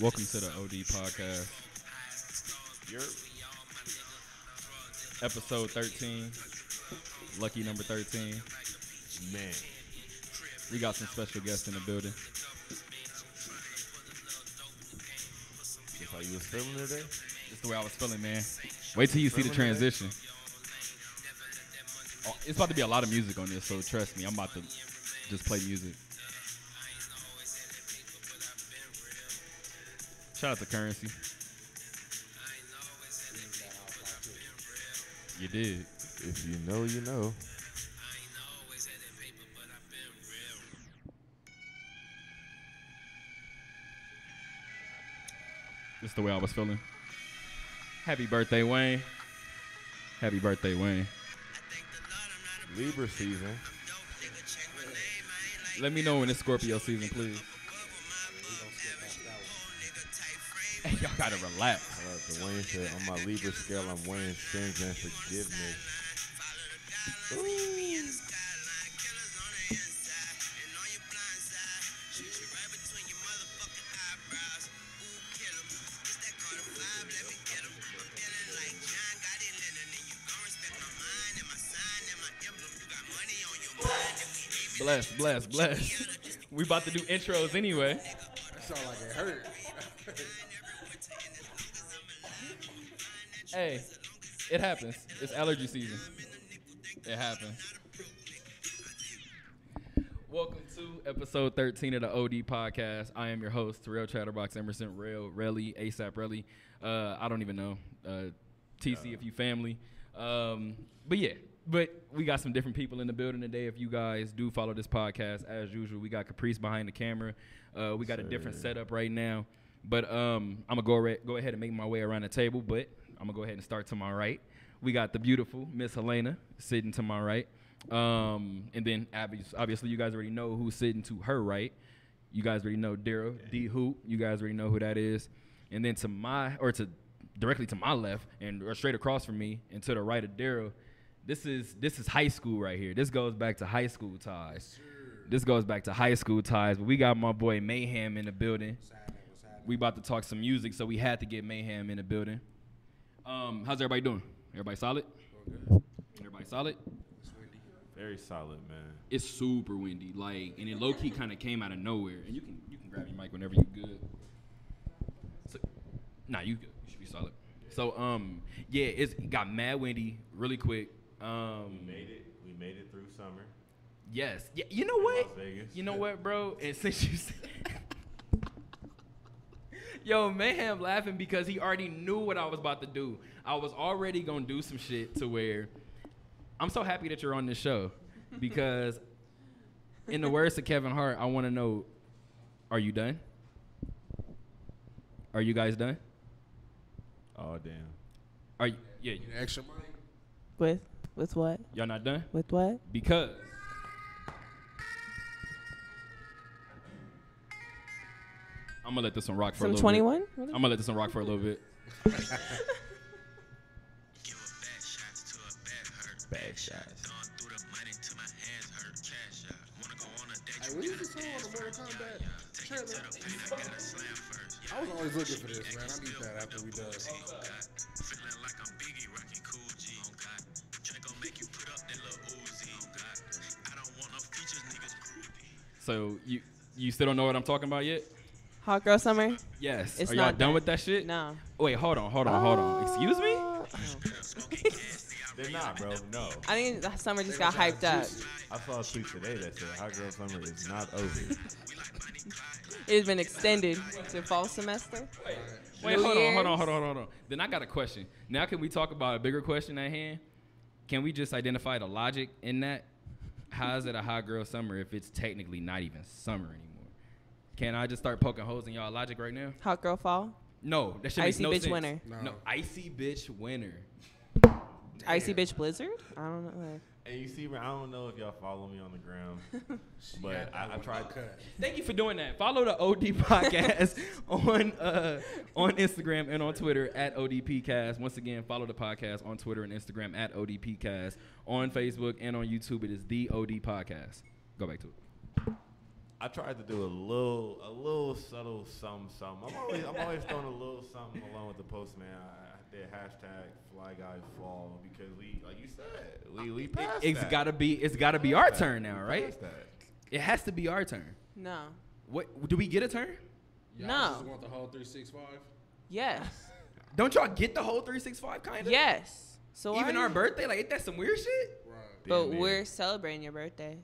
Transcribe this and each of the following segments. Welcome to the OD podcast. You're episode 13, lucky number 13. Man, We got some special guests in the building. that's how you was feeling today? That's the way I was feeling, man. Wait till you see the Feeling it? transition. Oh, it's about to be a lot of music on this, so trust me, I'm about to just play music. Shout out to Currency. You did. If you know, you know. That's the way I was feeling. Happy birthday, Wayne. Happy birthday, Wayne. Libra season. Let me know when it's Scorpio season, please. Hey, y'all gotta relax. Shout out to Uh, Wayne said, on my Libra scale, I'm weighing sins and forgiveness. Bless, bless, bless. We about to do intros anyway. Sound like it hurt. Hey, it happens. It's allergy season. It happens. Welcome to episode 13 of the OD podcast. I am your host, Terrell Chatterbox Emerson, Rail, Relly, ASAP Relly. Uh, I don't even know. Uh, TC, if you family. Um, but yeah, but we got some different people in the building today. If you guys do follow this podcast, as usual, we got Caprice behind the camera. Uh, we got a different setup right now. But um, I'm gonna go re- go ahead and make my way around the table. But I'm gonna go ahead and start to my right. We got the beautiful Miss Helena sitting to my right, um, and then obvious- obviously you guys already know who's sitting to her right. You guys already know Daryl D Hoop. You guys already know who that is. And then to my or to directly to my left and or straight across from me and to the right of Daryl, this is this is high school right here. This goes back to high school ties. This goes back to high school ties. But we got my boy Mayhem in the building. We about to talk some music, so we had to get Mayhem in the building. Um, how's everybody doing? Everybody solid? Everybody solid? Very solid, man. It's super windy, like, and it low key kind of came out of nowhere. And you can you can grab your mic whenever you good. So, nah, you good. You should be solid. So um, yeah, it's it got mad windy really quick. Um, We made it. We made it through summer. Yes. Yeah, you know what? Las Vegas. You know what, bro? And since you said Yo, Mayhem laughing because he already knew what I was about to do. I was already gonna do some shit to where I'm so happy that you're on this show. Because in the words of Kevin Hart, I wanna know, are you done? Are you guys done? Oh, damn. Are you yeah, You need extra money? With with what? y'all not done? With what? Because I'm gonna let this one rock for a Some little twenty bit. one? I'm gonna let this one rock for a little bit. Give a back shot to a back hurt. Bad shots. Throwing through the money to my hands hurt. Cash out. Wanna go on a date? Hey, you what gotta is this song on the Mortal Kombat trailer? pain, I gotta slam first. I was always looking for this, man. I need that after we done. Oh God, feeling like I'm Biggie rocking Cool G. Oh God, Drake gon' make you put up that little Uzi. Oh God, I don't want no features, niggas groovy. So you you still don't know what I'm talking about yet? Hot girl summer? Yes. It's Are y'all not done done. with that shit? No. Oh, Wait, hold on, hold on, Oh, hold on. Excuse me? me? They're not, bro. No. I think the summer just got hyped up. I saw a tweet today that said, Hot Girl Summer is not over. It has been extended to fall semester. Wait, New hold on, hold on, Year's? hold on, hold on. Then I got a question. Now can we talk about a bigger question at hand? Can we just identify the logic in that? How is it a hot girl summer if it's technically not even summer anymore? Can I just start poking holes in y'all logic right now? Hot girl fall. No, that should Icy make no bitch sense. winter. No. No. icy bitch winter. Icy bitch blizzard? I don't know. like- And you see, I don't know if y'all follow me on the ground, but got that I, I one tried. cut. Thank you for doing that. Follow the OD podcast on uh, on Instagram and on Twitter at ODPcast. Once again, follow the podcast on Twitter and Instagram at ODPcast. On Facebook and on YouTube, it is the OD podcast. Go back to it. I tried to do a little, a little subtle something, something. I'm always, I'm always throwing a little something along with the post, man. I, I did hashtag Fly Guy Fall because we, like you said, we we passed It's that. gotta be. It's gotta be our Passed turn now, that. We right? passed that. It has to be our turn. No. What do we get a turn? Y'all No. just want the whole 365? Yes. Don't y'all get the whole 365 kind of? yes. So why Even are our you- birthday, like ain't that some weird shit? Right. But Damn near. we're celebrating your birthday.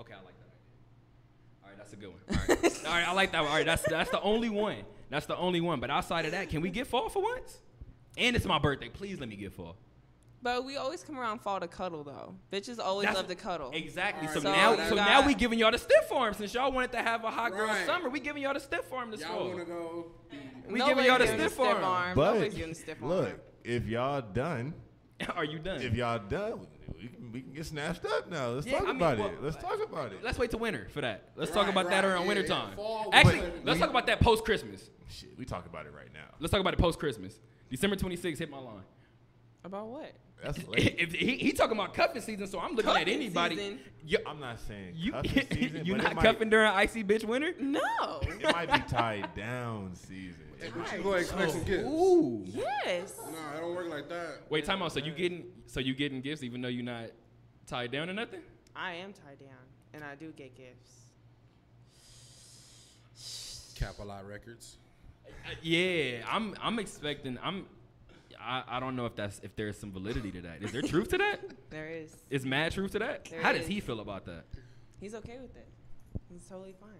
Okay, I like that idea. All right, that's a good one. All right, All right I like that one. All right, that's that's the only one. That's the only one. But outside of that, can we get fall for once? And it's my birthday. Please let me get fall. But we always come around fall to cuddle though. Bitches always That's- love to cuddle. Exactly. All So, right, now, so so you now got- we giving y'all the stiff arm since y'all wanted to have a hot girl Right. summer. We giving y'all the stiff arm this Y'all fall. want to go be We Nobody giving y'all the giving stiff arm. But Nobody's giving the stiff look, arm. if y'all done, Are you done? if y'all done, we can, we can get snatched up now. Let's Yeah, talk I mean, about well, it. Let's talk about it. Let's wait till winter for that. Let's talk Right, about that right, around yeah, winter yeah, time. fall, Actually, winter. let's We- talk about that post Christmas. Shit, we talk about it right now. Let's talk about it post Christmas. December 26th hit my line. About what? That's late. if he, he talking about cuffing season, so I'm looking at Cuffing anybody. season? You, I'm not saying you, cuffing season, you but not it might, cuffing during icy bitch winter? No. It might be tied down season. But you go expect some gifts. Ooh. yes. Nah, it don't work like that. Wait, time out. So you getting so you getting gifts even though you're not tied down to nothing? I am tied down, and I do get gifts. Capilot Records. Uh, yeah, I'm I'm expecting I'm I, I don't know if that's if there's some validity to that. Is there truth to that? There is. Is mad truth to that? There How does is. he feel about that? He's okay with it. He's totally fine.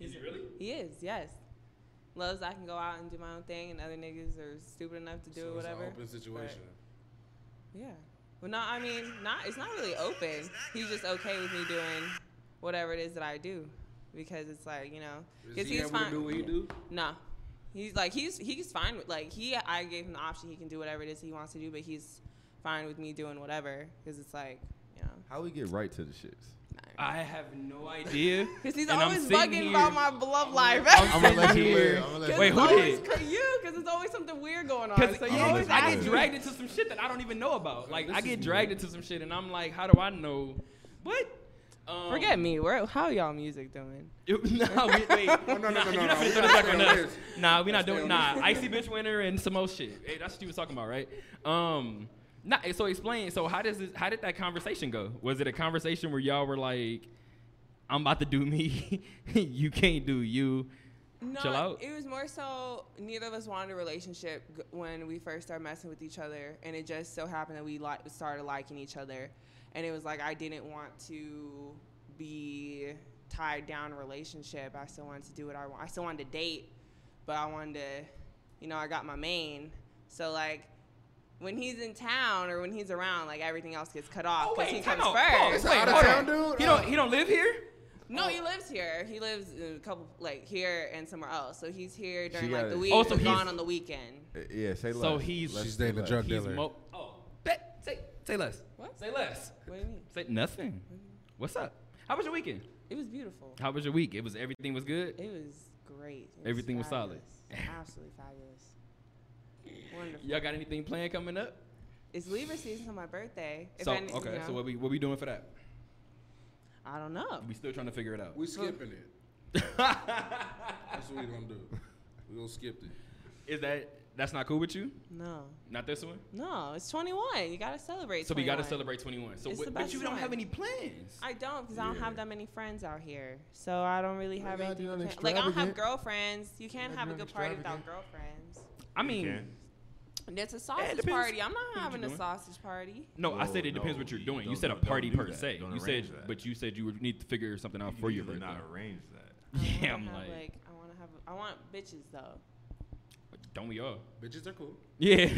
Is he really? He is. Yes. Loves I can go out and do my own thing, and other niggas are stupid enough to do so whatever. It's an open situation. But, yeah. Well, no, I mean, not. It's not really open. He's just okay with me doing whatever it is that I do, because it's like you know, Is because he he's able fine. to do what he do? No. He's like he's he's fine with like he I gave him the option he can do whatever it is he wants to do but he's fine with me doing whatever because it's like you know How we get right to the shits? I have no idea. because he's And I'm always sitting bugging here- about my love life. I'm gonna let you Here. live. I'm gonna let 'Cause Wait, you it's who live. always did? cra- you because it's always something weird going on. Cause So you yeah, always cause I ask get me. dragged into some shit that I don't even know about. Like this I is get me. dragged into some shit, and I'm like, how do I know? What? Um, Forget me. Where how y'all music doing? It, nah, wait, wait. Oh, no, no, nah, no, you're no, not no, finna we throw not that back on doing us. this. Nah, we not That's doing. down Nah, this. icy bitch winter and some old shit. Hey, that's what you was talking about, right? Um, nah. So explain. So how does this, how did that conversation go? Was it a conversation where y'all were like, "I'm about to do me, you can't do you." No, Chill out. it was more so neither of us wanted a relationship g- when we first started messing with each other, and it just so happened that we li- started liking each other, and it was like I didn't want to be tied down to a relationship. I still wanted to do what I want. I still wanted to date, but I wanted to, you know, I got my main. So like. When he's in town or when he's around, like everything else gets cut off because he Oh, time comes out. first. Pause. Wait, Out of hold town on. dude? He don't. He don't live here. No, he lives here. He lives in a couple like here and somewhere else. So he's here during She like got the it. week, Oh, oh, so so he's- gone on the weekend. Uh, Yeah, say less. So he's- Less, She's say dating a less. drug He's Dealer. mo- oh, that, say say less. What? Say less. What do you mean? Say nothing. What's up? How was your weekend? It was beautiful. How was your week? It was everything was good. It was great. It Everything was solid. fabulous. Absolutely fabulous. Wonderful. Y'all got anything planned coming up? It's Libra season on my birthday. If so I, okay, you know, so what we what we doing for that? I don't know. We still trying to figure it out. We skipping it. That's what we gonna do. We gonna skip it. Is that that's not cool with you? No, Not this one. no. It's 21. You gotta celebrate. So we got to 21. celebrate 21. So It's what- the but best you don't have one. any plans. I don't because I don't have Yeah. that many friends out here. So I don't really have gotta anything. do to nothing plan- Like I don't have extravagant. girlfriends. You can't gotta have do a good nothing party without extravagant. girlfriends. I mean, Okay. And It's a sausage depends party. I'm not what having you're a doing. sausage party. no, I No, said it depends no, what you're you doing. You don't- said a don't- don't party do per that. se. Don't You said, arrange that. but you said you would need to figure something out You for your usually birthday. not arrange that. I wanna Yeah, I'm have, like- I want to have. I want bitches though. Don't we all? Bitches are cool. Yeah,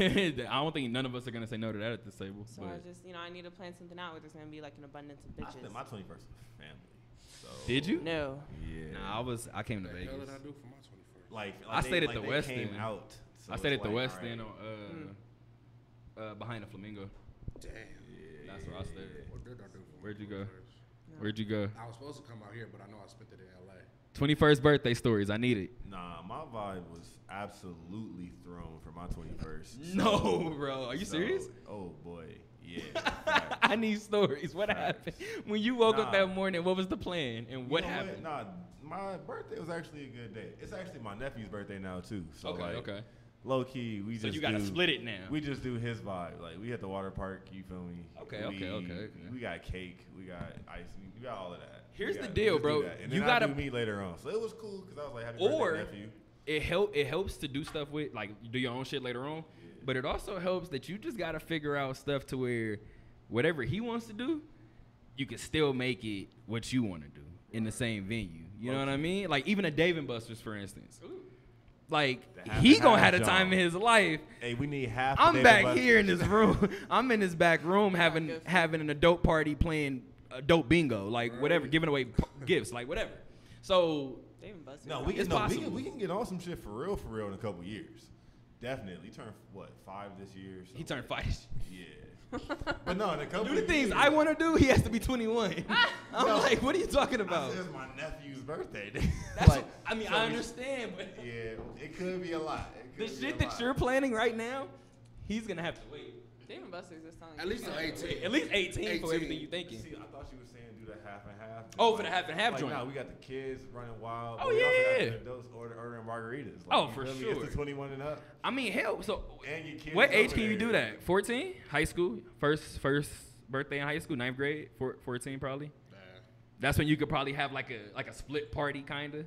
I don't think none of us are gonna say no to that at this table. So but I just, you know, I need to plan something out where there's gonna be like an abundance of I spent bitches. my 21st with family. So did you? no. Yeah. Nah, I was. I came to What the Vegas. hell did I do for my 21st? Like, like I they- stayed at like the they West came End. out. So I stayed it's at the like, West all right. End on uh, uh, behind the flamingo. Damn. That's where I stayed. What did I do for my Where'd you go? 21st? Where'd you go? I was supposed to come out here, but I know I spent it in LA. Twenty first birthday stories. I need it. Nah, my vibe was absolutely thrown for my 21st. No, bro. Are you So- serious? Oh boy, yeah. I need stories. What happened Facts. when you woke up Nah. that morning? What was the plan and You what know happened? Nah, my birthday was actually a good day. It's actually my nephew's birthday now too. So Okay, like, okay. Low key, we So just you gotta do- split it now. We just do his vibe. Like we hit the water park. You feel me? Okay, okay, We- okay, okay. We got cake. We got ice. We- We got all of that. Here's We the got- deal, we just do bro. that. And You then gotta- I do meet later on. So it was cool because I was like, happy Or- birthday, nephew. it help it helps to do stuff with like you do your own shit later on but it also helps that you just gotta figure out stuff to where whatever he wants to do you can still make it what you want to do in the same venue you know what i mean like even a dave and buster's for instance like That has he to gonna have have a a time job. in his life Hey, we need half. the i'm Dave back Buster's. here in this room i'm in this back room having good for having an adult party playing adult bingo like whatever giving away p- gifts like whatever so They even busted. No, we It's can, no, we possible. can we can get on some shit for real, for real in a couple years. Definitely. He turned what five this year. he turned five Yeah. but no, in a couple. Do the things years- I want to do. He has to be 21. I'm No. like, what are you talking I about? said It's my nephew's birthday. That's Like, I mean, so I we- understand, but Yeah, it could be a lot. It the could be a shit that lot. you're planning right now, he's gonna have to wait. Dave and Buster's is something. At least I'm 18. At least 18, for 18. everything you're thinking. See, I thought you were saying do the half and half. Oh, for the half and half like, joint. Nah, we got the kids running wild. Oh, but we also yeah, got yeah. the adults order, ordering margaritas. Oh, you for feel me? It's sure. the 21 and up. I mean, hell. So, And your kids what age over can you there. do that? 14, high school, first first birthday in high school, ninth grade, four, 14 probably. That's when you could probably have like a like a split party kind of.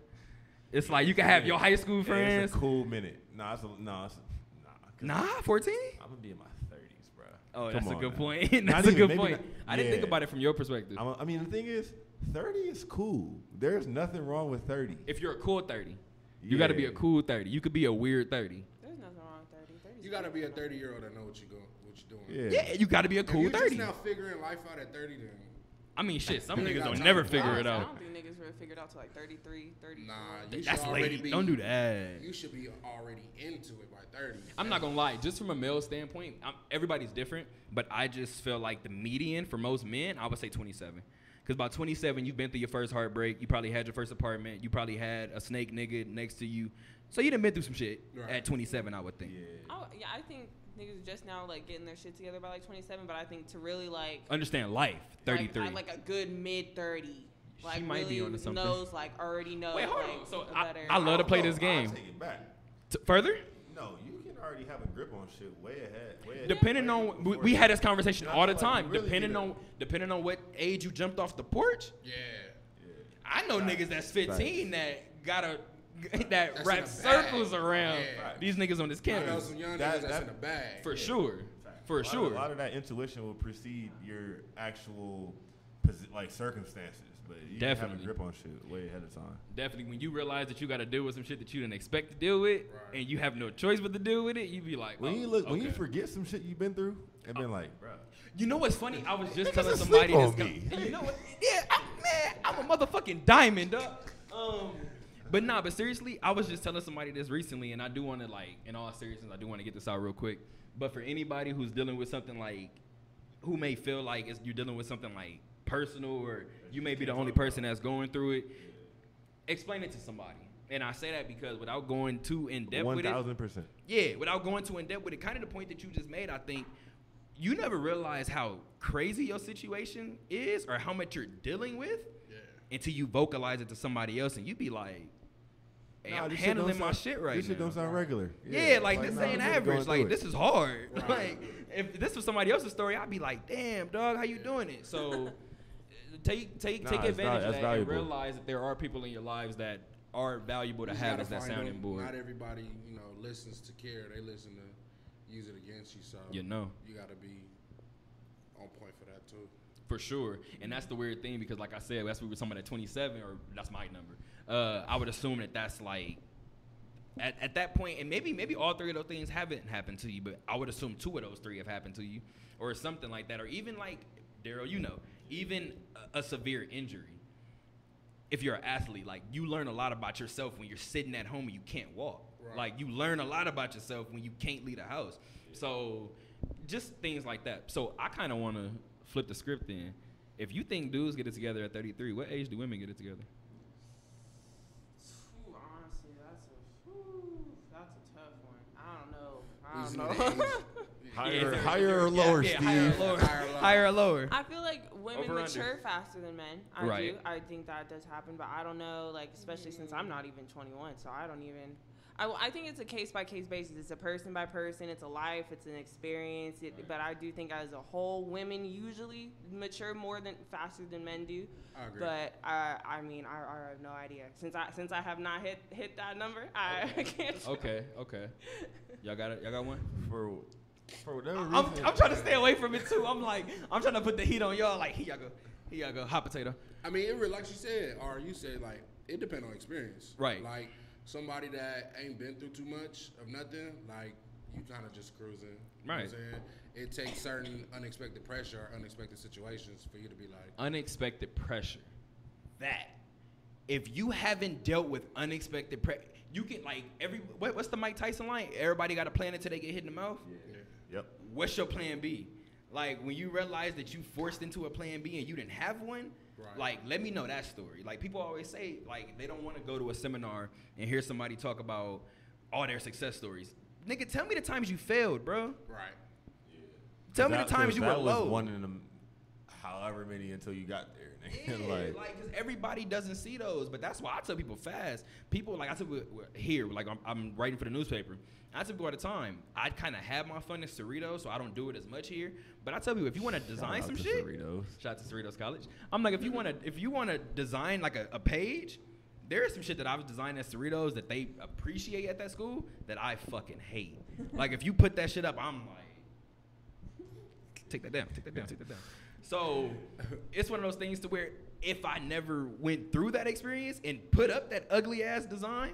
It's like you can have your high school Yeah, friends. It's a cool minute. Nah, it's a, nah, it's a, nah. 'cause Nah, 14. I'm gonna be in my 30s, bro. Oh, Come that's a on good now. point. Not that's a even- good maybe point. not- I didn't think yeah. about it from your perspective. I'm, I mean, the thing is, 30 is cool. There's nothing wrong with 30. if you're a cool 30, you got to be a Yeah. cool 30. You could be a weird 30. There's nothing wrong with 30. 30 's You gotta good. be a 30 year old that know what you going, what you doing. Yeah. Yeah, you got to be a If cool you 30. just now figuring life out at 30, then I mean, shit, some You ain't niggas got don't time never to figure plan. it Honestly, I out. don't think niggas really figured out till like 33, 30. nah, you Th- should That's already late. be. Don't do that. You should be already into it by 30. I'm not gonna lie. Just from a male standpoint, I'm, everybody's different, but I just feel like the median for most men, I would say 27. Because by 27, you've been through your first heartbreak. You probably had your first apartment. You probably had a snake nigga next to you. So you done been through some shit Right. at 27, I would think. Yeah. I, Oh, yeah, I think niggas just now like getting their shit together by like 27, but I think to really like Understand life, 33. like, I- like a good mid 30, like might really be onto something. knows like already knows. Wait, hold on. like, So a I- better, I love to play this No, I'll game. take it back. T- further? No, you can already have a grip on shit way ahead. Way ahead depending way on we, before we you- had this conversation Yeah, I all the feel like we time really depending did that. on depending on what age you jumped off the porch Yeah. i know niggas that's 15 that gotta that That's in wrap a bag. circles around Yeah. these niggas on this I know campus some young That- niggas that's that- in the bag. for sure for a lot of- sure a lot of that intuition will precede your actual posi- like circumstances, but you can have a Definitely. grip on shit way ahead of time. definitely when you realize that you gotta deal with some shit that you didn't expect to deal with Right. and you have no choice but to deal with it you be like When oh, you look, when you okay. Uh, forget some shit you've been through, and been like, bro, You know what's funny? I was just Niggas telling asleep somebody on this. me. and you know what? Yeah, I'm, man, I'm a motherfucking diamond, dog. Um, but nah, but seriously, I was just telling somebody this recently, and I do want to like, in all seriousness, I do want to get this out real quick. But for anybody who's dealing with something like, who may feel like it's, you're dealing with something like personal, or you may be the only person that's going through it, explain it to somebody. And I say that because without going too in depth one with it, thousand percent. yeah, without going too in depth with it, kind of the point that you just made, I think you never realize how crazy your situation is or how much you're dealing with Yeah. until you vocalize it to somebody else and you be like, hey, Nah, I'm this shit handling don't my sound- shit right This shit now. don't sound regular. yeah, like, this nah, ain't niggas going average. through Like it. this is hard. Right. Like if this was somebody else's story, I'd be like, damn, dog, how you doing it? So uh, take take Nah, take it's advantage val- of that's that and valuable. realize that there are people in your lives that are valuable to You have gotta as that find sounding them. board. Not everybody, you know, listens to care. They listen to use it against you. So You know. you gotta be on point for that too. For sure. And that's the weird thing because, like I said, that's we were talking about at 27, or that's my number. Uh, I would assume that that's like at, at that point, and maybe maybe all three of those things haven't happened to you, but I would assume two of those three have happened to you, or something like that, or even like Daryl, you know, even a, a severe injury. If you're an athlete, like you learn a lot about yourself when you're sitting at home and you can't walk. Right. Like you learn a lot about yourself when you can't leave the house. So just things like that. So I kind of want to flip the script then. If you think dudes get it together at 33, what age do women get it together? Ooh, honestly, that's a ooh, that's a tough one. I don't know. These I niggas- don't know. yeah. Higher, Yeah. higher or lower, yeah, Steve? higher or lower. Higher or lower. I feel like women Over, under. mature faster than men. I Right. do. I think that does happen, but I don't know, like, especially since I'm not even 21, so I don't even. I, I think it's a case by case basis. It's a person by person. It's a life. It's an experience. It, But I do think, as a whole, women usually mature more than faster than men do. I agree. But I, I mean, I, I have no idea since I since I have not hit hit that number. I can't. Okay, okay. Y'all got it. Y'all got one. For, for whatever I'm, reason. I'm trying to stay away from it too. I'm like, I'm trying to put the heat on y'all. Like, here y'all go, here y'all go, hot potato. I mean, it really, like you said, or you said, like it depends on experience, Right. Like somebody that ain't been through too much of nothing, like you kind of just cruising, You know what Right. I'm saying? It takes certain unexpected pressure or unexpected situations for you to be like, Unexpected pressure. That, if you haven't dealt with unexpected pressure, you can like every. What, what's the Mike Tyson line? Everybody got a plan until they get hit in the mouth. Yep. What's your plan B? Like when you realize that you forced into a plan B and you didn't have one, Right. like let me know that story. Like people always say, like they don't want to go to a seminar and hear somebody talk about all their success stories. Nigga, tell me the times you failed, bro. right, Tell me That- the times you were that was low. one in a, however many until you got there. Yeah, nigga. like, like, cause everybody doesn't see those, but that's why I tell people fast. People like I tell people here, like I'm, I'm writing for the newspaper. I tell people all the time. I kind of have my fun in Cerritos, so I don't do it as much here. But I tell people if you want to design out some to shit, Cerritos. shout out to Cerritos College. I'm like if you want to if you want to design like a, a page, there is some shit that I've designed at Cerritos that they appreciate at that school that I fucking hate. like if you put that shit up, I'm like. Take that down. Take that down. Take that down. So it's one of those things to where if I never went through that experience and put up that ugly ass design,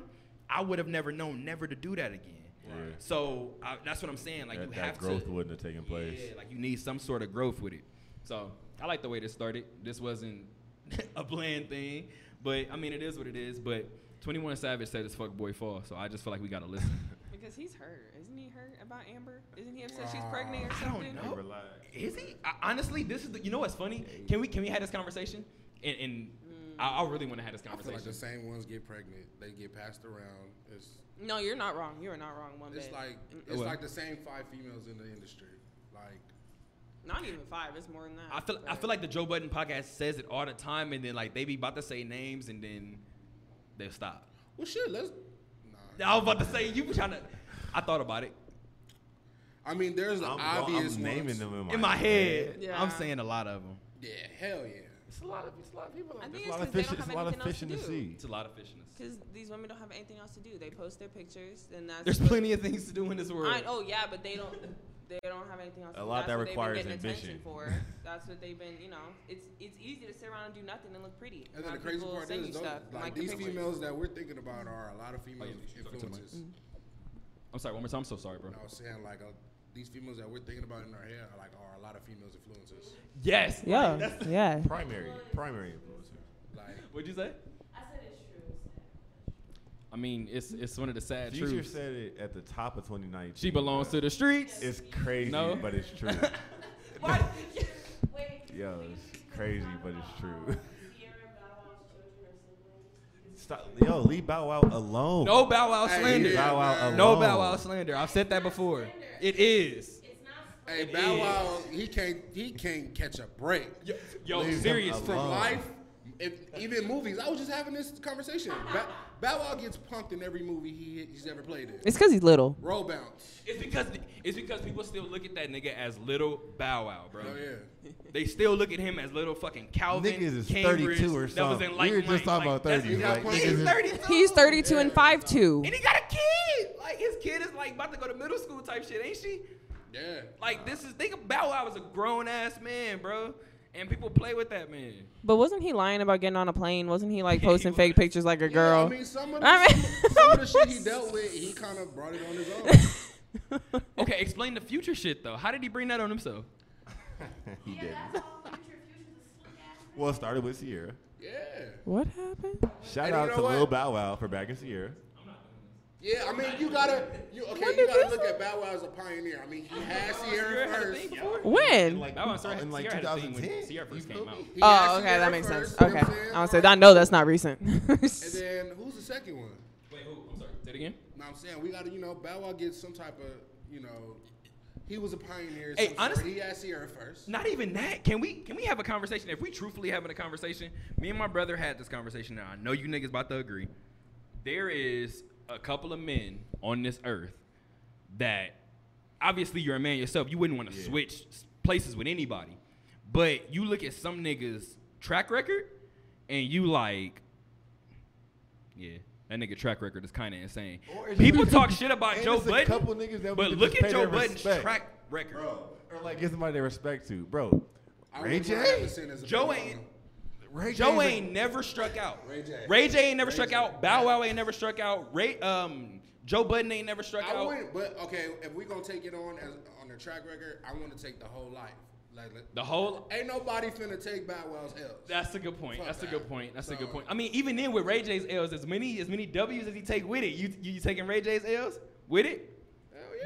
I would have never known never to do that again. Yeah. So I, that's what I'm saying. Like that, you that have growth to, wouldn't have taken place. yeah, like you need some sort of growth with it. So I like the way this started. This wasn't a bland thing, but I mean it is what it is. But 21 Savage said it's fuck boy fall, so I just feel like we gotta listen. Because he's hurt, isn't he? Hurt about Amber? Isn't he upset Uh, she's pregnant pregnant or I something? don't know. Hey, relax. Is he? I, honestly, this is the. You know what's funny? Can we can we have this conversation? And, and I, I really want to have this I feel like conversation. the same ones get pregnant, they get passed around. It's No, you're not wrong. You are not wrong. One it's bit. like it's Well- like the same five females in the industry, like not even five. It's more than that. I feel I but- feel like the Joe Budden podcast says it all the time, and then like they be about to say names, and then they'll stop. well shit, let's. Nah. I was about to say you trying to. I thought about it I mean, there's the I'm, obvious I'm naming ones. them in my, in my head. Yeah. I'm saying a lot of them. Yeah, hell yeah. It's a lot of it's a lot of people. I think There's it's a lot 'cause of they fish. don't It's a have lot of anything else fish in to the do. sea. It's a lot of fishness. Because these women don't have anything else to do. They post their pictures, and that's. There's what- plenty of things to do in this world. I, oh yeah, but they don't. They don't have anything else. A to do. lot That's that what they've been requires getting ambition. attention For. That's what they've been. You know, it's it's easy to sit around and do nothing and look pretty. And Have then the crazy people part send is, you those, stuff, like, the these pictures. females that we're thinking about are a lot of female Oh, yeah, she's talking to the mic. influences. I'm sorry. One more time. I'm so sorry, bro. And I was saying, like, uh, these females that we're thinking about in our head are like are a lot of females influences. Yes. Like, Yeah, that's- yeah. Primary, primary influencer. Like, what'd you say? I said it's true. I mean, it's it's one of the sad Future truths. said it at the top of 2019. She belongs to the streets. It's crazy, No? but it's true. Wait. Yo, it's crazy, but it's true. Sierra Bow Wow's children or siblings. Stop, yo, leave Bow Wow alone. No Bow Wow Hey, slander. yeah, Bow Wow man. alone. No Bow Wow slander. I've said that before. It is. It's not hey, It Bow is. Wow, he can't he can't catch a break Yo, yo Leave him serious. alone. from Oh. life. If, even movies, I was just having this conversation. Ba- Bow Wow gets punked in every movie he, he's ever played in. It's because he's little. Roll bounce. It's because it's because people still look at that nigga as little Bow Wow, bro. Oh yeah. They still look at him as little fucking Calvin. Niggas is Cambridge, 32 or that was something. in Like we were Mike. just talking Like, about 30. that's- Like, Yeah, niggas He's is- 32. He's 32 and Yeah. 5 two. And he got a kid. Like his kid is like about to go to middle school type shit, ain't she? Yeah. Like this is think of Bow Wow was a grown ass man, bro. And people play with that man. But wasn't he lying about getting on a plane? Wasn't he like Yeah, he posting was. fake pictures like a girl? Yeah, I mean, some of the, I mean- some of the shit he dealt with, he kind of brought it on his own. Okay, explain the future shit though. How did he bring that on himself? He Yeah, did. that's all future. Future's a slick ass. Well, it started with Sierra. Yeah. what happened? Shout And you out know to what? Lil Bow Wow for backing Sierra. Yeah, I mean, you gotta, you okay? When you did gotta this look at Bow Wow as a pioneer. I Oh, mean, he had Sierra had a first. thing He before? When? Like, Bow Wow started- in like Sierra had a thing 2010. when Sierra first You came feel out. me? had Oh, okay, Sierra that makes first, sense. you know Okay, what I'm saying? I was say I know that's not recent. And then who's the second one? Wait, who? I'm sorry. Say it again. Now I'm saying we gotta, you know, Bow Wow gets some type of, you know, He was a pioneer. of Hey, some sort. honestly- he had Sierra first. Not even that. Can we can we have a conversation? If we truthfully having a conversation, me and my brother had this conversation. Now I know you niggas about to agree. There is a couple of men on this earth that obviously you're a man yourself. You wouldn't want to Yeah. switch s- places with anybody. But you look at some niggas track record and you like, yeah, that nigga track record is kind of insane. Or it's- People talk shit about And Joe it's a Budden, couple niggas that we but could look at just pay Joe their Budden's respect. track record. bro, or like give somebody their respect to, bro. I Ray remember J. Anderson as a Joe player. ain't. Ray Joe J's a- ain't never struck out. Ray J. ain't never Ray struck J. out. Bow Wow ain't never struck out. Ray um Joe Budden ain't never struck I out. wouldn't, but okay, if we gonna take it on as on the track record, I want to take the whole life. Like, like- The whole ain't nobody finna take Bow Wow's L's. that's a good point. Fuck That's a that. good point. That's a good So- point. I mean, even then with Ray J's L's, as many as many W's as he take with it, you you, you taking Ray J's L's with it?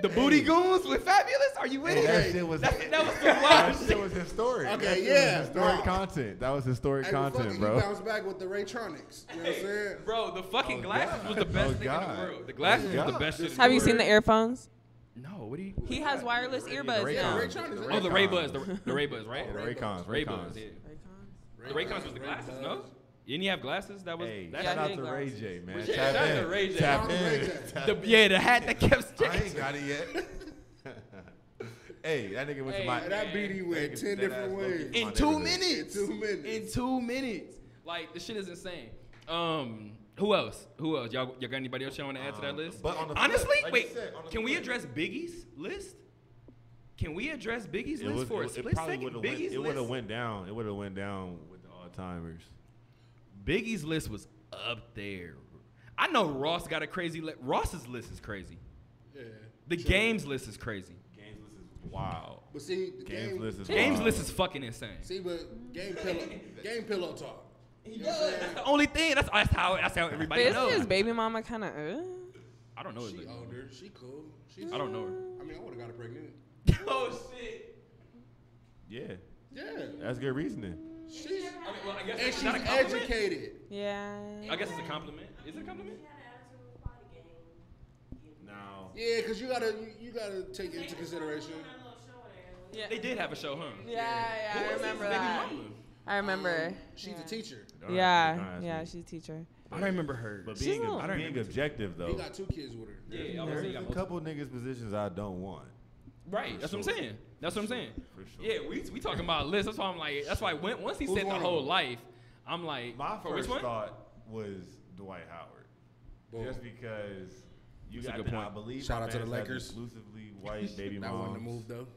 The booty goons with fabulous? Are you with Hey, it? that shit was- That- that was some That wild shit shit. was historic. Okay, That shit yeah, Was historic nah. content. That was historic Hey, well, fuck content, it, bro. You bounce back with the Raytronics. You know what I'm saying? Bro, the fucking Oh, glasses God. was the best Oh, thing in God. the world. The glasses was the God. best shit. in Have you world. seen the earphones? No, what do you? He has wireless earbuds Raycon. now. Ray Charles, The Oh, Oh, the Ray Buds, Raycons. the, the Ray Buds, right? Oh, the Raycons, Ray Raycons. Buds, yeah. The Ray Raycons was the Ray glasses, Buds. no? Didn't he have glasses? That was Hey, that Yeah, shout I out did to Ray glasses. J, man. Yeah, Tap shout out in. to Ray J. Tap Shout out to Ray in. J. Tap the yeah the hat that kept I ain't sticking. got it yet. hey, that nigga went Hey, to my. And that beat he went ten That ass different ways. low-key In my two nigga. minutes. In two minutes. In two minutes. Like the shit is insane. Um, who else? Who else? Y'all, y'all got anybody else y'all want to add to that Um, list? but on the flip, honestly, like you wait, said, on the can we flip. address Biggie's list? Can we address Biggie's It list was- for it- a it split probably second? would've went- Biggie's It would list. have went down. It would have went down with the all timers. Biggie's list was up there. I know Ross got a crazy. Li- Ross's list is crazy. Yeah. The games list is crazy. Games list is wild. But see, the Games game. list is Games wild. list is fucking insane. See, but game pillow, game pillow talk. You know what I'm That's the only thing. That's, that's how. That's how But everybody isn't knows. his baby mama kind of? Uh? I don't know. his saying? She baby. older. She cool. She. I don't know her. I mean, I would have got her pregnant. oh shit. Yeah, Yeah. that's good reasoning. She's I mean, well, I guess and it's she's not a compliment. educated. Yeah. I guess it's a compliment. Is it a compliment? She had an attitude with body game. Now, Yeah, cause you gotta you, you gotta take into consideration. I don't know, show her. Yeah, They did have a show, huh? Yeah, yeah, I remember Baby that. mama. I remember. Um, she's yeah. a teacher. Yeah, yeah, she's a teacher. I remember her. But She's being, a little- ob- being objective He though, got two kids with her. Yeah, I was there's thinking a about- couple niggas positions I don't want. Right. That's what I'm sure. saying. That's what I'm For saying. sure. For sure. Yeah, we we talking about lists. That's why I'm like. That's why when, once he Who's said the one of whole them? life, I'm like. My for first which one? thought was Dwight Howard, Boom. just because you That's a got good the, point. I believe Shout my out to the man's had Lakers. exclusively white baby That moms. wouldn't have moved though.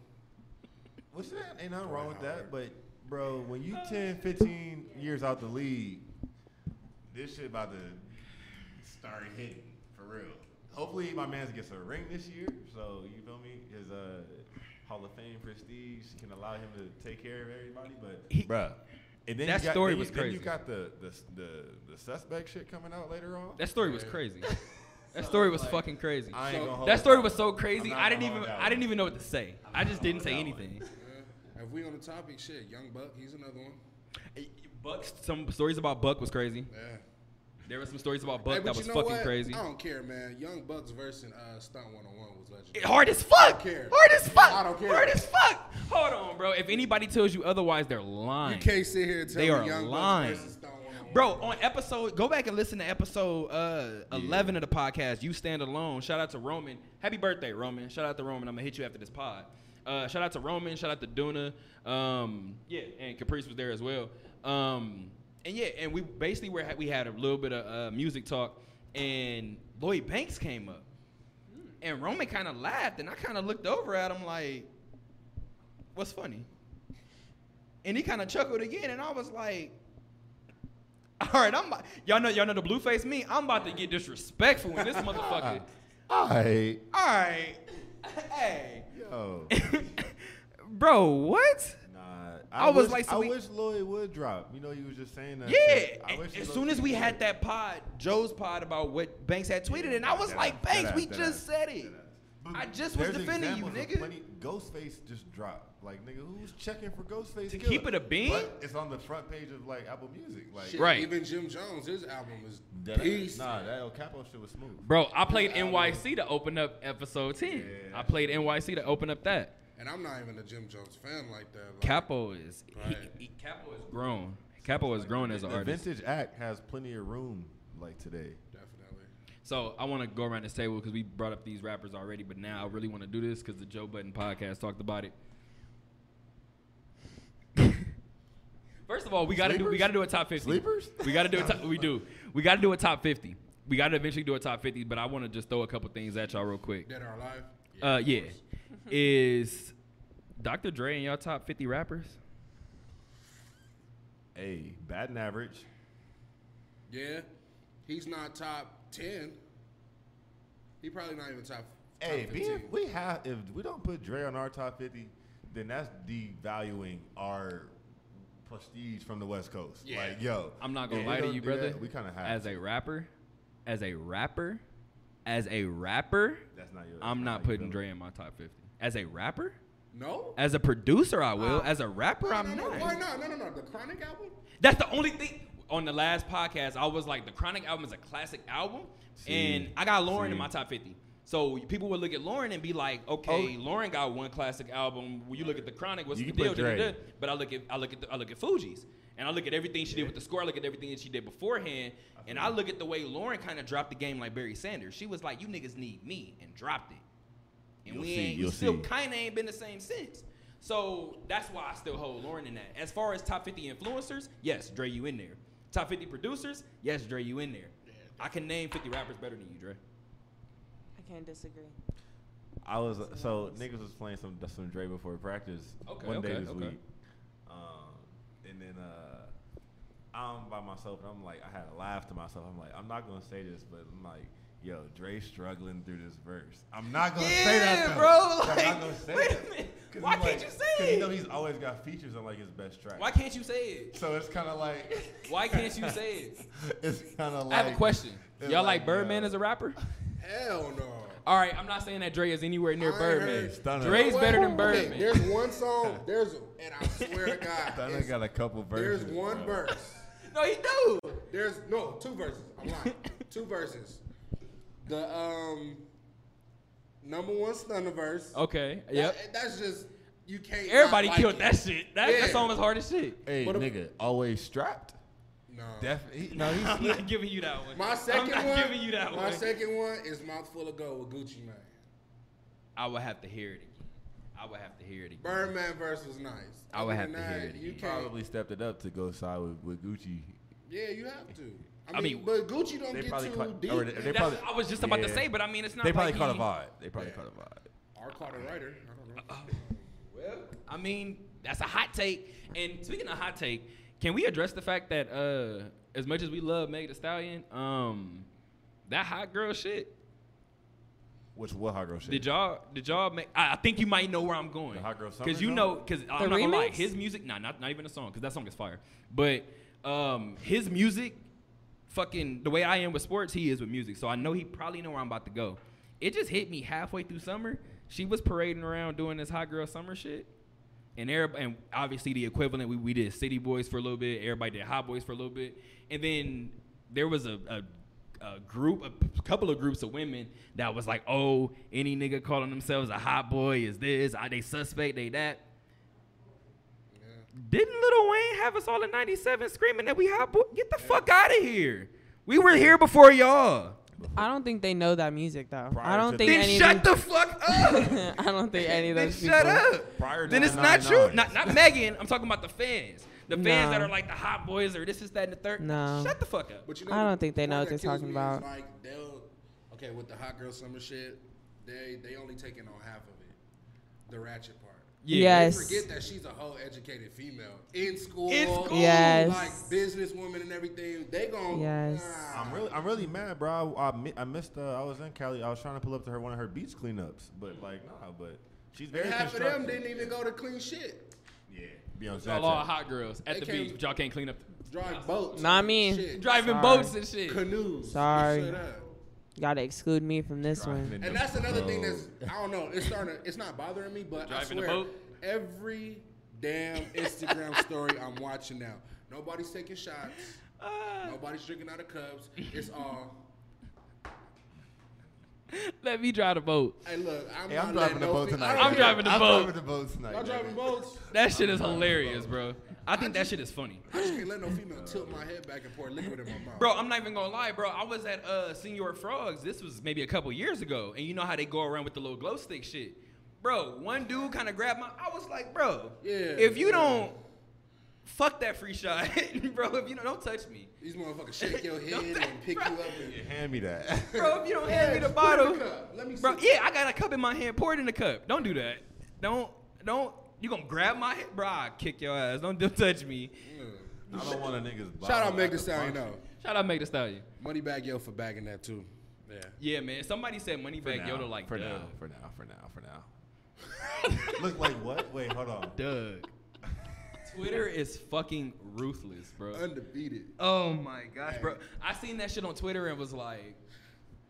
What's that? Ain't nothing wrong with Howard. that, but bro, when you 10, 15 years out the league, this shit about to start hitting for real. Hopefully, my man gets a ring this year. So you feel me? His uh, Hall of Fame prestige can allow him to take care of everybody. But He- bruh. And then That you got, story then you- was then crazy. you got the the, the the suspect shit coming out later on. That story was crazy. That story was fucking crazy. I ain't so- gonna hold That story you. was so I'm crazy. not I didn't gonna even hold that I didn't one. even know what to say. I just didn't say that one. anything. If we on the topic, shit, Young Buck, he's another one. Buck, some stories about Buck was crazy. Yeah. There were some stories about Hey, Buck that you was know fucking what? crazy. I don't care, man. Young Bucks versus uh, Stunt 101 was legendary. It- hard as fuck. I don't care. Hard as fuck. I don't care. Hard as fuck. Hold on, bro. If anybody tells you otherwise, they're lying. You can't sit here and tell They me are Young lying. Bucks versus Stunt 101. Bro, on episode, go back and listen to episode uh, 11 of the podcast, You Stand Alone. Shout out to Roman. Happy birthday, Roman. Shout out to Roman. I'm going to hit you after this pod. Uh, shout out to Roman. Shout out to Duna. Um, yeah, and Caprice was there as well. Um, and yeah, and we basically were, we had a little bit of uh, music talk, and Lloyd Banks came up. And Roman kind of laughed, and I kind of looked over at him like, what's funny? And he kind of chuckled again, and I was like, all right, I'm about- y'all know y'all know the blue face me. I'm about to get disrespectful in this motherfucker. All right, All right, hey, yo. bro, what? Nah, I was wish, like, so I we- wish Lloyd would drop. You know, you was just saying that. Yeah. shit. I wish he As low-key soon as we would. had that pod, Joe's pod about what Banks had tweeted, and I was Deadass, like, Banks, deadass, we deadass, just said it. deadass. But I just was there's defending you, examples of nigga. Ghostface just dropped. Like nigga, who's checking for Ghostface? To Killer? keep it a bean? But it's on the front page of like Apple Music. Like Shit, Right. Even Jim Jones, his album was that, peace. Nah, that El Capo shit was smooth. Bro, I played NYC to open up episode 10. Yeah. I played NYC to open up that. And I'm not even a Jim Jones fan like that. Like, Capo is he, Right. he- Capo is grown. Capo is grown as an the artist. vintage act has plenty of room like today. Definitely. So I want to go around this table because we brought up these rappers already, but now I really want to do this because the Joe Button podcast talked about it. First of all, we gotta do we Sleepers? gotta do a top fifty. Sleepers? We gotta do a top, we do we gotta do a top fifty. We gotta eventually do a top fifty, but I want to just throw a couple things at y'all real quick. Dead or Alive? Uh, of yeah, course. is Dr. Dre in y'all top fifty rappers? Hey, batting average. Yeah. He's not top 10. He probably not even top, top Hey, 15. being, we have if we don't put Dre on our top fifty, then that's devaluing our prestige from the West Coast. Yeah. Like, yo, I'm not gonna if we lie to don't you, do that, brother. we kind of have as to. a rapper, as a rapper, as a rapper. That's not your. I'm that's not how you putting feel. Dre in my top 50. As a rapper? no? As a producer, I will. Wow. As a rapper, no, I'm no, Why not. not? No, no, no. The Chronic album? That's the only thing. On the last podcast, I was like, the Chronic album is a classic album, and See, I got Lauren in see. my top 50. So people would look at Lauren and be like, okay, Lauren got one classic album. When you look at the Chronic, what's Oh. the You can deal? put Dre. Da-da-da. But I look at I look at the, I look at Fuji's. And I look at everything she did with the score. I look at everything that she did beforehand. and I look at the way Lauren kind of dropped the game like Barry Sanders. She was like, "You niggas need me," and dropped it. And You'll we see, ain't, we you'll still see. kind of ain't been the same since. So that's why I still hold Lauren in that. As far as top 50 influencers, yes, Dre, you in there. Top 50 producers, yes, Dre, you in there. I can name 50 rappers better than you, Dre. I can't disagree. I was so niggas was playing some some Dre before practice Okay, one day okay, this okay. week, um, and then uh, I'm by myself and I'm like I had a laugh to myself. I'm like I'm not gonna say this, but I'm like. Yo, Dre struggling through this verse. I'm not gonna say that, Yeah, though. bro, I'm like, not gonna say wait a that. minute. 'Cause Why I'm can't like- you say 'cause You it? know he's always got features on like his best track. Why can't you say it? So it's kind of like Why can't you say it? it's kind of like. I have a question. it's Y'all like uh, like, Birdman yo. as a rapper? Hell no. All right, I'm not saying that Dre is anywhere near I ain't Birdman. heard Stunner. Dre's Wait, better than okay, Birdman. There's one song, there's, and I swear to God, Stunner it's- got a couple verses. there's one bro. verse. no, he do. There's no two verses. I'm lying. two verses. The um number one stunner verse. Okay. That- Yep. that's just you can't. not Everybody like killed it. that shit. That, that Yeah. song was hard as shit. Hey, But a- nigga, always strapped. No. Definitely. No, he's I'm not giving you that one. my 2nd I'm not one. giving you that my one. second one is mouthful of gold with Gucci Man. I would have to hear it again. I would have to hear it again. Birdman verse was nice. I would Other have than to hear that, it You again. can't. probably stepped it up to go side with, with Gucci. Yeah, you have to. I, I mean, mean, but Gucci don't They get probably too caught. deep. Or they, they That's probably, what I was just about to yeah. say, but I mean, it's not They probably like caught a he- vibe. They probably Yeah. caught a vibe. Or Carter Ryder. I don't know. Well, I mean, that's a hot take. And speaking of hot take, can we address the fact that uh, as much as we love Meg The Stallion, um, that hot girl shit. Which what hot girl shit? Did y'all? Did y'all make? I, I think you might know where I'm going. The Hot Girl Summer Because you song? know, because I'm The not gonna lie, remix? his music. Nah, not not even a song. Because that song is fire. But um, his music, fucking the way I am with sports, he is with music. So I know he probably know where I'm about to go. It just hit me halfway through summer. She was parading around doing this hot girl summer shit. And everybody, and obviously the equivalent, we, we did City Boys for a little bit. Everybody did Hot Boys for a little bit, and then there was a, a, a group, a p- couple of groups of women that was like, "Oh, any nigga calling themselves a hot boy is this? Are they suspect? They that?" Didn't Little Wayne have us all in '97 screaming that we hot boy? Get the fuck out of here! We were here before y'all. I don't think they know that music though. Prior I to don't think the- Then any. shut the fuck up. I don't think any of Then those shut people- up. Prior to then it's not 99. true. Not not Megan. I'm talking about the fans. The fans Nah. that are like the hot boys or this is that and the third. No. Shut the fuck up. But you I don't the think they know part what that they're kills talking me is, about. Like they'll okay with the hot girl summer shit. They they only taking on half of it, the ratchet part. Yes. They forget that she's a whole educated female in school, In school. Yes. like businesswoman and everything. They gon' Yes. Nah. I'm really, I'm really mad, bro. I, I, mi- I missed. Uh, I was in Cali. I was trying to pull up to her one of her beach cleanups, but like, nah. But she's very half of constructive. them didn't even go to clean shit. Yeah, be on Y'all all Snapchat. hot girls at They the came- beach, but y'all can't clean up. the- Drive boats. Not me. Shit. driving Sorry. boats and shit. canoes. Sorry. Shut up. You gotta exclude me from this one. Driving in And the that's another thing boat. that's I don't know. It's starting. To, it's not bothering me, but Driving I the swear, boat? every damn Instagram story I'm watching now. Nobody's taking shots. Ah. Nobody's drinking out of cups. It's all. Let me drive the boat. Hey, look, I'm, Hey, not I'm driving letting the no boat fe- I tonight. don't I'm care. driving the boat. I'm driving the boat tonight. I'm driving baby. boats. That shit is hilarious, bro. I think that shit is funny. I just can't let no female tilt my head back and pour liquid in my mouth. Bro, I'm not even gonna lie, bro. I was at uh Senior Frogs. This was maybe a couple years ago, and you know how they go around with the little glow stick shit. Bro, one dude kind of grabbed my. I was like, bro, Yeah, If you yeah. don't fuck that free shot, bro. If you don't, don't touch me, These motherfuckers shake your Don't head that- and pick you up and Yeah, hand me that. bro. If you don't hand me the Yes, pour bottle, cup. Let me bro. see. Yeah, I got a cup in my hand. Pour it in the cup. Don't do that. Don't don't. You gonna grab my head, bro? I kick your ass. Don't, don't touch me. I don't want a nigga's bottle. Shout out Meg at Thee the Stallion function. though. Shout out, make the stallion. Moneybag Yo for bagging that too. Yeah. Yeah, man. Somebody said money For back now, Yoda like for Doug. now, for now, for now, for now. Look like what? Wait, hold on. Doug. Twitter is fucking ruthless, bro. Undefeated. Oh my gosh, bro. I seen that shit on Twitter and was like,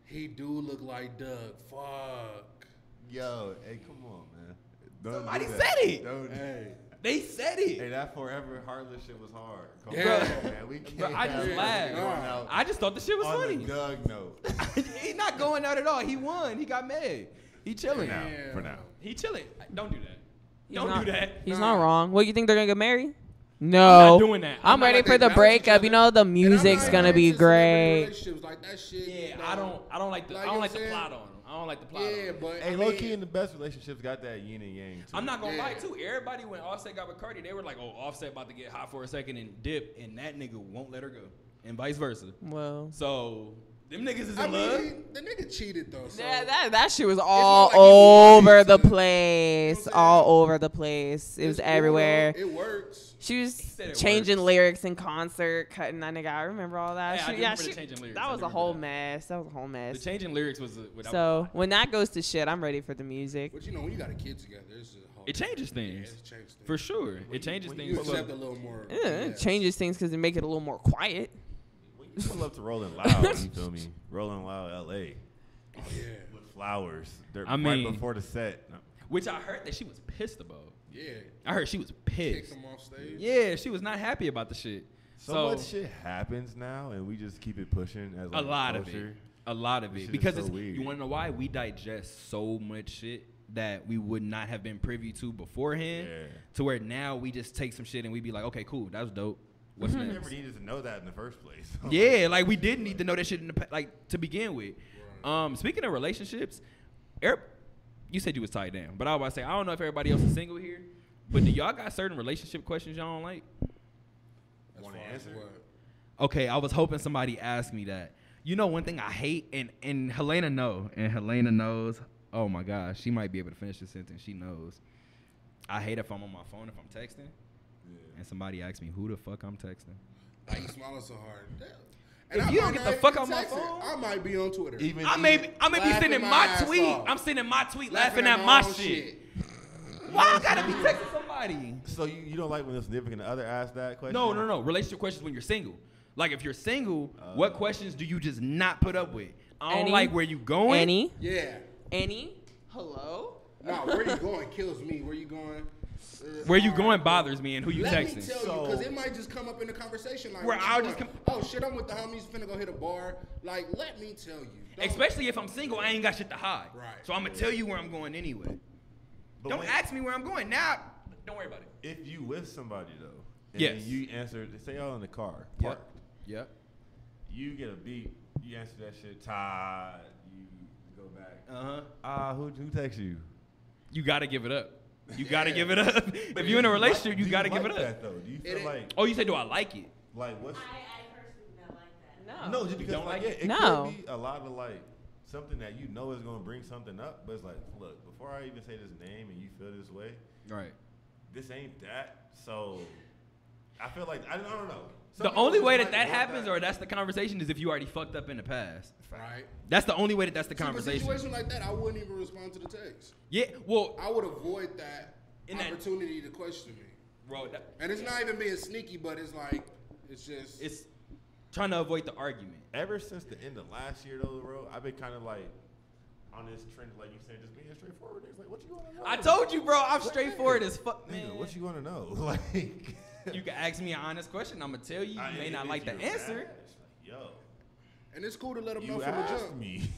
He do look like Doug. Fuck. Yo, hey, come on, man. Don't do Somebody that. said it. Don't do- Hey. they said Hey, it. that forever heartless shit was hard. Come Yeah. on, man. We can't. Bro, I just have laughed. niggas going out I just thought the shit was on funny. The Doug note. he not going out at all. He won. He got mad. He chilling. now, Damn. for now. He chilling. Don't do that. He's Don't not, do that. He's Nah. not wrong. What you think they're gonna get married? No, doing that. I'm I'm, not ready like for they the balance each breakup. You other. know the And I'm not music's even gonna be interested in celebrity great. Relationships like that shit. Yeah, no. I don't. I don't like the. Like I you don't like the saying? plot on him. I don't like the plot. on Yeah, him. but Hey, I low mean, key in the best relationships got that yin and yang too. I'm not gonna lie Yeah. too. Everybody when Offset got with Cardi, they were like, "Oh, Offset about to get hot for a second and dip," and that nigga won't let her go, and vice versa. Well, So them niggas is in I love. mean, the nigga cheated though. So. yeah, that that shit was all like he over lied the to- place, You know what I'm all over the place. It was It's cool, everywhere. though. It works. She was said it changing works. lyrics in concert, cutting that nigga. I remember all that. Yeah, I do she, yeah, remember the she- changing lyrics. I That was do a whole remember mess. That was a whole The mess. change in lyrics was. uh, what I- So when that goes to shit, I'm ready for the music. But you know, when you got a kid together, it's just a whole it changes things It's changed things. for sure. It changes when things. You for accept a love. little more. Yeah, Eh, It changes things because it make it a little more quiet. When you pull up to Rolling Loud, you feel me? Rolling Loud, LA. Oh, yeah. With flowers. They're I right mean- before the set. No. Which I heard that she was pissed about. Yeah. I heard she was Kicked pissed. him off stage. Yeah, she was not happy about the shit. So, So, much shit happens now, and we just keep it pushing as a like, lot of it. Mm-hmm. culture. A lot of This it shit is because so it's, weird. you want to know why we digest so much shit that we would not have been privy to beforehand. Yeah. To where now we just take some shit and we be like, okay, cool, that was dope. What's We next? never needed to know that in the first place. Yeah, like we did need to know that shit in the pa- like to begin with. Um, speaking of relationships, Eric, you said you was tied down, but I was about to say I don't know if everybody else is single here, but do y'all got certain relationship questions y'all don't like? That's Wanna fine. answer? What? Okay, I was hoping somebody asked me that. You know, one thing I hate, and and Helena know, and Helena knows. Oh my gosh, she might be able to finish the sentence. She knows. I hate if I'm on my phone if I'm texting, and somebody asks me who the fuck I'm texting. Why you smiling so hard? Damn. If I you don't might get the not fuck even out my text it. phone- I might be on Twitter. Even, I may be, even- I may be Laughing sending my my ass tweet. off. I'm sending my tweet, laughing, at my, own shit. Why I gotta be texting somebody? So you, you don't like when the significant other asks that question? No, no, no. Relationship questions when you're single. Like if you're single, what questions do you just not put up with? I don't Any? like where you going. Any, Yeah. any, hello. No, where you going kills me. Where you going? Uh, Where you all going right. bothers me, and who you Let me texting. tell So- you, because it might just come up in a conversation. Like, Where what you I'll just doing? Oh shit, I'm with the homies. Finna go hit a bar. Like, let me tell you. Don't- Especially if I'm single, I ain't got shit to hide. Right. So I'm gonna tell you where I'm going anyway. But don't when- ask me where I'm going now. Don't worry about it. If you with somebody though, and Yes. then you answer, say y'all in the car, parked. Yep. You get a beat. You answer that shit, Todd. You go back. Uh huh. Ah, who who texts you? You gotta give it up. You gotta give it up. if you're in a relationship, Do you gotta like give it up. That, though? Do you It feel ain't- like Oh, you said, do I like it? like what's I, I personally don't like that. no? Just because don't like, like yeah, it? it No. could be a lot of like something that you know is gonna bring something up, but it's like, look, before I even say this name and you feel this way, Right. this ain't that. So I feel like I don't, I don't know. Some The people only just way might that that want happens or that's the conversation is if you already fucked up in the past. Right. That's the only way that that's the See, but conversation. situation like that, I wouldn't even respond to the text. Yeah, well, I would avoid that In that- opportunity to question me. bro, that- And it's not even being sneaky, but it's like it's just it's trying to avoid the argument. ever since the end of last year though, bro, I've been kind of like on this trend, like you said, just being straightforward. It's like, what you want to know? I told you, bro. I'm straightforward as fuck, man. Nigga, what you want to know? Like, You can ask me an honest question. I'm gonna tell you. You I- may if- not if like the you answer. ask, like, Yo, And it's cool to let them know you from the asked jump. me.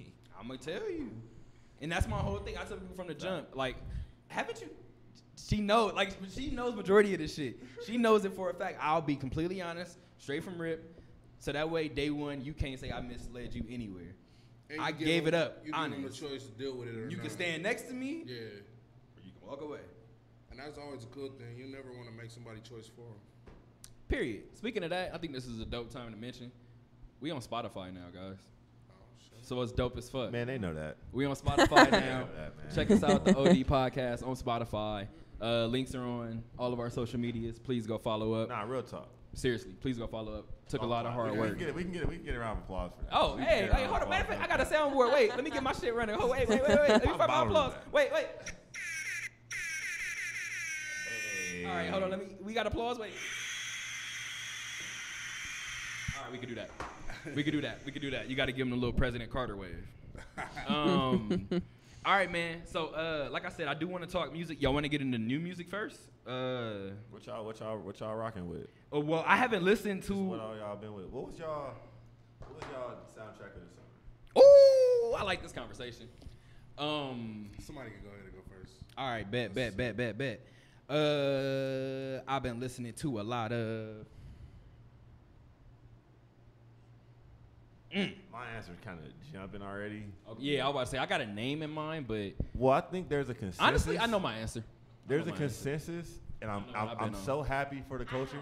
I'm gonna tell you. And that's my whole thing. I tell people from the jump, like, haven't you? She knows, like, she knows majority of this shit. She knows it for a fact. I'll be completely honest, straight from rip. So that way, day one, you can't say I misled you anywhere. And I you give gave it them- up, You give them a honest. choice to deal with it or You can not. stand next to me, Yeah, or you can walk away. and that's always a good thing. You never want to make somebody choice for them. Period. Speaking of that, I think this is a dope time to mention. We on Spotify now, guys. Oh shit. So it's dope as fuck. Man, they know that. We on Spotify now. that, man. Check us out, the OD Podcast on Spotify. Uh, links are on all of our social medias. Please go follow up. Nah, real talk. Seriously, please go follow up. Took a lot of we, hard can- We work. can get it. We can get it. We can get a round of applause for that. Oh, We can hey, get a hey, round hold of on. Matter of applause fact, I for got a soundboard. Wait, let me get my shit running. Oh, wait, wait, wait, wait. Let me find I'm my borrowing applause. that. Wait, wait. that. All right, hold on. Let me. We got applause. Wait. All right, we could do that. We could do that. We could do that. You got to give him a little President Carter wave. Um, all right, man. So, uh, like I said, I do want to talk music. Y'all want to get into new music first? Uh, What y'all? What y'all? What y'all rocking with? oh, well, I haven't listened What to. all y'all been with? What was y'all? What was y'all soundtrack of the summer? Ooh, I like this conversation. Um, Somebody can go ahead and go first. all right, bet, bet, bet, bet, bet. Uh, I've been listening to a lot of. My answer's kind of jumping already. Yeah, I was about to say I got a name in mind, but Well, I think there's a consensus. honestly, I know my answer. I There's know a my answer. consensus, and I I'm know what I'm, I've I'm been on. so happy for the coaching.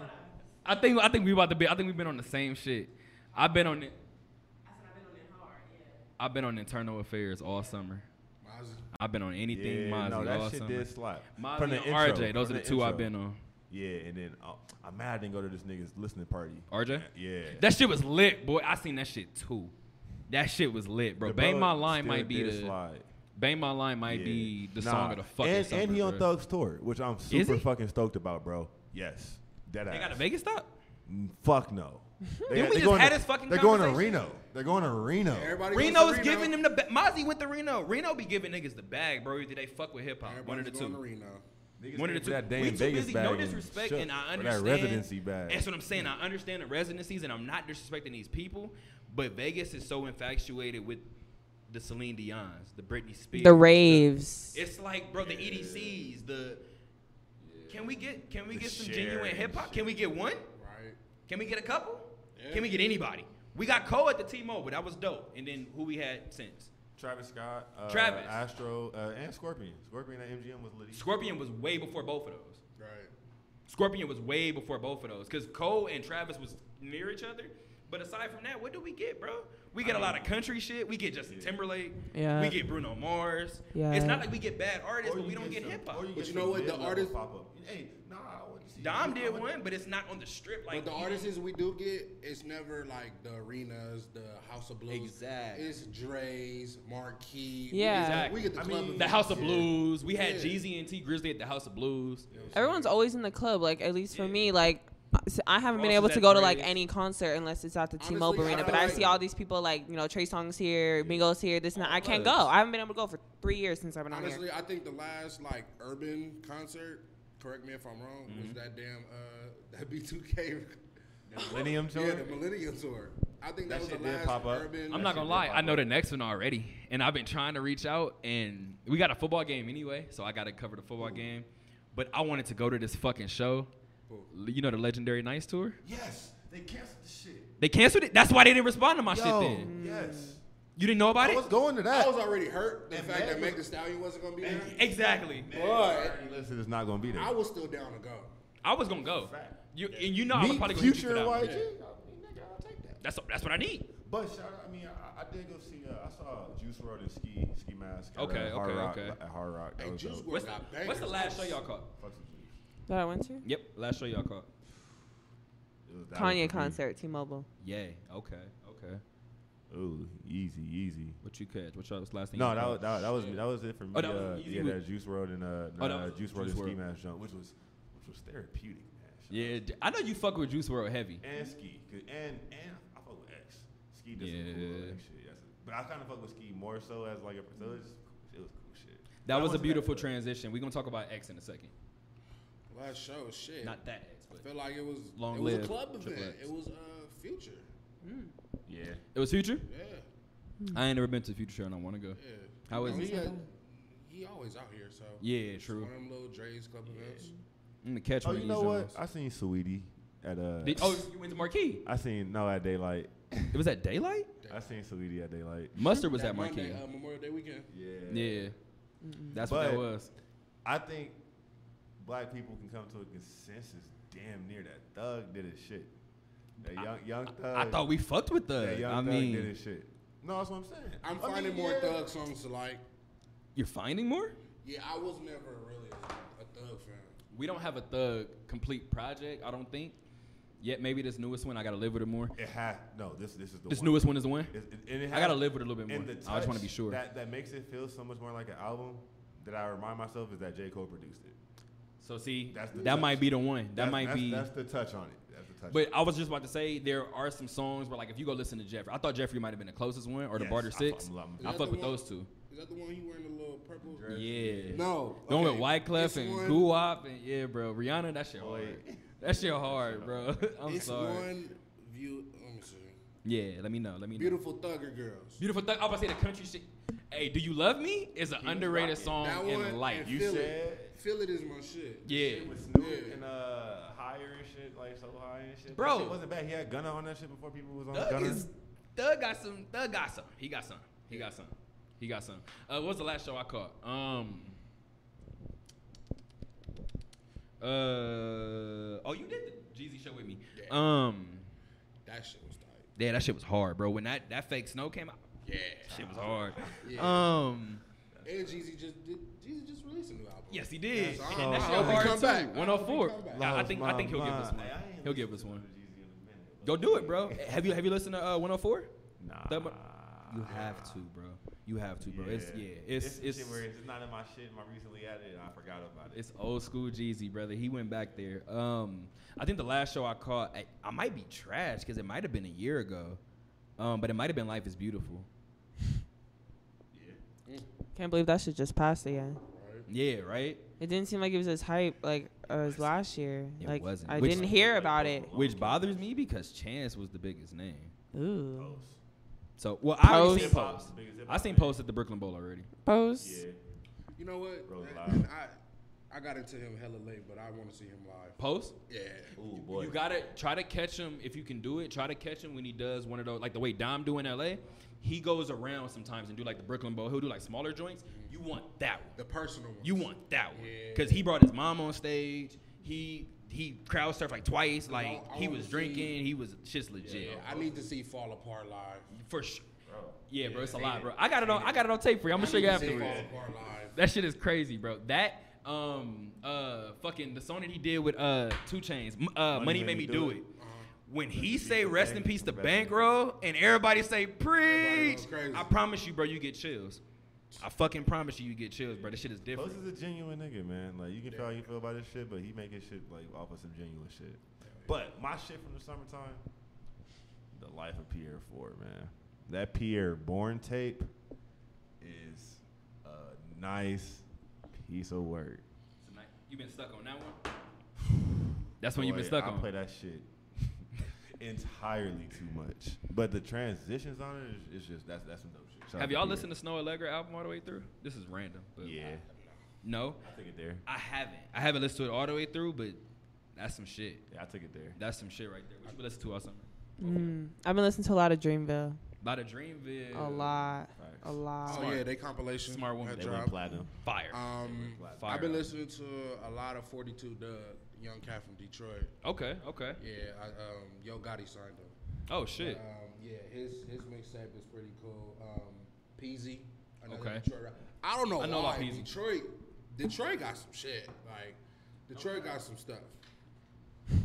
I think I think we about to be. I think we've been on the same shit. I've been on it. I've been on internal affairs all summer. Mine's- I've been on anything yeah, Mozzie no, that all shit summer. did slap. Mozzie From the and intro, RJ, those from are the two I've intro. been on. Yeah, and then uh, I'm mad I didn't go to this nigga's listening party. RJ? Yeah. That shit was lit, boy. I seen that shit too. That shit was lit, bro. The Bang bro My Line still might be did the slide. Bang My Line might Yeah. be the Nah, song of the fucking and, summer. And he on bro. Thug's tour, which I'm super he? fucking stoked about, bro. Yes. Dead They ass. got a Vegas stop. Mm, Fuck no. They, Didn't we they're just going had to- this fucking They're going to conversation? Reno. They're going to Reno. Everybody goes Reno's to Reno. giving them the ba- Mozzie went to Reno. Reno be giving niggas the bag, bro. Either they fuck with hip hop, Everybody's one of the going two. to Reno. Niggas One of the two. came for That we damn too Vegas busy. bag No and disrespect, shook and I for understand. That residency bag. That's what I'm saying. I understand the residencies, and I'm not disrespecting these people, but Vegas is so infatuated with the Celine Dion's, the Britney Spears, The raves. It's like, bro, the EDCs, the. Can we get can we The get some Cher genuine and hip hop? Can we get one? Right. Can we get a couple? Yeah. Can we get anybody? We got Cole at the T-Mobile. That was dope. And then who we had since? Travis Scott, uh, Travis. Astro, uh, and Scorpion. Scorpion at MGM was Liddy. Scorpion was way before both of those. Right. Scorpion was way before both of those because Cole and Travis was near each other. But aside from that, what do we get, bro? We get a lot of country shit. We get Justin Timberlake. Yeah. We get Bruno Mars. Yeah. It's not like we get bad artists, Or but we you don't get some- hip or hop. But get you know some what? The mid-level artist- pop-up. Hey, nah, I wouldn't see Dom you. did I'm a- one, but it's not on the strip. Like But the he- artists we do get, it's never like the arenas, the House of Blues. Exactly. It's Dre's, Marquee. Yeah. We Exactly. get the I club. mean- The House of Yeah. Blues. We had Yeah. Jeezy and T Grizzly at the House of Blues. Everyone's always in the club. Like at least for me, like s- I haven't been Ross able is to at go to like Grace. any concert unless it's at the Honestly, T-Mobile I Arena. feel But I like- see all these people like you know Trey Songz here, Migos here, this and that. I can't go. Clubs. I haven't been able to go for three years since I've been on here. Honestly, I think the last like urban concert, correct me if I'm wrong, was that damn uh that B2K. Millennium Tour. yeah, the Millennium Tour. I think that, That was the shit did last pop up. urban. I'm That not shit gonna did lie, pop I know up. the next one already, and I've been trying to reach out, and we got a football game anyway, so I gotta cover the football game. But I wanted to go to this fucking show. L- You know the Legendary Nights tour? Yes, they canceled the shit. They canceled it. That's why they didn't respond to my Yo, shit. Then yes. you didn't know about I it? was going to that. I was already hurt the And fact Meg that Meg was- Thee Stallion wasn't gonna be there, exactly. but Listen, it's not gonna be there. I was still down to go. I was gonna go. You and you know I was Meet probably gonna Future Future and you for that YG. one. I mean, nigga, I'll take that. That's that's what I need. But shout out, I mean, I, I did go see. Uh, I saw Juice WRLD and Ski Ski Mask. at, uh, Okay, Hard okay, Rock, okay. At Hard Rock, that Hey, was Juice dope. WRLD What's, got what's the bangers. last show y'all caught? Fuck some Juice. That I went to Yep, last show y'all caught. It was- that was for me. Kanye concert, T-Mobile. Yay. Okay. Okay. Ooh, easy, easy. What you catch? What y'all was last thing? No, you that caught? was that, that was that was it for me. Oh, that was uh, easy yeah, with- that Juice WRLD and uh, Oh, that uh, was Juice WRLD Juice and Ski WRLD. Mask jump, which was which was therapeutic, man. Shout out Yeah, d- I know you fuck with Juice World heavy. and ski, 'cause- and and I fuck with X. Ski does some cool Yeah. X shit. That's a But I kind of fuck with Ski more so as like a so it was, it was cool shit. That I was a wasn't beautiful fucked. transition. We're gonna talk about X in a second. Last show, shit. Not that X, I but felt like it was Long it was live a club Triple event. X. It was uh, Future. Yeah. it was Future. Yeah, I ain't never been to Future show and I want to go. yeah. Oh, How is I mean, it? he, had- he always out here, so Yeah, It's true. One of them little Dre's club events. I'm gonna catch Oh, one you of know these what? joints. I seen Sweetie at uh. Did- oh, you went to Marquee. I seen no at daylight. It was at daylight. I seen Sweetie at daylight. Mustard was That at Marquee. Monday, uh, Memorial Day weekend. Yeah. yeah, that's what that oh. But- was. I think black people can come to a consensus. Damn near that thug did his shit. That young young thug. I thought we fucked with that the. young I thug did mean, his shit. No, that's what I'm saying. I'm I mean, finding more yeah. thug songs to like. you're finding more. Yeah, I was never really a thug fan. We don't have a thug complete project. I don't think. Yet maybe this newest one. I gotta live with it more. It had no. This this is the This one. newest one is the one. It- it- and it I gotta has- live with it a little bit and more. the I just want touch to be sure. That that makes it feel so much more like an album that I remind myself is that J Cole produced it. so see, That's the that touch. might be the one. That That's- might that's, be. That's the touch on it. That's the touch. but I was just about to say there are some songs where like if you go listen to Jeffrey, I thought Jeffrey might have been the closest one or the Yes, Barter I fuck- Six. I'm loving I Jeffrey. fuck with Another one? those two. Is that the one he wearing the little purple? Dress. Yeah. No. The one with okay. Wyclef It's and one- Guwap and yeah, bro. Rihanna, that shit Boy. hard. That shit hard, bro. I'm it's sorry. one view. Let me see. Yeah, let me know. Let me know. Beautiful Thugger Girls. Beautiful thug. I was about to say the country shit. Hey, do you love me? Is an He was underrated rocking. song That one in life. and You feel said- it. Feel it is my shit. yeah. It was Snoop Yeah. and uh higher and shit, like so high and shit. Bro. that shit wasn't bad. He had Gunna on that shit before people was on Thug Gunna. is Thug got some. Thug got some. He got some. He got some. He got some. Uh, what was the last show I caught? Um. Uh. Oh, you did the Jeezy show with me. Um. That shit was tight. Yeah, that shit was hard, bro. When that that fake snow came out, Yeah. shit was hard. Yeah. Um. And Jeezy just did. Jeezy just released a new album. Yes, he did. Yeah, so And I- that I shit hope he hard come too. back. I hope he 104. come back. I Lost think my I think he'll give us mind. one. Hey, I ain't He'll give us listened one. to Jeezy in a minute, Go but- do it, bro. Have you have you listened to uh, 104? Nah. That mu- You have to, bro. You have to, bro. It's yeah. It's some it's shit where it's not in my shit. and I recently added, and I forgot about it. it's old school Jeezy, brother. He went back there. Um, I think the last show I caught, I, I might be trash because it might have been a year ago, um, but it might have been Life Is Beautiful. Can't believe that shit just passed again. Yeah, right. It didn't seem like it was as hype like as last year. It like wasn't. I Which- didn't hear about it. Which bothers me because Chance was the biggest name. Ooh. Post. So well, I already seen Post. Post. Biggest hip I hop seen name. Post at the Brooklyn Bowl already. Post. Yeah. You know what? Bro, And- live. and I, I got into him hella late, but I want to see him live. Post. Yeah. Ooh boy. You gotta try to catch him if you can do it. Try to catch him when he does one of those, like the way Dom do in LA. He goes around sometimes and do like the Brooklyn Bowl. He'll do like smaller joints. You want that one. The personal one. You want that one Yeah. because he brought his mom on stage. He he crowd surfed like twice. Like I he wanna was see- drinking. He was shit's legit Yeah, I need to see Fall Apart live. for sure. Bro. Yeah, bro, it's a lot, bro. I got it on. I got it on tape for you. I'm I gonna show you need to see afterwards. Fall Apart live. That shit is crazy, bro. That um uh fucking the song that he did with uh Two Chains, m- uh Money, made, me do it. Uh-huh. When he say rest in Bank- peace to Rest in bankroll and everybody say preach, goes crazy. I promise you, bro, you get chills. I fucking promise you, you get chills, bro. This shit is different. Post is a genuine nigga, man. Like you can feel how you feel about this shit, but he making shit like off of some genuine shit. But my shit from the summertime, the life of Pierre Ford, man. That Pierre Born tape is a nice piece of work. Tonight. You been stuck on that one? That's when you've been Boy, stuck I on. play that shit entirely too much. But the transitions on it is, is just that's that's some dope shit. Shout out Have to y'all Pierre. listened to Snow Allegra album all the way through? This is random, but Yeah, no, I took it there. I haven't. I haven't listened to it all the way through, but that's some shit. Yeah, I took it there. That's some shit right there. What you been listening to all summer? Mm. I've been listening to a lot of Dreamville. By the Dreamville. A lot. Facts. A lot. Oh Smart. yeah, they compilation. Smart woman. that They went dropped. platinum. Fire. Um, Black. Fire. I've been listening to a lot of 42 Doug, young cat from Detroit. okay, okay. Yeah, I, um, Yo Gotti signed him. Oh, shit. Um, yeah, his his mixtape is pretty cool. Um, Peasy, another Okay. Detroit rapper. I don't know I know why about Peasy. Detroit, Detroit got some shit. Like, Detroit got some stuff.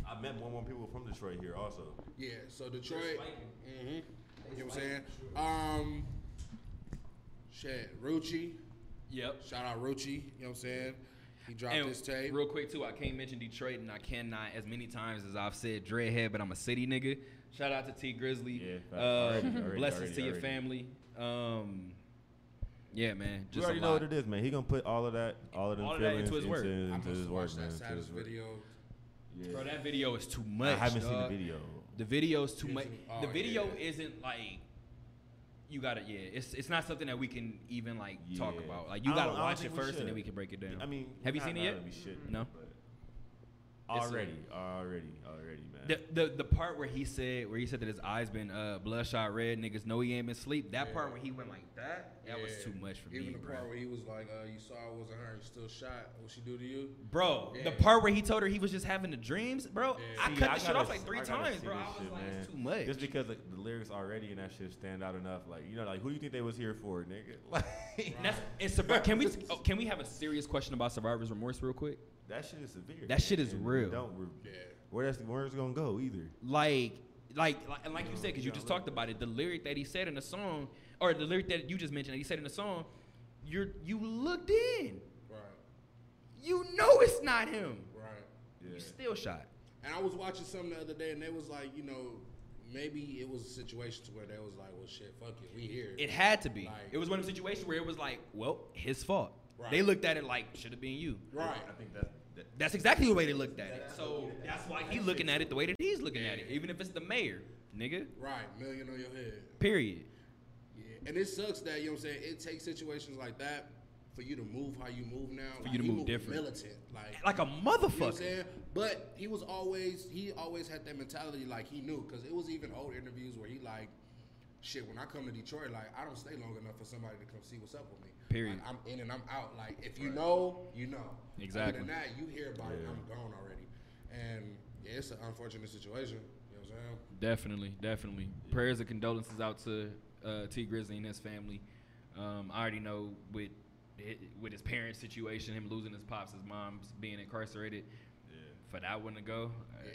I met more more people from Detroit here also. Yeah, so Detroit. hmm You know what I'm saying? Um, shit, Rucci. Yep. Shout out Rucci. You know what I'm saying? He dropped And his tape. Real quick too, I can't mention Detroit, and I cannot as many times as I've said Dreadhead, but I'm a city nigga. Shout out to T Yeah, Grizzly. facts. uh, Already, already, blessings already, to your already. family. Um, yeah, man. You Just already a know lot. what it is, man. He gonna put all of that, all of them All of that feelings into his work. into, I'm into supposed his to work, watch man. that into his saddest work. video. Yeah. Bro, that video is too much. I haven't seen the dog. video. The video's too Isn't- much. oh, the video yeah. isn't like you gotta. Yeah, it's it's not something that we can even like talk Yeah. about. Like you I don't- gotta I don't watch it think we first, and should. then we can break it down. I mean, have you not- seen it not yet? that we shouldn't, No. but It's a- Already, already, already, man. The, the the part where he said where he said that his eyes been uh, bloodshot red, niggas know he ain't been sleep. That part where he went like that, that was Yeah. too much for Even me, the bro. part where he was like, uh, "You saw I wasn't her. You still shot. What she do to you?" Bro, the Yeah. part where he told her he was just having the dreams, bro. Yeah. I See, cut the shit gotta- off like three I gotta times, see bro. I this was shit, like, man. it's too much. Just because like, the lyrics already and that shit stand out enough, like you know, like who you think they was here for, nigga? Like And that's, and survi- can we oh, can we have a serious question about survivor's remorse real quick? that shit is severe. That shit is and real. Don't re- Yeah. where that's where it's gonna go either. Like, like, like and like you said, because you yeah, just I love talked about it. The lyric that he said in the song, or the lyric that you just mentioned that he said in the song, you're you looked in. Right. You know it's not him. Right. You still shot. And I was watching something the other day, and they was like, you know, maybe it was a situation to where they was like, well, shit, fuck it, we here. It had to be. Like- it was one of the situations where it was like, well, his fault. Right. They looked at it like should have been you. right. I think that, that That's exactly the way they looked at it. So that's why he looking at it the way that he's looking at it, even if it's the mayor, nigga. Right. Million on your head. Period. Yeah. And it sucks that you know what I'm saying. It takes situations like that for you to move how you move now. For you to move different. Militant. Like. Like a You know what I'm motherfucker. saying? But he was always he always had that mentality like he knew because it was even old interviews where he like, shit. When I come to Detroit, like I don't stay long enough for somebody to come see what's up with me. Period. Like, I'm in and I'm out. Like if you know, you know. Exactly. Other than that, you hear about it. Yeah. I'm gone already. And yeah, it's an unfortunate situation. You know what I'm saying? Definitely, definitely. Prayers and condolences out to uh, T Grizzly and his family. Um, I already know with hi- with his parents' situation, him losing his pops, his mom's being incarcerated. For that one to go, uh,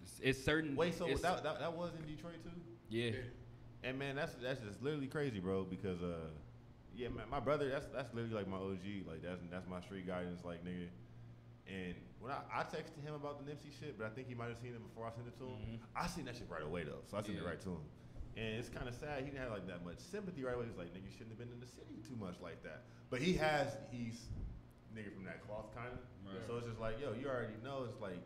it's, it's certain. wait, so it's- that, that that was in Detroit too. yeah, And man, that's that's just literally crazy, bro. Because uh, yeah, my, my brother, that's that's literally like my OG. Like that's that's my street guy. And it's like nigga. And when I, I texted him about the Nipsey shit, but I think he might have seen it before I sent it to him. I seen that shit right away though, so I sent Mm-hmm. Yeah. it right to him. And it's kind of sad he didn't have like that much sympathy right away. He's like, nigga, you shouldn't have been in the city too much like that. But he has, he's nigga from that cloth kind of. Right. So it's just like, yo, you already know. It's like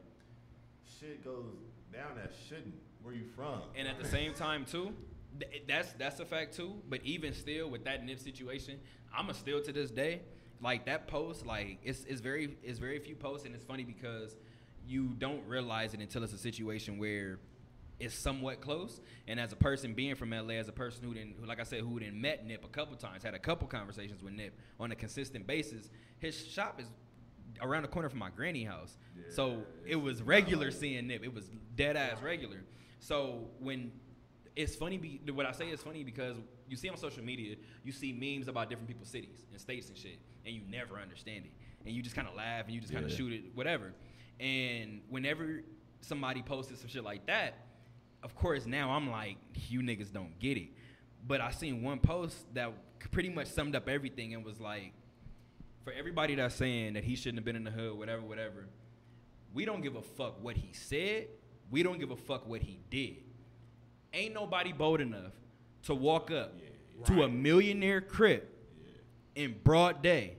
shit goes down that shouldn't. Where you from? and at the same time too, th- that's that's a fact too. But even still, with that Nip situation, I'ma still to this day like that post. Like it's it's very it's very few posts, and it's funny because you don't realize it until it's a situation where it's somewhat close. And as a person being from LA, as a person who didn't, who, like I said, who didn't met Nip a couple times, had a couple conversations with Nip on a consistent basis, his shop is around the corner from my granny house. so it was regular seeing Nip. It was dead ass regular. So when it's funny, be, what I say is funny because you see on social media, you see memes about different people's cities and states and shit, and you never understand it, and you just kind of laugh and you just kind of Yeah. shoot it, whatever. And whenever somebody posted some shit like that, of course now I'm like, you niggas don't get it. But I seen one post that pretty much summed up everything and was like, for everybody that's saying that he shouldn't have been in the hood, whatever, whatever, we don't give a fuck what he said. We don't give a fuck what he did. Ain't nobody bold enough to walk up to a millionaire crib in broad day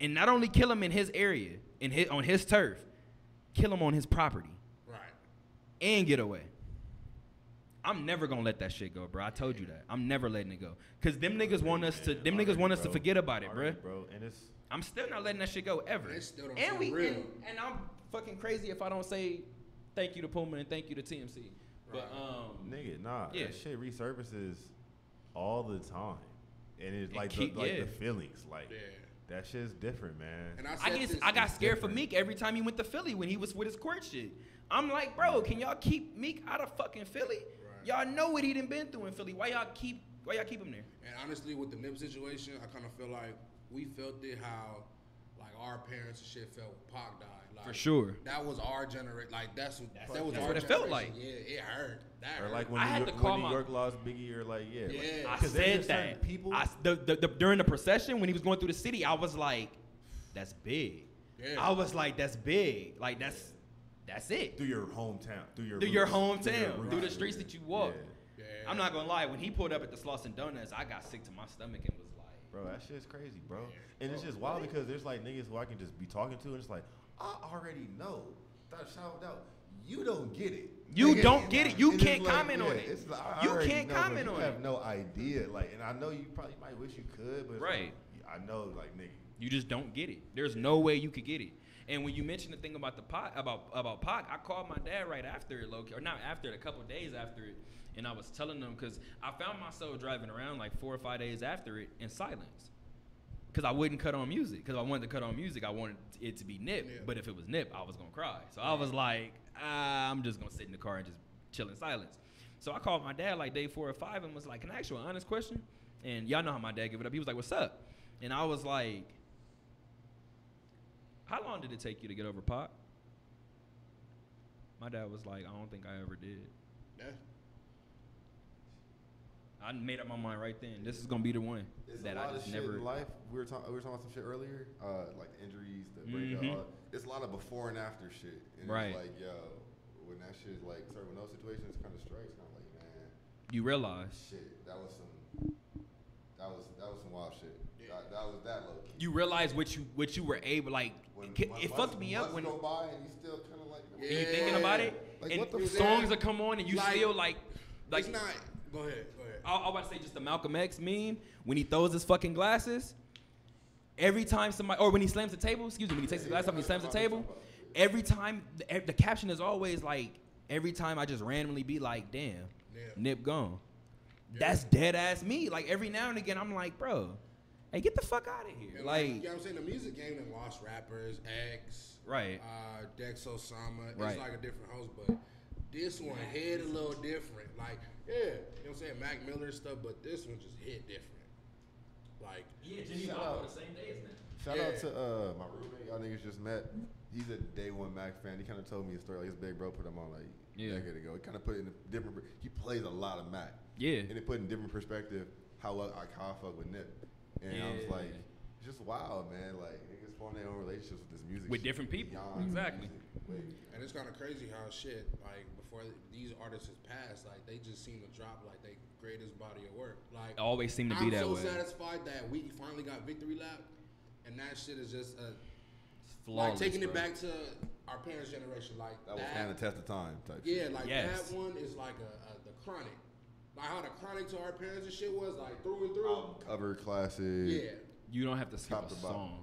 and not only kill him in his area, in his, on his turf, kill him on his property Right. and get away. I'm never gonna let that shit go, bro. I told you that. I'm never letting it go. Cause them niggas want us to. Them niggas Already, want us to bro. forget about it, bro. Already, bro. And it's I'm still not letting that shit go ever. That still don't and feel real. And, and I'm fucking crazy if I don't say thank you to Puma and thank you to TMC. But um, nigga, nah. Yeah. That shit resurfaces all the time, and it's It like keep- the, like yeah. the feelings, like Yeah. that shit's different, man. And I, I said guess this- I got scared for different. Meek every time he went to Philly when he was with his court shit. I'm like, bro, can y'all keep Meek out of fucking Philly? Right. Y'all know what he done been through in Philly. Why y'all keep Why y'all keep him there? And honestly, with the Nip situation, I kind of feel like we felt it how, like our parents and shit felt when Pac died. Like, For sure. That was our generation. Like that's what that was that's our what it felt generation. like. Yeah, it hurt. That or hurt. like when I New, had York, to when call New my- York lost Biggie, or like yeah, like- Yeah. I 'cause there's said just certain that. people. I s- the, the, the- during the procession when he was going through the city, I was like, that's big. Yeah. I was like, that's big. Like that's that's it. through your hometown, through your Through your roots, hometown, roots, through the streets that you walk. Yeah. Yeah. I'm not gonna lie, when he pulled up at the Sloss and Donuts, I got sick to my stomach and was like, Bro, that shit's crazy, bro. And it's just wild because there's like niggas who I can just be talking to, and it's like I already know. Without a shadow of a doubt, you don't get it. You Nigga, don't get it. You and it's can't comment on it. it's like, I You already can't know, but comment on You have it. no idea, like, and I know you probably might wish you could, but it's Right. Like, I know, like, nigga, You just don't get it. There's no way you could get it. And when you mentioned the thing about the pot about about Pac, I called my dad right after it, low key, or not after it, a couple days after it, and I was telling them because I found myself driving around like four or five days after it in silence, because I wouldn't cut on music. Because I wanted to cut on music, I wanted it to be Nip. Yeah. But if it was Nip, I was gonna cry. So I was like, ah, I'm just gonna sit in the car and just chill in silence. So I called my dad like day four or five and was like, can I ask you an honest question? And y'all know how my dad gave it up. He was like, what's up? And I was like. How long did it take you to get over pot? My dad was like, I don't think I ever did. Yeah. I made up my mind right then. This is gonna be the one It's that a lot I just of shit never. in life. We were talking. We were talking about some shit earlier, uh, like the injuries, the breakup. Mhm. all that. It's a lot of before and after shit. And Right. It's like yo, when that shit like certain when those situations kind of strikes, and I'm like, man, You realize. shit, that was some, that was that was some wild shit. That, that was that low key. You realize what you what you were able like. When it ca- mon- it months- fucked me up months when go by and you still kind of like. and you Yeah. thinking about it. Like, and what the songs fuck? that come on and you Like, still like like. it's not. Go ahead. Go ahead. I, I want to say just the Malcolm X meme when he throws his fucking glasses. Every time somebody, or when he slams the table, excuse me, when he takes the glass up and he slams the table, every time the, ev- the caption is always like, every time I just randomly be like, damn, Yeah. Nip gone. That's dead ass me. Like every now and again, I'm like, bro, hey, get the fuck out of here. And Like, you know what I'm saying? The music game that lost rappers, X, Right. uh, Dex Osama. Right. It's like a different host, but this one hit a little different. Like, yeah, you know what I'm saying? Mac Miller and stuff, but this one just hit different. Like, yeah, Jimmy Shout Butler out. on the same day as Shout out Yeah. to uh, my roommate, y'all niggas just met. He's a day one Mac fan. He kind of told me a story. Like his big bro put him on like Yeah. a decade ago. He kind of put it in a different. He plays a lot of Mac. Yeah. And it put in different perspective how I, I how I fuck with Nip. And I was Yeah. like, it's just wild, man. Like niggas forming their own relationships with this music. With shit. different people. Beyond Exactly. music. Wait, and it's kind of crazy how shit, like, before these artists has passed, like, they just seem to drop, like, they greatest body of work. Like, Always seem to be I'm that so way. satisfied that we finally got Victory Lap, and that shit is just a. Flawless, like taking bro. it back to our parents' generation, like That was kind of test of time type. shit. Yeah, like Yes. that one is like a, a the chronic, like how the chronic to our parents and shit was like through and through. Album Um, cover classic. yeah, You don't have to skip Top a to bottom. song.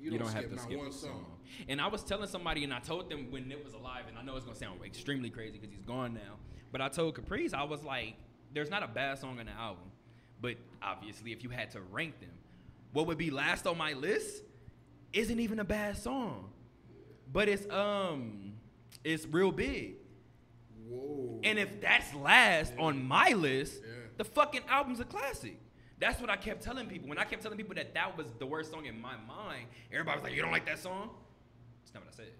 You don't skip not one a song. And I was telling somebody, and I told them when Nip was alive, and I know it's gonna sound extremely crazy because he's gone now. But I told Caprice, I was like, "There's not a bad song on the album, but obviously, if you had to rank them, what would be last on my list isn't even a bad song, but it's um, it's real big. whoa. And if that's last on my list, Yeah. the fucking album's a classic. That's what I kept telling people. When I kept telling people that that was the worst song in my mind, everybody was like, "You don't like that song?" That's not what I said.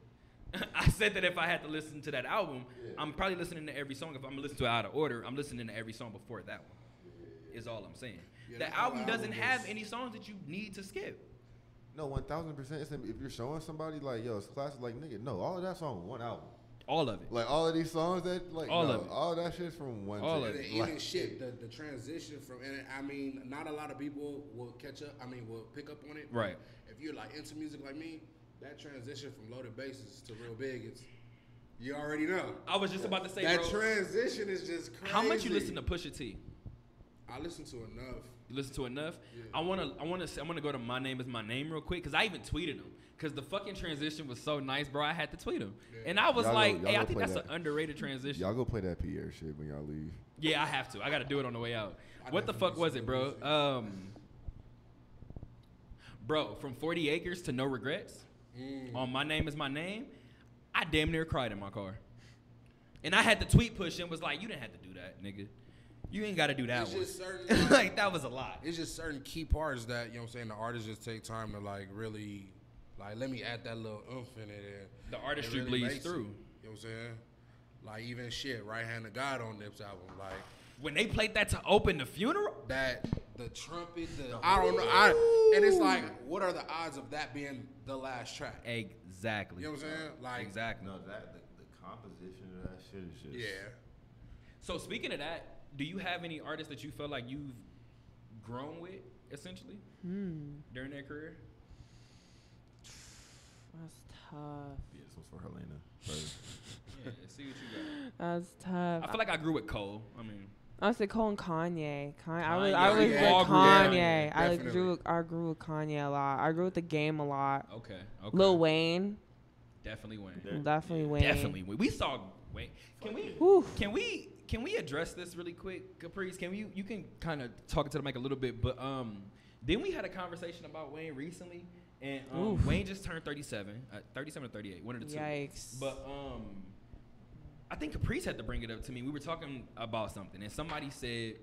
I said that if I had to listen to that album, I'm probably listening to every song. If I'm gonna listen to it out of order, I'm listening to every song before that one. Is all I'm saying. Yeah, the that whole album doesn't album have is- any songs that you need to skip. No, one thousand percent. If you're showing somebody like yo, it's classic. Like nigga, no, all of that's on one album. All of it. Like all of these songs that like All no, of it. all that shit's from one. All to- of And it. even Like, shit, the, the transition from, and I mean, not a lot of people will catch up. I mean, will pick up on it. but Right. If you're like into music like me, that transition from loaded basses to real big, it's you already know. I was just about to say, that bro, transition is just crazy. how much you listen to Pusha T? I listen to enough. You listen to enough. I wanna, I wanna, say, I wanna go to my name is my name real quick because I even tweeted him because the fucking transition was so nice, bro. I had to tweet him, and I was Y'all go- like, y'all hey, I go think play that's that. an underrated transition. y'all go play that Pierre shit when y'all leave. Yeah, I have to. I gotta do it on the way out. I What the definitely fuck was it, bro? listen to Um, bro, from Forty Acres to No Regrets Mm. on My Name Is My Name, I damn near cried in my car, and I had to tweet push and was like, you didn't have to do that, nigga. You ain't gotta do that It's one. just certain, like that was a lot. it's just certain key parts that you know what I'm saying the artists just take time to like really like let me add that little oomph in it and The artistry it really bleeds makes it. through. You know what I'm saying? Like even shit, right hand of God on Nip's album, like when they played that to open the funeral, that the trumpet, the I don't know. I, and it's like, what are the odds of that being the last track? Exactly. You know what I'm saying? Like, exactly. No, that the, the composition of that shit is just yeah. So speaking of that, do you have any artists that you feel like you've grown with essentially Mm. during their career? That's tough. Yeah, this one's for Helena. But- Yeah, see what you That's tough. got. I feel like I grew with Cole. I mean, Honestly, Cole and Kanye. Kanye. I was, I Kanye. was We with all grew with Kanye. Kanye, I like definitely. grew, I grew with Kanye a lot. I grew with the game a lot. okay, okay. Lil Wayne, definitely Wayne. There- definitely Wayne. Definitely Wayne. We saw Wayne. Can we? Whew. Can we? Can we address this really quick, Caprice? Can you? You can kind of talk to the mic a little bit, but um, then we had a conversation about Wayne recently, and um, Oof. Wayne just turned 37, uh, 37 or 38, one of the two. Yikes. But um, I think Caprice had to bring it up to me. We were talking about something, and somebody said,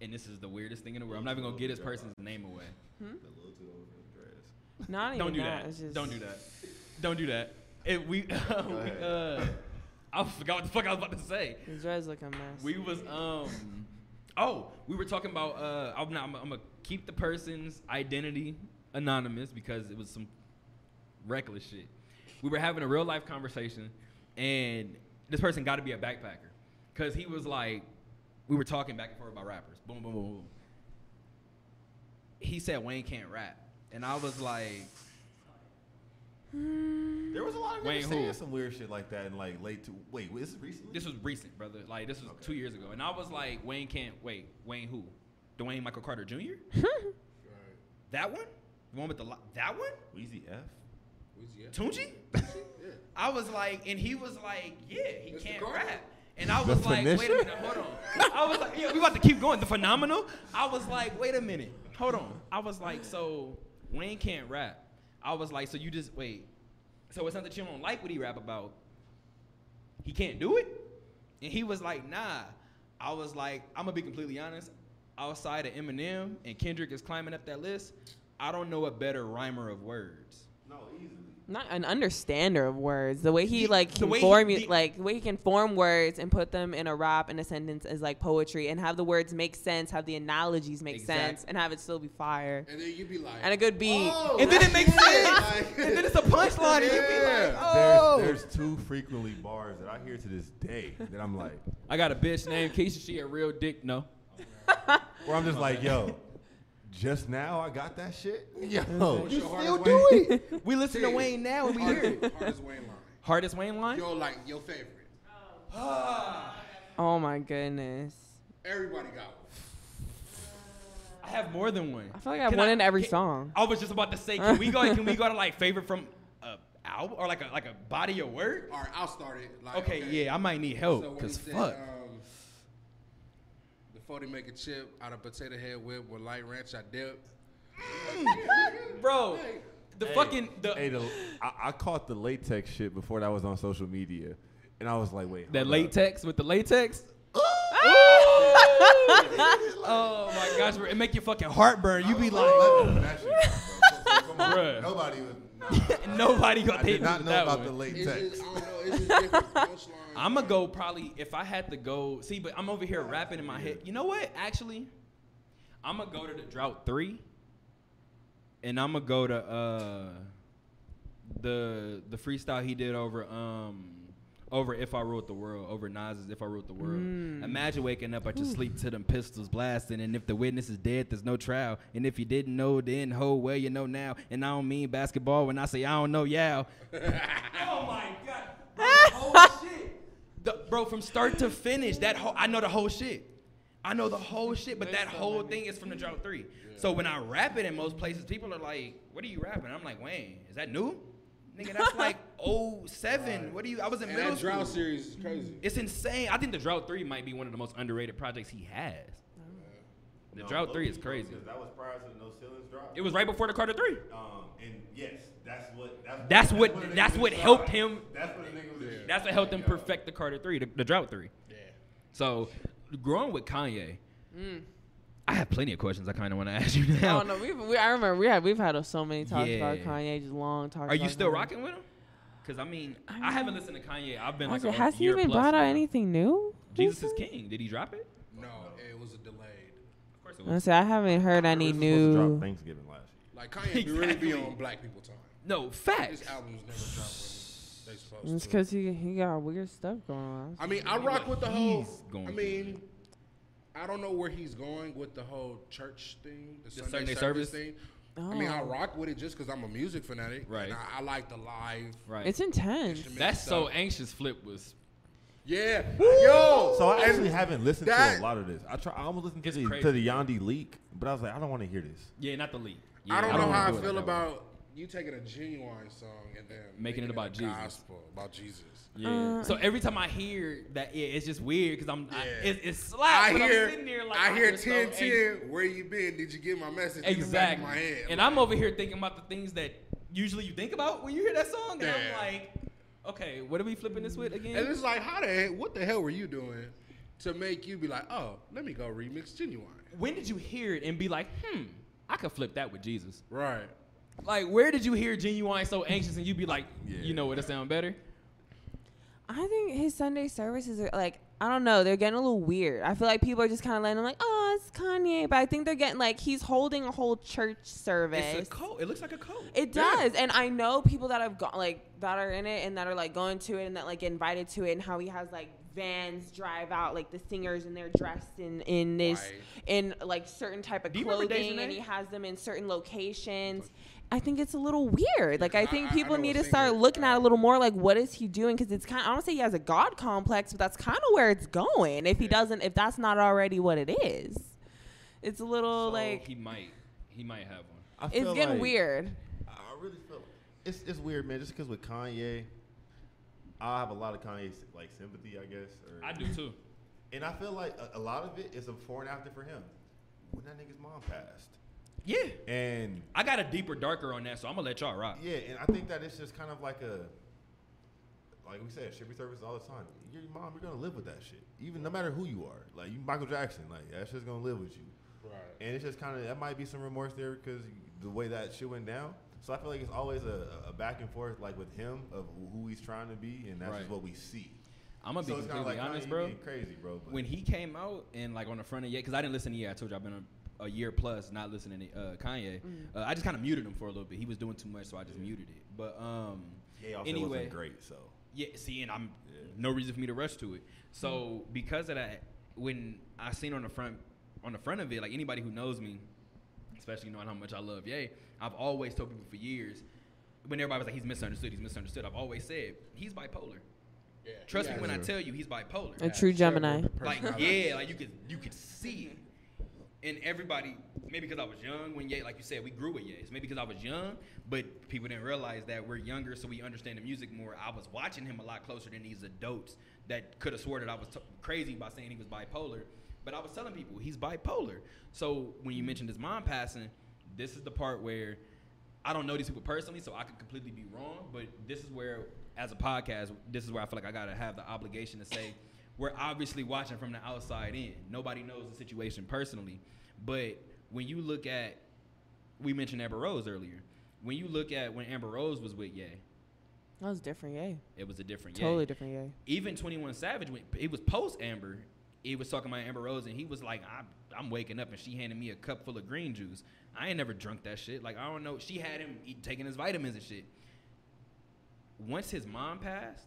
and this is the weirdest thing in the world. I'm not even gonna get this person's name away. The little too overdressed. Not even Don't do that. that. It's just, Don't do that. Don't do that. It, we, we, ahead. uh, I forgot what the fuck I was about to say. His dreads look a mess. We was um oh, we were talking about uh I'm not I'm, gonna keep the person's identity anonymous because it was some reckless shit. We were having a real life conversation and this person got to be a backpacker cuz he was like we were talking back and forth about rappers. Boom boom boom. boom. He said Wayne can't rap and I was like There was a lot of Wayne niggas who? saying some weird shit like that in like late to wait, wait, this is recently? this was recent, brother. Like this was Okay. 2 years ago and I was like Wayne can't wait. Wayne who? Dwayne Michael Carter Jr.? Right. That one? The one with the lo- that one? Wheezy F? Weezy, yeah. Tunji? Yeah. I was like, and he was like, yeah, he Mr. can't Carter? rap. And I was like, wait a Definition? minute, hold on. I was like, yeah, we about to keep going. The phenomenal. I was like, wait a minute, hold on. I was like, so Wayne can't rap. I was like, so you just wait. So it's not that you don't like what he rap about. He can't do it. And he was like, nah. I was like, I'm gonna be completely honest. Outside of Eminem and Kendrick is climbing up that list, I don't know a better rhymer of words. No, easily. not an understander of words. The way he The- like the can way he- form you- the- like the way he can form words and put them in a rap in a sentence is like poetry and have the words make sense, have the analogies make Exact- sense, and have it still be fire. And then you'd be like, And a good beat. Oh, And then it that's makes sense. Like- and then it's a punchline, and you be like, Yeah. oh. There's, there's two frequently bars that I hear to this day that I'm like, I got a bitch named Keisha. She a real dick. No. where I'm just like, yo, just now I got that shit? Yo, What's you your still hardest do Wayne? it. We listen to Yeah. Wayne now, and we hear it. hardest, hardest Wayne line. Hardest Wayne line. Yo, like your favorite. Oh my goodness. Everybody got one. I have more than one. I feel like I have one in every can- song. I was just about to say, can we go? Can we go to like favorite from a album or like a like a body of work? All right, I'll start it. Like, Okay, yeah, I might need help when because he said, fuck. um, before they make a chip out of potato head whip with light ranch, I dip. Bro, the fucking the um, Hey, the, I, I caught the latex shit before that was on social media. And I was like, wait. that hold up. latex with the latex. oh my gosh, bro, it make your fucking heart burn. You be like, That shit, bro. Come on. Bruh. Nobody was. Nah. nobody gonna I take did not me with know that about one. the It's latex. just, I don't know. It's just different punchlines. I'm gonna go probably if I had to go. See, but I'm over here rapping in my head. You know what? Actually, I'm gonna go to the drought three, and I'm gonna go to uh the the freestyle he did over um over if I ruled the world over Nas's if I ruled the world. Imagine waking up out your sleep to them pistols blasting, and if the witness is dead, there's no trial. And if you didn't know then, ho, well you know now. And I don't mean basketball when I say I don't know yow. Oh my god, bro, the whole shit, The- bro, from start to finish, that whole I know the whole shit. I know the whole shit, but that whole thing is from the drought three. So when I rap it in most places, people are like, "What are you rapping?" I'm like, "Wayne, is that new?" Nigga, that's like 07. What do you? I was in And middle that school. drought series is crazy. It's insane. I think the drought three might be one of the most underrated projects he has. Oh. The drought three is crazy. That was prior to the No Ceilings drop. It was right before the Carter three. Um, and yes, that's what. That's what- a nigga that's was what inside. helped him- That's what a nigga was. inside. That's what helped him perfect the Carter three, the, the drought three. Yeah. So, growing with Kanye, I have plenty of questions I kind of want to ask you now. Mm. I don't know. We've, we, I remember we had we've had so many talks about Yeah. Kanye, just long talks. Are you about still Kanye. rocking with him? Because I mean, I, haven't listened to Kanye. I've been I was like, like, a has he year even plus brought out now. anything new? Jesus is recently? King. Did he drop it? No, it was a delayed. Of course course it I was. said I haven't heard any This was supposed to drop new. Thanksgiving last year. Like Kanye really be Exactly. on black people time. No, His facts. albums never drop when they supposed It's to. because he he got weird stuff going on. I mean, I rock with the whole. he's going I through. mean, I don't know where he's going with the whole church thing, the, Sunday, Sunday service, service? thing. I mean, Oh. I rock with it just because I'm a music fanatic. Right. And I, I like the live. Right. It's intense. instrumental That's so stuff. anxious. Flip was Yeah. Yo. So I actually haven't listened that- to a lot of this. I try. I almost listened to It's the, crazy. to the Yandi leak, but I was like, I don't want to hear this. yeah, not the lead. I don't I don't know how I do it feel like that way. about you taking a genuine song and then Making it about Jesus. Gospel about Jesus. Uh, Yeah. so every time I hear that, yeah, it's just weird because I'm I, Yeah. it's, it's slap. I but hear, I'm sitting there like "Oh, I hear I'm so 10 anxious. 10. Where you been? Did you get my message? In the back of Exactly. my head. And I'm over here thinking about the things that usually you think about when you hear that song, and Damn. I'm like, okay, what are we flipping this with again? And it's like, how the heck, what the hell were you doing to make you be like, oh, let me go remix Genuine? when did you hear it and be like, hmm, I could flip that with Jesus? Right. Like, where did you hear genuine so anxious and you be like, Yeah. you know what, it sound better? I think his Sunday services are like I don't know. They're getting a little weird. I feel like people are just kind of letting them like, oh, it's Kanye, but I think they're getting like he's holding a whole church service. It's a cult. It looks like a cult. It Yeah. does, and I know people that have gone like that are in it and that are like going to it and that like get invited to it, and how he has like vans drive out like the singers and they're dressed in in this Right. in like certain type of Do you remember clothing, Dejanay? and he has them in certain locations. I think it's a little weird. Like I I- think I- I people know need to a start singer, looking at it a uh, little more. Like what is he doing? Because it's kind. I don't say he has a god complex, but that's kind of where it's going. If he doesn't, if that's not already what it is, it's a little So like he might, he might have one. I it's feel getting like- weird. I really feel it's it's weird, man. Just because with Kanye, I have a lot of Kanye like sympathy, I guess. Or, I do too. and I feel like a, a lot of it is a before and after for him. When that nigga's mom passed, Yeah, and I got a deeper, darker on that, so I'm gonna let y'all rock. yeah, and I think that it's just kind of like a, like we said, should be service all the time. Your mom, you're gonna live with that shit, even no matter who you are. Like you, Michael Jackson, like that shit's gonna live with you. Right. And it's just kind of that might be some remorse there because the way that shit went down. So I feel like it's always a, a back and forth, like with him of who he's trying to be, and that's Right. just what we see. I'm gonna so be it's kind of completely like honest, Kanye bro. being crazy, bro. But when he came out and like on the front of yeah, because I didn't listen to yeah. I told you I've been a, a year plus not listening to uh, Kanye. Uh, I just kind of muted him for a little bit. He was doing too much, so I just muted it. But um, yeah, also anyway, wasn't great. So yeah. See, and I'm no reason for me to rush to it. So because of that, when I seen on the front on the front of it, like anybody who knows me, especially knowing how much I love Ye, I've always told people for years. When everybody was like, he's misunderstood, he's misunderstood. I've always said he's bipolar. Yeah. Trust Yeah. me when I tell you, he's bipolar A true Gemini. like Personality. yeah, like you could you could see it. And everybody, maybe because I was young when Ye, like you said, we grew with Ye. It's maybe because I was young, but people didn't realize that we're younger, so we understand the music more. I was watching him a lot closer than these adults that could have swore that I was t- crazy by saying he was bipolar. But I was telling people he's bipolar. So when you mentioned his mom passing, this is the part where I don't know these people personally, so I could completely be wrong. But this is where, as a podcast, this is where I feel like I gotta have the obligation to say we're obviously watching from the outside in. Nobody knows the situation personally, but when you look at, we mentioned Amber Rose earlier. When you look at when Amber Rose was with Ye, That was different, yeah. it was a different Ye. Totally different, yeah. Even Twenty One Savage, when it was post Amber, he was talking about Amber Rose, and he was like, I'm, "I'm waking up, and she handed me a cup full of green juice. I ain't never drunk that shit. Like I don't know. She had him eat, taking his vitamins and shit. Once his mom passed,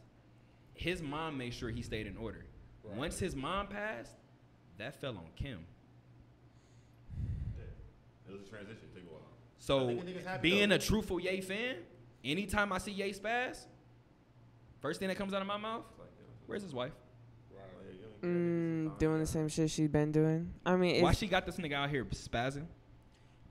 his mom made sure he stayed in order. Right. Once his mom passed, that fell on Kim. it was a transition. It took a while. I So think the nigga's happy, being though. a truthful Ye fan, anytime I see Ye spaz, first thing that comes out of my mouth, It's like, yeah, where's his wife? like, Right. yeah, you know, Mm, doing the same shit she's been doing. I mean, Why it's, she got this nigga out here spazzing?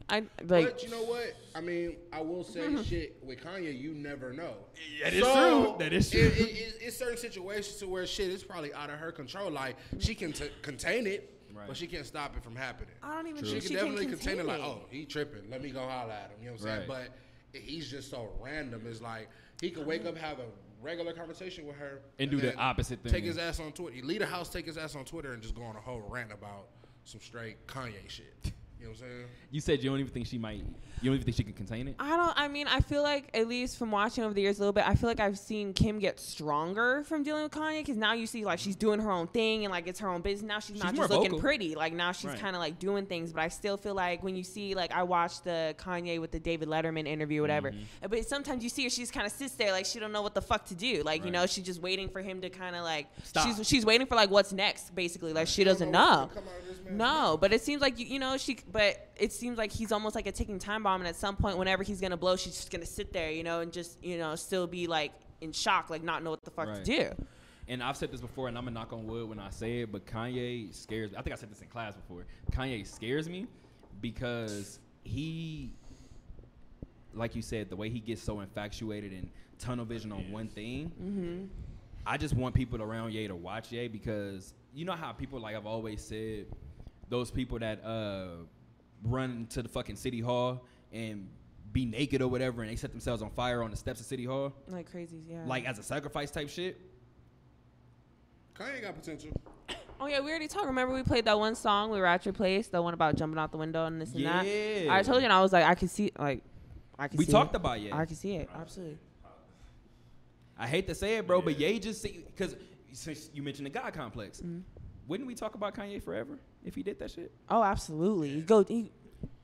I like. but you know what? I mean, I will Mm-hmm. say shit with Kanye, you never know. That is true. That is true. It, it, it, it's certain situations to where shit is probably out of her control. Like she can t- contain it, Right. but she can't stop it from happening. I don't even She think can she, definitely can contain it. Like, oh. oh, he tripping. Let me go holler at him. You know what I'm saying? Right. But he's just so random. It's like he could wake up, have a regular conversation with her, And do the then opposite thing. Take his ass on Twitter. You leave the house, take his ass on Twitter, and just go on a whole rant about some straight Kanye shit. You know what I'm saying? You said you don't even think she might. You don't even think she can contain it. I don't. I mean, I feel like at least from watching over the years a little bit, I feel like I've seen Kim get stronger from dealing with Kanye because now you see like she's doing her own thing and like it's her own business. Now she's, not more just looking vocal. pretty. Like now she's Right. kind of like doing things. But I still feel like when you see like I watched the Kanye with the David Letterman interview, whatever. Mm-hmm. uh, But sometimes you see her, she just kind of sits there like she don't know what the fuck to do. Like you Right. know, she's just waiting for him to kind of like Stop. she's she's waiting for like what's next basically. Like she doesn't know. know what's gonna come out of this man's No, but it seems like you, you know she. But it seems like he's almost like a ticking time bomb, and at some point, whenever he's gonna blow, she's just gonna sit there, you know, and just you know still be like in shock, like not know what the fuck Right. to do. And I've said this before, and I'm gonna knock on wood when I say it, but Kanye scares me. I think I said this in class before. Kanye scares me because he, like you said, the way he gets so infatuated and tunnel vision on one thing. Mm-hmm. I just want people around Ye to watch Ye because you know how people like I've always said those people that uh run to the fucking city hall and be naked or whatever and they set themselves on fire on the steps of city hall Like crazy, yeah. like as a sacrifice type shit Kanye got potential. oh yeah, we already talked. Remember we played that one song we were at your place, the one about jumping out the window and this and that. Yeah. I told you, and I was like, I could see, like, I could. we see talked it. about Ye I I, could see it absolutely. hate to say it bro but Ye just see cuz since you mentioned the God complex Mm-hmm. wouldn't we talk about Kanye forever if he did that shit Oh, absolutely. You Go. You,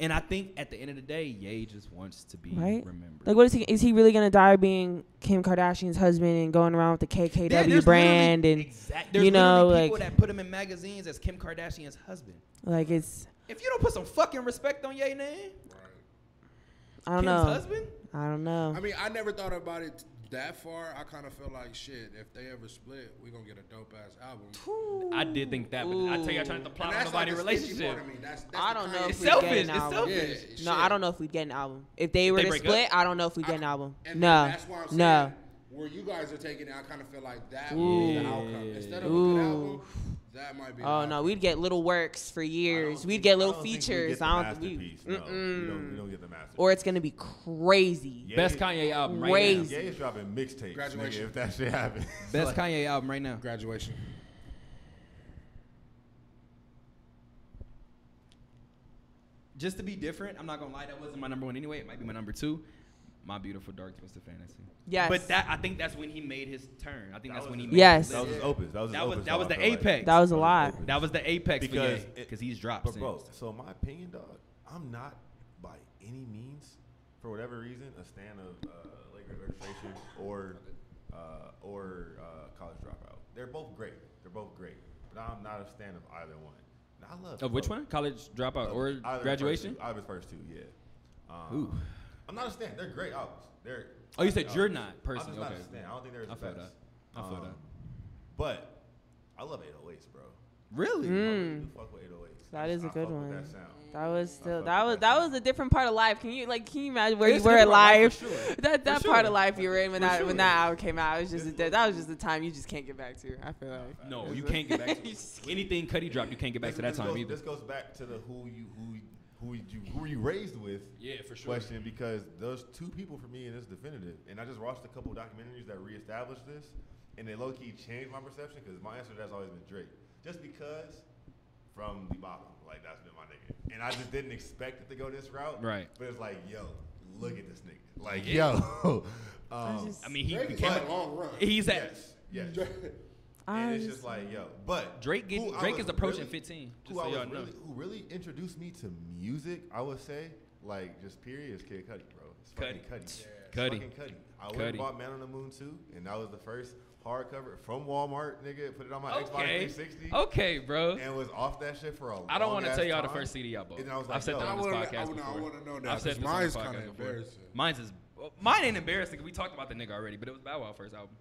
and I think at the end of the day Ye just wants to be Right? remembered Like, what is he? Is he really gonna die being Kim Kardashian's husband and going around with the KKW Yeah, there's brand literally- and exact- you know, literally people like- that put him in magazines as Kim Kardashian's husband. like it's? If you don't put some fucking respect on Ye name, I don't Kim's know. husband, I don't know. I mean, I never thought about it that far. I kind of feel like shit. If they ever split, we gonna get a dope ass album. I did think that, but I tell you, I tried to And plot on that's nobody like the sketchy relationship. part of me. That's- that's I the don't Kanye know if It's we get selfish, an it's album. selfish. Yeah, No, I shit. don't know if we'd get an album. If they were they to break split, up? I don't know if we'd get an I- album. and No, that's why I'm saying no. where you guys are taking it, I kind of feel like that would be the outcome instead of a Ooh. good album. That might be. the Oh no, outcome. we'd get little works for years. We'd think- get I little don't think we features. Get the I don't. We, masterpiece. No, we don't, we don't get the masterpiece. or it's gonna be crazy. Ye- best Kanye album right Crazy. Ye is dropping mixtapes. Graduation. Nigga, if that shit happens. now. Best Kanye album right now. graduation. Just to be different, I'm not gonna lie, that wasn't my number one anyway. It might be my number two. My beautiful dark twisted fantasy. Yes. But that I think that's when he made his turn. I think That that's was when he his- made Yes. That was his opus. That was his That was- opus that song, was I the feel like. apex. That was a his lot. opus. That was the apex Because for it- because he's dropped. But bro, since. so my opinion, dog, I'm not by any means, for whatever reason, a stan of uh, Lakers registration or uh, or uh, college dropout. They're both great. They're both great. But I'm not a stan of either one. And I love Of which both. one? College dropout Of or either the first graduation? two. Either the first two, yeah. Um, Ooh. I'm not a stan. They're great albums. They're. Oh, you said albums. you're not I'm personally. just not Okay. Uh, a stan. I don't think they're. I the feel best. Um, that. I feel that. But I love 808s, bro. Really? Mm. I really do fuck with 808s. Hmm. That I is just- a I good fuck with one. That sound. That was fuck still that was with that that was a different part of life. Can you like can you imagine where you It's a were in different life? life, for sure. That that For part of sure. life you were in when For that sure. when that hour came out, it was just a, that was just the time you just can't get back to. I feel like No, you can't get back to anything Cuddy dropped. You can't get back This- to that this time goes, either. This goes back to the who you who you- who you who were you raised with Yeah, for sure. question because those two people for me and it's definitive. And I just watched a couple documentaries that reestablished this, and they low key changed my perception because my answer to that's always been Drake, just because from the bottom, like that's been my nigga, and I just didn't expect it to go this route. Right. But it's like, yo, look at this nigga, like yo. um, just- I mean, he Drake is became. on but- a long run. He's at yes, yes. I and it's just- just like, yo, but Drake get- who I Drake was is approaching really- 15, just Who, so I was y'all know. really, who really introduced me to music? I would say, like, just period, is Kid Cudi, bro. It's fucking Cudi. Cudi. It's Cudi. fucking Cudi. I went and Cudi. bought Man on the Moon too, and that was the first hardcover from Walmart, nigga. Put it on my Xbox Okay. 360, Okay, bro. and was off that shit for a. I don't want wanna to tell y'all the first CD I bought. And I was I've like, said yo, that I on this wanna- I podcast wanna- I before. wanna know now, I've said this 'cause on the mine's podcast kinda before. embarrassing. Mine's is well, mine ain't embarrassing because we talked about the nigga already, but it was Bow Wow first album,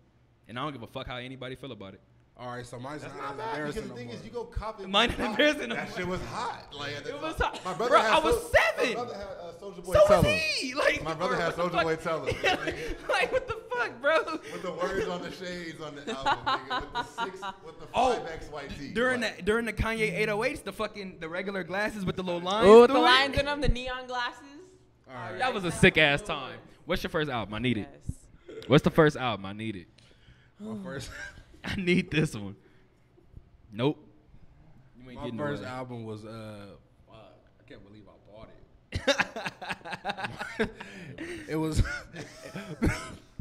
and I don't give a fuck how anybody feel about it. All right, so mine's That's not not bad as because embarrassing. the no thing more. is, you go copy. Mine ain't embarrassing no That more. shit was hot. Like at the It was time. hot. My brother Bro, had I was Soul- seven. My brother had uh, Soldier Boy. So Tell was 'Em. he. Like My brother bro, had what the Soulja Boy fuck? Tell 'Em. Yeah, like, like, what the fuck, bro? With the words on the shades on the album, nigga. With the six, with the Oh, five X white tee. During Like, the during the Kanye 808s, the fucking the regular glasses with the little lines. Oh, with through the it. lines in them, the neon glasses. All right. That was a sick ass time. What's your first album? I need Yes. it. What's the first album? I need it. my first, I need this one. Nope. You ain't my getting first away. album was uh, fuck, I can't believe I bought it. it was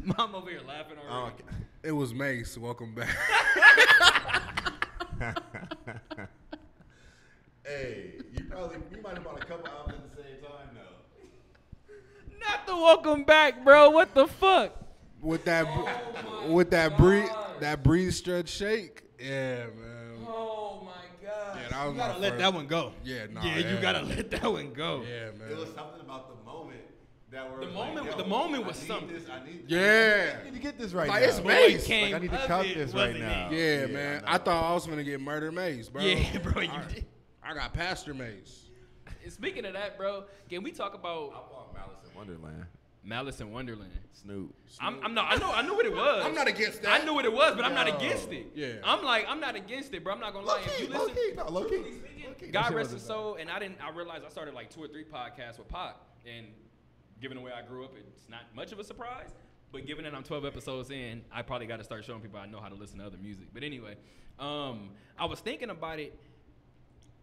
Mom over here laughing already. Oh, okay. it was Mace. Welcome back. Hey, you probably you might have bought a couple albums at the same time though. Not the welcome back, bro. What the fuck? With that with that breeze that breeze stretch shake. Yeah, man. Oh my god. Yeah, that was you my gotta let first- that one go. Yeah, nah, yeah, you yeah. gotta let that one go. Yeah, It was man. something about the moment that were The like, moment- yo, the moment I was need something. This, I need, Yeah. I need to get this right Like, now. it's Boy Mace. came Like, I need to of cop it, this right wasn't now. he? Yeah, Yeah, man. I know. I, thought I was gonna get Murder Maze, bro. Yeah, bro, you I, did. I got Pastor Maze. Speaking of that, bro, can we talk I about bought Malice in Wonderland. Malice in Wonderland? Snoop. I'm, I'm not. I know. I knew what it was. I'm not against that. I knew what it was, but I'm not No. against it. Yeah. I'm like, I'm not against it, bro. I'm not gonna Low lie. If key, you low listen, key, no, low key. truthfully speaking, Low key, that God shit rest his wasn't soul. And I didn't. I realized I started like two or three podcasts with Pac, and given the way I grew up, it's not much of a surprise. But given that I'm 12 episodes in, I probably got to start showing people I know how to listen to other music. But anyway, um, I was thinking about it.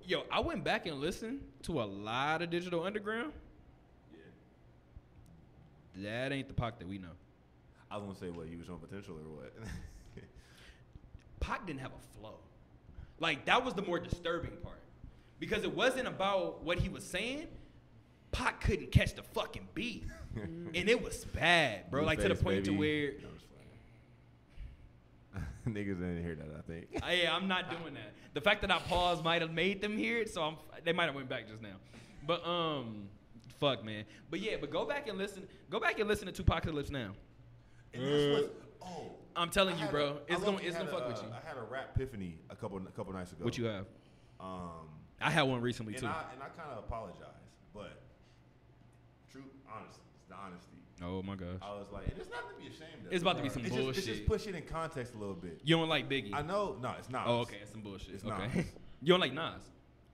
Yo, I went back and listened to a lot of Digital Underground. That ain't the Pac that we know. I was gonna say what you was on potential or what. Pac didn't have a flow. Like that was the more disturbing part. Because it wasn't about what he was saying. Pac couldn't catch the fucking beat. and it was bad, bro. like to the Blueface, point to where baby. No, I'm just playing. Niggas didn't hear that. I think. I, yeah, I'm not doing that. The fact that I paused might have made them hear it, so I'm, they might have went back just now. But um, fuck, man. But yeah, but go back and listen. Go back and listen to Tupacalypse now. And that's what. Oh. I'm telling I you, had bro. a- I it's low-key gonna, it's had gonna a, fuck with uh, you. I had a rap epiphany a couple a couple nights ago. What you have? Um, I had one recently and too. I and I kind of apologize, but true, honest, it's the honesty. oh my gosh. I was like, and it's nothing to be ashamed of. It's about to be Right. some it's Just, it's bullshit. just push it in context a little bit. You don't like Biggie. I know, no, it's not. Oh, okay, that's some bullshit. It's okay. Nas. you don't like Nas.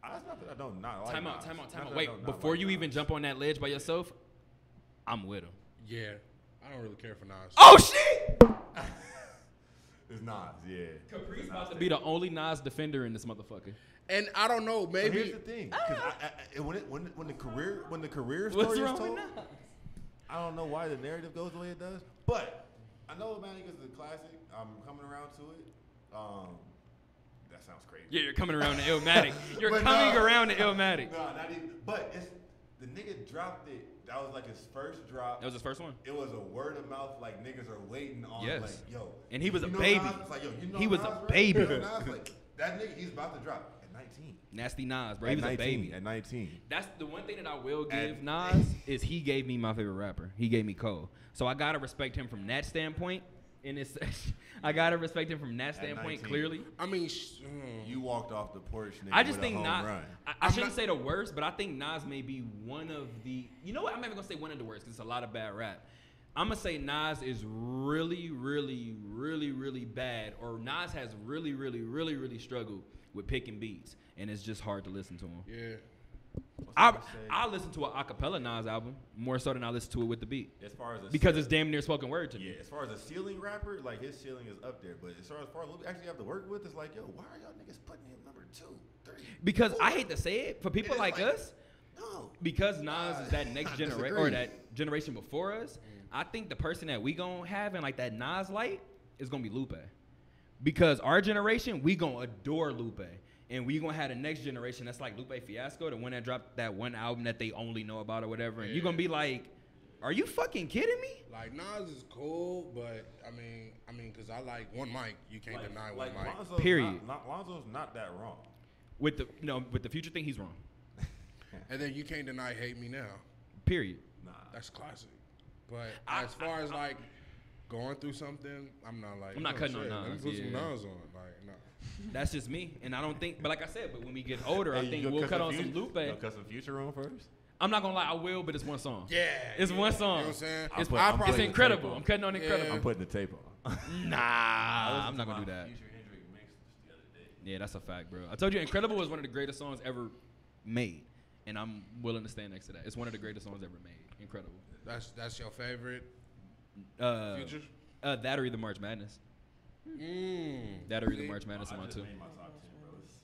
I, it's not that I don't not like. time out, Nas. time out, Not time that out. I Wait, don't not before like you even Nas. jump on that ledge by yourself, I'm with him. Yeah. I don't really care for Nas. Oh shit! It's Nas, yeah. Capri's about to be the only Nas defender in this motherfucker. And I don't know, But maybe here's the thing, 'cause I, I, I- when it, when when the career when the career story Ah. What's is wrong told, with Nas? I don't know why the narrative goes the way it does, but I know about it is a classic. I'm coming around to it. Um, that sounds crazy. Yeah, you're coming around to Illmatic. You're But coming no. around to Illmatic. No, not even. But it's the nigga dropped it. That was like his first drop. That was his first one. it was a word of mouth. Like niggas are waiting on. Yes. Like yo. And he was you a know baby. Nas? It's like, yo, you know He was a Nas, right? baby. You know Nas? Like, that nigga, he's about to drop at 19. Nasty Nas, bro. He at was 19, a baby. At 19. That's the one thing that I will give And- Nas is he gave me my favorite rapper. He gave me Cole. So I gotta respect him from that standpoint. In this, I gotta respect him from that standpoint. 19. Clearly, I mean sh- mm. You walked off the porch, nigga. I just with think a Nas. home I, Run. I I'm shouldn't not- say the worst, but I think Nas may be one of the. You know what? I'm not even gonna say one of the worst because it's a lot of bad rap. I'm gonna say Nas is really, really, really, really bad, or Nas has really, really, really, really struggled with picking beats, and it's just hard to listen to him. Yeah. I What's that I listen to an acapella Nas album more so than I listen to it with the beat say? as far as a because it's damn near spoken word to me. Yeah, as far as a ceiling rapper, like his ceiling is up there. But as far as far as what we actually have to work with, it's like, yo, why are y'all niggas putting him number two, three? Because I four? hate to say it for people It is like, like- us, No. because Nas is that next Ah, I generation disagree. or that generation before us, I think the person that we gonna have in like that Nas light is gonna be Lupe, because our generation we gonna adore Lupe, and we gonna have the next generation that's like Lupe Fiasco, the one that dropped that one album that they only know about or whatever, and you gonna be like, are you fucking kidding me? Like Nas is cool, but I mean, I mean, cause I like one mic. You can't deny one like mic. Lonzo's Period. Not, not, Lonzo's not that wrong. With the no, with the future thing, he's wrong. And then you can't deny "Hate Me Now." Period. Nah. That's classic. But I- as far as like going through something, I'm not like I'm not "Oh, cutting on shit, Let me Nas, put some yeah. Nas on. Like no. That's just me, and I don't think. But like I said, but when we get older, Hey, I you think gonna we'll cut cut on some future, Lupe. gonna Cut some future on first. I'm not gonna lie, I will, but it's one song. Yeah. It's yeah. one You song. know what I'm saying? I'm It's, put- I'm it's putting the incredible. tape on. I'm cutting on incredible. Yeah. I'm putting the tape on. Nah, I'm not gonna do that. Future Hendrix mix the other day. Yeah, that's a fact, bro. I told you, Incredible was one of the greatest songs ever made, and I'm willing to stand next to that. It's one of the greatest songs ever made. Incredible. That's that's your favorite. Uh, Future? Uh, that or either March Madness. Mm. That or either See? March Madness. I I'm on just too. made my top ten, bro. It's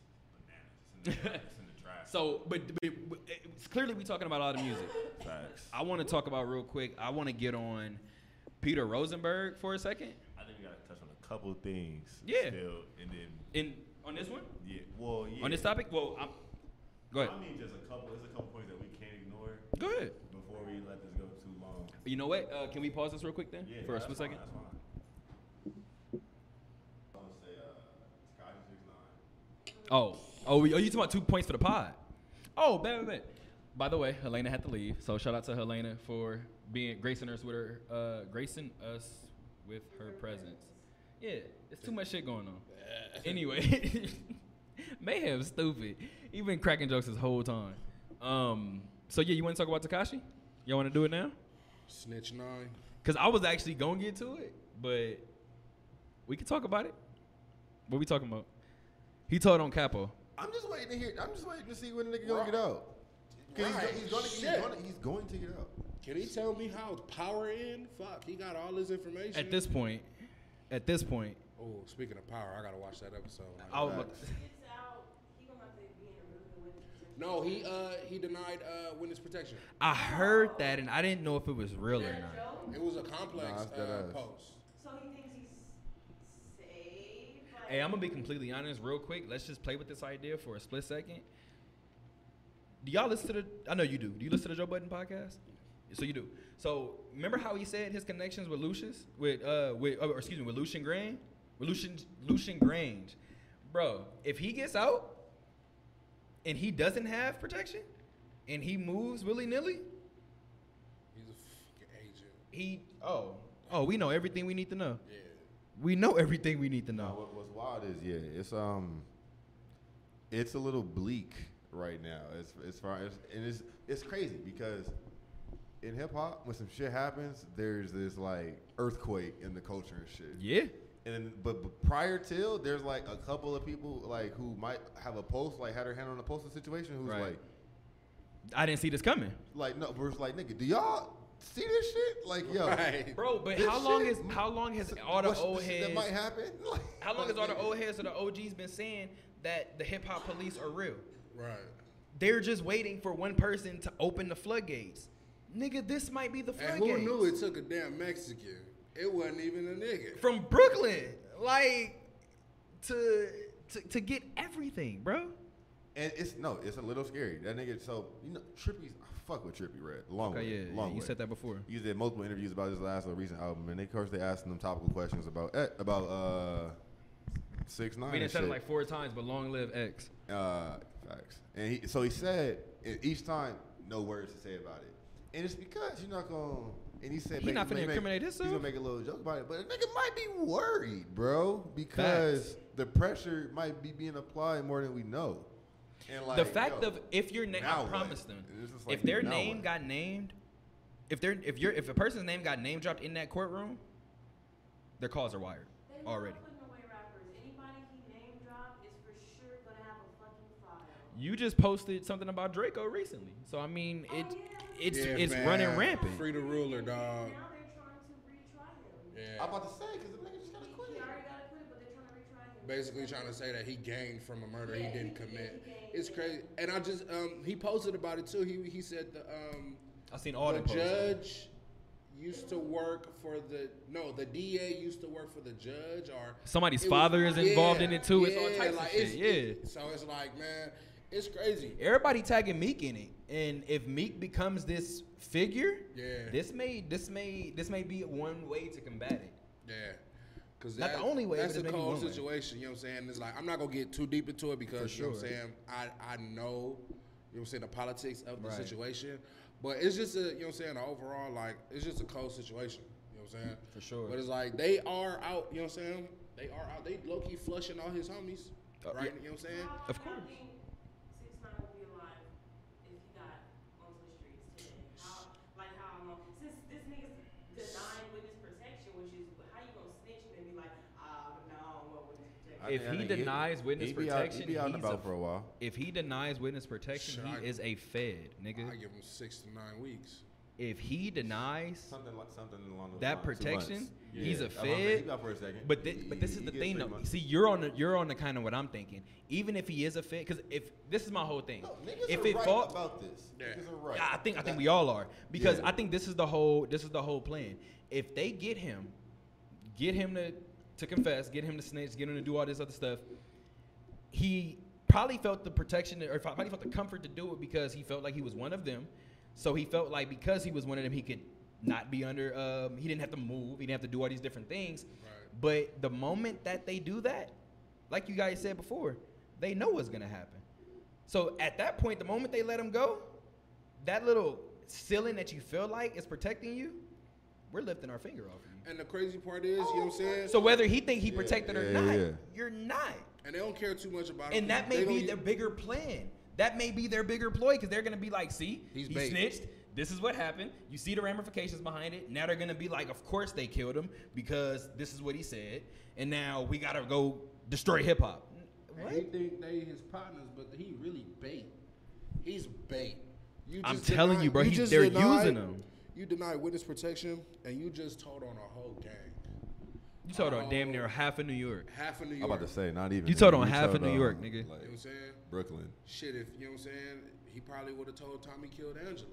bananas. It's in the, it's in the Facts. So, but, but but it's clearly we talking about all the music. Facts. I want to talk about real quick. I want to get on Peter Rosenberg for a second. I think we gotta touch on a couple things. Yeah. Still, and then In on this one, yeah. Well, yeah. on this topic. Well, I'm, go ahead. I mean, just a couple. There's a couple points that we can't ignore Go ahead. before we let this go too long. You know what? Uh, can we pause this real quick then? Yeah. for a that's split fine, second. That's fine. I want to say uh, Scotty six nine. Oh, oh, we- oh, you talking about two points for the pod? Oh, bet, bet, bet. By the way, Helena had to leave, so shout out to Helena for being gracing us with her, uh, gracing us with her presence. Yeah, it's too much shit going on. Anyway, mayhem stupid. You've been cracking jokes this whole time. Um, so yeah, you want to talk about Takashi? Y'all want to do it now? Snitch nine. Cause I was actually gonna get to it, but we can talk about it. What we talking about? He told on Capo. I'm just waiting to hear. I'm just waiting to see when the nigga gonna Right. get out. 'Cause he's go- Right. he's, gonna, he's, Shit. gonna, he's going to get out. Can he tell me how power in? Fuck, he got all his information. At this point, at this point, Oh, speaking of power, I gotta watch that episode. I was Facts. Gets out, he gonna have to be in a room and witness protection. no, he uh he denied uh witness protection. I heard that and I didn't know if it was real or not. Joe, It was a complex Nah, it's dead uh, ass. post. so he thinks he's safe. Like, Hey, I'm gonna be completely honest, real quick. Let's just play with this idea for a split second. Do y'all listen to the? I know you do. Do you listen to the Joe Budden podcast? So you do. So remember how he said his connections with Lucius, with uh, with oh, excuse me, with Lucian Grange, with Lucian Lucian Grange, bro. If he gets out and he doesn't have protection, and he moves willy nilly, He's a fucking agent. he oh oh we know everything we need to know. Yeah. We know everything we need to Nah, know. what, what's wild is yeah, it's um, it's a little bleak right now. As as far as and it's it's crazy because in hip hop, when some shit happens, there's this like earthquake in the culture and shit. Yeah. And then, but, but prior till there's like a couple of people like who might have a post like had her hand on a postal situation who's Right. like I didn't see this coming. like no, but it's like nigga, do y'all see this shit? Like yo, Right. Bro, but This how long is shit- how long has all the what's old shit heads that might happen? Like, how long has all the nigga. old heads or the OGs been saying that the hip hop police are real? Right. They're just waiting for one person to open the floodgates. Nigga, this might be the And floodgates. who knew it took a damn Mexican? It wasn't even a nigga. From Brooklyn, like to to, to get everything, bro. And it's no, it's a little scary. That nigga, so you know, Trippy's I fuck with Trippy Red. Long way, long way. before. You did multiple interviews about his last or recent album, and of course they asked him topical questions about eh, about uh six nine. I mean, it and said it shit. like four times, but long live X. Uh, facts. And he, so he said and each time, no words to say about it. And it's because you're not gonna. And he said He make- not finna make- make- incriminate He's himself. gonna make a little joke about it, but a nigga might be worried, bro, because the pressure might be being applied more than we know. And like the fact yo, of if your name, now I what? promise them, And it's just if like, their now name what? got named, if their if your if a person's name got name dropped in that courtroom, their calls are wired They love already. putting away rappers. Anybody he name drop is for sure gonna have a fucking file. You just posted something about Draco recently, so I mean it it's Yeah, it's man. running rampant. Free the ruler, dog. Now they're trying to retry him. Yeah. I'm about to say because the nigga just gotta He quit. he already got acquitted, but they're trying to retry him. basically trying to say that he gained from a murder Yeah, he didn't he- yeah, commit. he gained, It's yeah. crazy. And I just um, he posted about it too. He he said the um I seen all the the posts. judge used to work for the no the DA used to work for the judge or Somebody's it was- father is involved in yeah, it too. it's all yeah, types like, of it's- shit. Yeah. it- so it's like man, it's crazy. Everybody tagging Meek in it, and if Meek becomes this figure, Yeah. this may this may this may be one way to combat it. Yeah. Cause Not that- the only way, That's but a it may be cold one way. situation. You know what I'm saying? It's like I'm not gonna get too deep into it because you know what I'm sure. saying. I I know you know what I'm saying the politics of the Right. situation, but it's just a you know what I'm saying. The overall like it's just a cold situation. You know what I'm saying? For sure. But it's like they are out. You know what I'm saying? They are out. They low key flushing all his homies. Uh, right? yeah. You know what I'm saying? Of How do course. you think Six Nine would be alive if he got onto the streets today? How, like how long? Since this nigga's denying witness protection, which is how you gonna snitch and then be like, ah, but no, I don't want witness protection. I If think- I he think denies witness he be out- protection, he be out and he's about a- for a while. If he denies witness protection, Should he I- is a Fed, nigga. I give him six to nine weeks. if he denies Something like something along those that lines, two protection, months. he's Yeah. a That's what I'm saying. He Fed. got for a second. But thi- but this is He the gets thing three though. months. See, you're on the, you're on the kind of what I'm thinking. Even if he is a Fed, because if this is my whole thing, No, niggas if are it right falls, about this. Niggas are right. I think I think we all are because Yeah. I think this is the whole this is the whole plan. If they get him, get him to to confess, get him to snitch, get him to do all this other stuff. He probably felt the protection or probably felt the comfort to do it because he felt like he was one of them. So he felt like because he was one of them, he could not be under. Um, he didn't have to move. He didn't have to do all these different things. But the moment that they do that, like you guys said before, they know what's gonna happen. So at that point, the moment they let him go, that little ceiling that you feel like is protecting you, we're lifting our finger off of you. And the crazy part is, you know what I'm saying? So whether he think he protected or yeah, not, yeah. you're not. and they don't care too much about him. And that They may don't e be u- their bigger plan. That may be their bigger ploy because they're gonna be like, see, He's he bait. snitched. This is what happened. You see the ramifications behind it. Now they're gonna be like, of course they killed him because this is what he said. And now we gotta go destroy hip hop. And He think they his partners, but he really bait. He's bait. You I'm just telling you, bro, he- just they're using him. You denied witness protection, and you just told on a whole gang, You told on damn Oh. near half of New York. half of New York. I'm about to say, not even. You told nigga. on You half of told New on, York, nigga. like, You know what I'm saying? Brooklyn. Shit, if you know what I'm saying, he probably would have told Tommy killed Angela.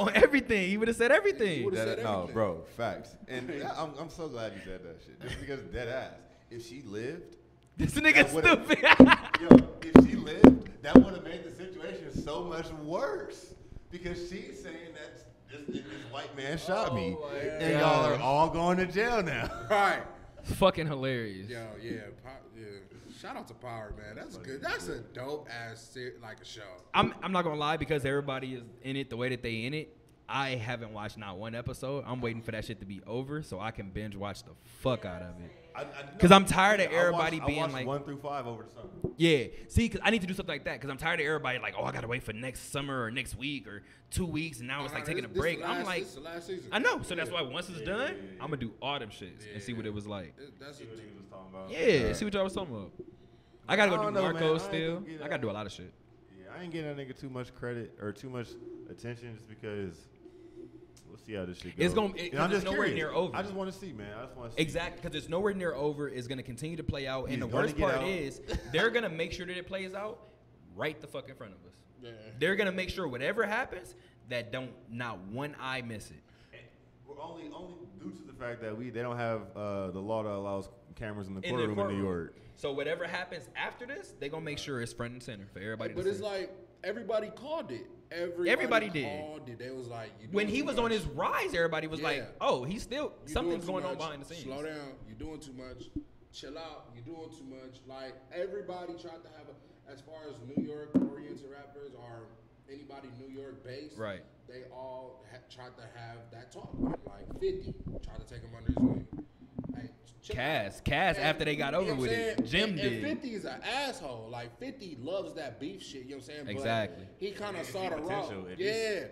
on everything. He would have said everything. Would've Dead- said no, everything. bro, facts. And yeah, I'm, I'm so glad you said that shit. Just because dead ass, if she lived, This nigga That would've- stupid. yo, if she lived, that would have made the situation so much worse because she's saying that this, this white man shot me, Oh and y'all are all going to jail now. Right. Fucking hilarious. Yo, yeah, po- yeah. Shout out to Power, man. That's good. That's a dope ass ser- like a show. I'm I'm not gonna lie because everybody is in it the way that they in it. I haven't watched not one episode. I'm waiting for that shit to be over so I can binge watch the fuck out of it. I- I- 'Cause I'm tired of I watched- everybody I being watched like- one through five over the summer. Yeah, see, cause I need to do something like that because I'm tired of everybody like, oh, I gotta wait for next summer or next week or two weeks, and now it's like Nah, taking Uh, this- a this break. the I'm last- like, this the last season. I know, so that's why once it's done, I'm gonna do all them shits and see what it was like. It- That's a, See what niggas was talking about. Yeah, see what y'all was talking about. I gotta go I do don't know, Narcos man. I ain't still. gonna get I gotta out. do a lot of shit. Yeah, I ain't getting that nigga too much credit or too much attention just because we'll see how this shit goes. It's gonna- it- And I'm 'cause it's just nowhere curious. near over. I just want to see, man. I just want to see. Exactly, because it's nowhere near over. It's going to continue to play out, and He's the gonna worst get part out. is they're going to make sure that it plays out right the fuck in front of us. yeah. They're going to make sure whatever happens that don't not one eye miss it. We're only only due to the fact that we they don't have uh, the law that allows cameras in the their courtroom in, New courtroom. York. So whatever happens after this, they're going to make sure it's front and center for everybody. But to it's see. like everybody called it. Everybody, Everybody did. Called it. They was like, you when doing he too was on much. his rise, everybody was like, Yeah. "Oh, he's still You something's doing going too on much. behind the scenes." Slow down. You're doing too much. Chill out. You're doing too much. Like everybody tried to have a as far as New York oriented rappers or anybody New York based. Right. They all ha- tried to have that talk with him. Like 50 tried to take him under his wing. Like, chill Cass, out. Cass, And- after they got you know over what I'm with it, saying? Jim And- did. And 50 is an asshole. Like 50 loves that beef shit. You know what I'm saying? But Exactly. he kind of saw see the route. potential, if he- Yeah.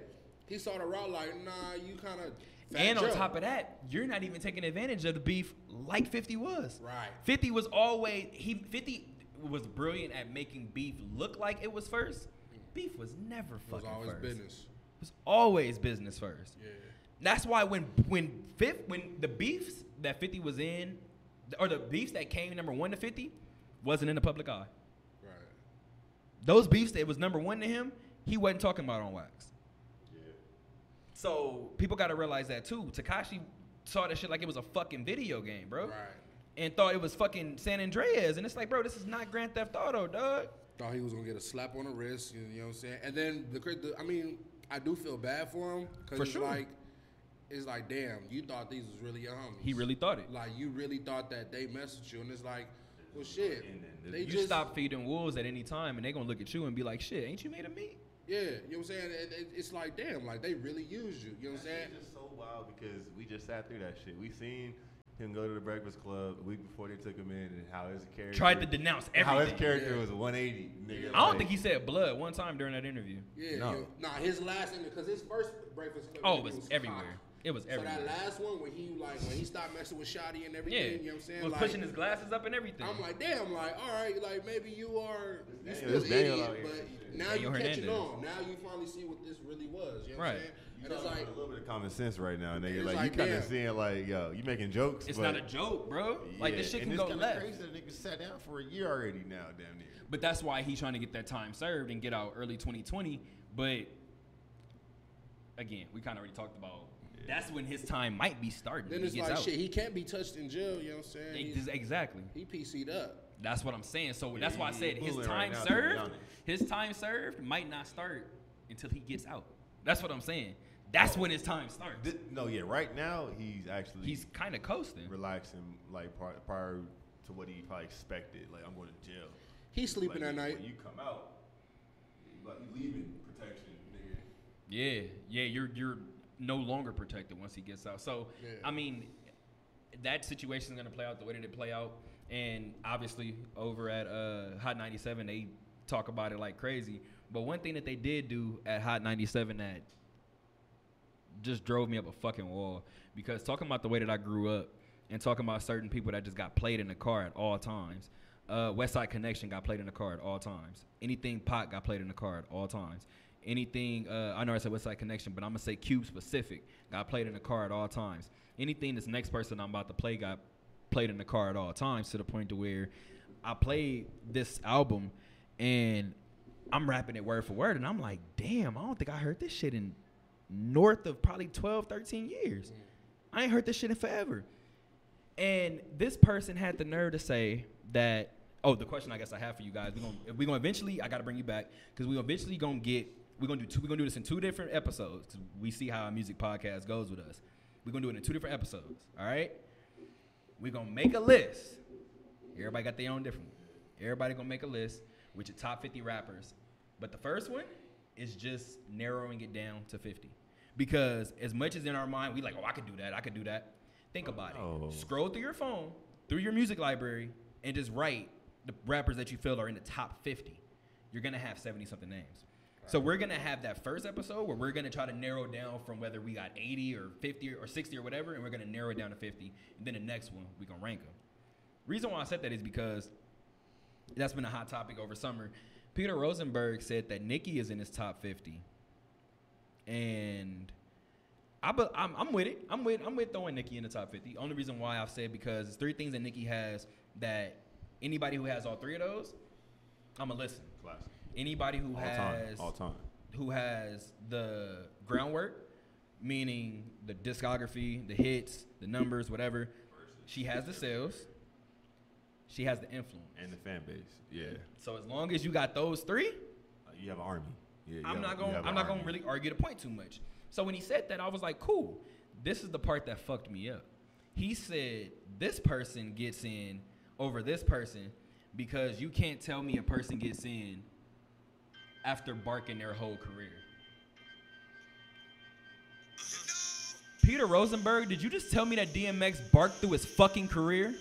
He saw the route like, nah, you kind of. And on top of that, you're not even taking advantage of the beef like 50 was. Right. 50 was always he 50 was brilliant at making beef look like it was first. Beef was never Mm. It was fucking always first. business. It was always business first. Yeah. That's why when when fifth when the beefs that 50 was in or the beefs that came number 1 to 50 wasn't in the public eye. Right. Those beefs that was number 1 to him, he wasn't talking about on wax. So people got to realize that too. Takashi saw that shit like it was a fucking video game, bro. Right. And thought it was fucking San Andreas, and it's like, bro, this is not Grand Theft Auto, dog. Thought he was gonna get a slap on the wrist. You know what I'm saying? And then the, cra- the I mean, I do feel bad for him because For it's sure. like, it's like, damn, you thought these was really your homies. He really thought it. like you really thought that they messed with you, and it's like, well, shit. They you just stop feeding wolves at any time, and they gonna look at you and be like, shit, ain't you made of meat? Yeah, you know what I'm saying? It- it- it's like, damn, like they really used you. You know what I'm saying? It's just so wild because we just sat through that shit. We seen him go to the Breakfast Club a week before they took him in, and how his character Tried to denounce and How his everything. character was 180. Nigga, I don't think he said blood one time during that interview. Yeah. No. you- nah, his last interview, because his first breakfast. Club Oh, it interview was cock. everywhere. It was So everywhere. that last one, when he like when he stopped messing with Shotty and Yeah, everything, you know what I'm saying? was like, pushing his glasses up and everything. I'm like, damn, like, all right, like maybe you are you Daniel- still this Daniel idiot, out here. but now Daniel you catching Hernandez. on. Now you finally see what this really was. You know Right. What I'm saying? You and it's gotta like, put a little bit of common sense right now, nigga. it's Like, like, you kind damn. of seeing like, yo, you making jokes. It's but not a joke, bro. Like this yeah, shit and can it's go kinda left. Crazy that nigga sat down for a year already now, damn near. But that's why he's trying to get that time served and get out early 2020. But again, we kind of already talked about that's when his time might be starting. then when it's he gets like out. shit. He can't be touched in jail. You know what I'm saying? Ex- He's- exactly. he PC'd up. That's what I'm saying. So Yeah, that's why I he- said he's his fooling time right now, to be served, honest. his time served might not start until he gets out. That's what I'm saying. That's when his time starts. Thi- no, yeah, right now he's actually He's kind of coasting. relaxing, like prior, prior to what he probably expected. Like I'm going to jail. He's sleeping Like, at night. When you come out, you like you leaving protection, nigga. Yeah, yeah, you're you're no longer protected once he gets out. So Yeah. I mean, that situation's gonna play out the way that it play out, and obviously over at uh, Hot 97 they talk about it like crazy. But one thing that they did do at Hot 97 that just drove me up a fucking wall because talking about the way that I grew up and talking about certain people that just got played in the car at all times. Uh, West Side Connection got played in the car at all times. Anything Pot got played in the car at all times. Anything uh, I know I said West Side Connection, but I'm gonna say Cube specific got played in the car at all times. Anything this next person I'm about to play got played in the car at all times to the point to where I played this album and I'm rapping it word for word and I'm like, damn, I don't think I heard this shit in north of probably 12, 13 years. I ain't heard this shit in forever. And this person had the nerve to say that. Oh, the question I guess I have for you guys: We're gonna we gonna eventually. I gotta bring you back because we eventually gonna get. We're gonna do two. We're gonna do this in two different episodes. 'cause We see how our music podcast goes with us. We're gonna do it in two different episodes. All right. We're gonna make a list. Everybody got their own different one. Everybody gonna make a list with your top 50 rappers. But the first one is just narrowing it down to 50. Because as much as in our mind, we like, oh, I could do that, I could do that. Think about Oh. it. Scroll through your phone, through your music library, and just write the rappers that you feel are in the top 50. You're gonna have 70 something names. So we're gonna have that first episode where we're gonna try to narrow down from whether we got 80 or 50 or 60 or whatever, and we're gonna narrow it down to 50. And then the next one, we gonna rank them. Reason why I said that is because that's been a hot topic over summer. Peter Rosenberg said that Nicki is in his top 50. And I but I'm, I'm with it. I'm with I'm with throwing Nicki in the top 50. Only reason why I've said because it's three things that Nicki has that anybody who has all three of those, I'ma listen. Classic. Anybody who All has time. All time. who has the groundwork, meaning the discography, the hits, the numbers, whatever. She has the sales. She has the influence. And the fan base. Yeah. so as long as you got those three, Uh, you have an army. Yeah, you I'm have- not you going. have I'm an not going to army. really argue the point too much. So when he said that, I was like, cool. This is the part that fucked me up. He said this person gets in over this person because you can't tell me a person gets in after barking their whole career. Peter Rosenberg, did you just tell me that DMX barked through his fucking career?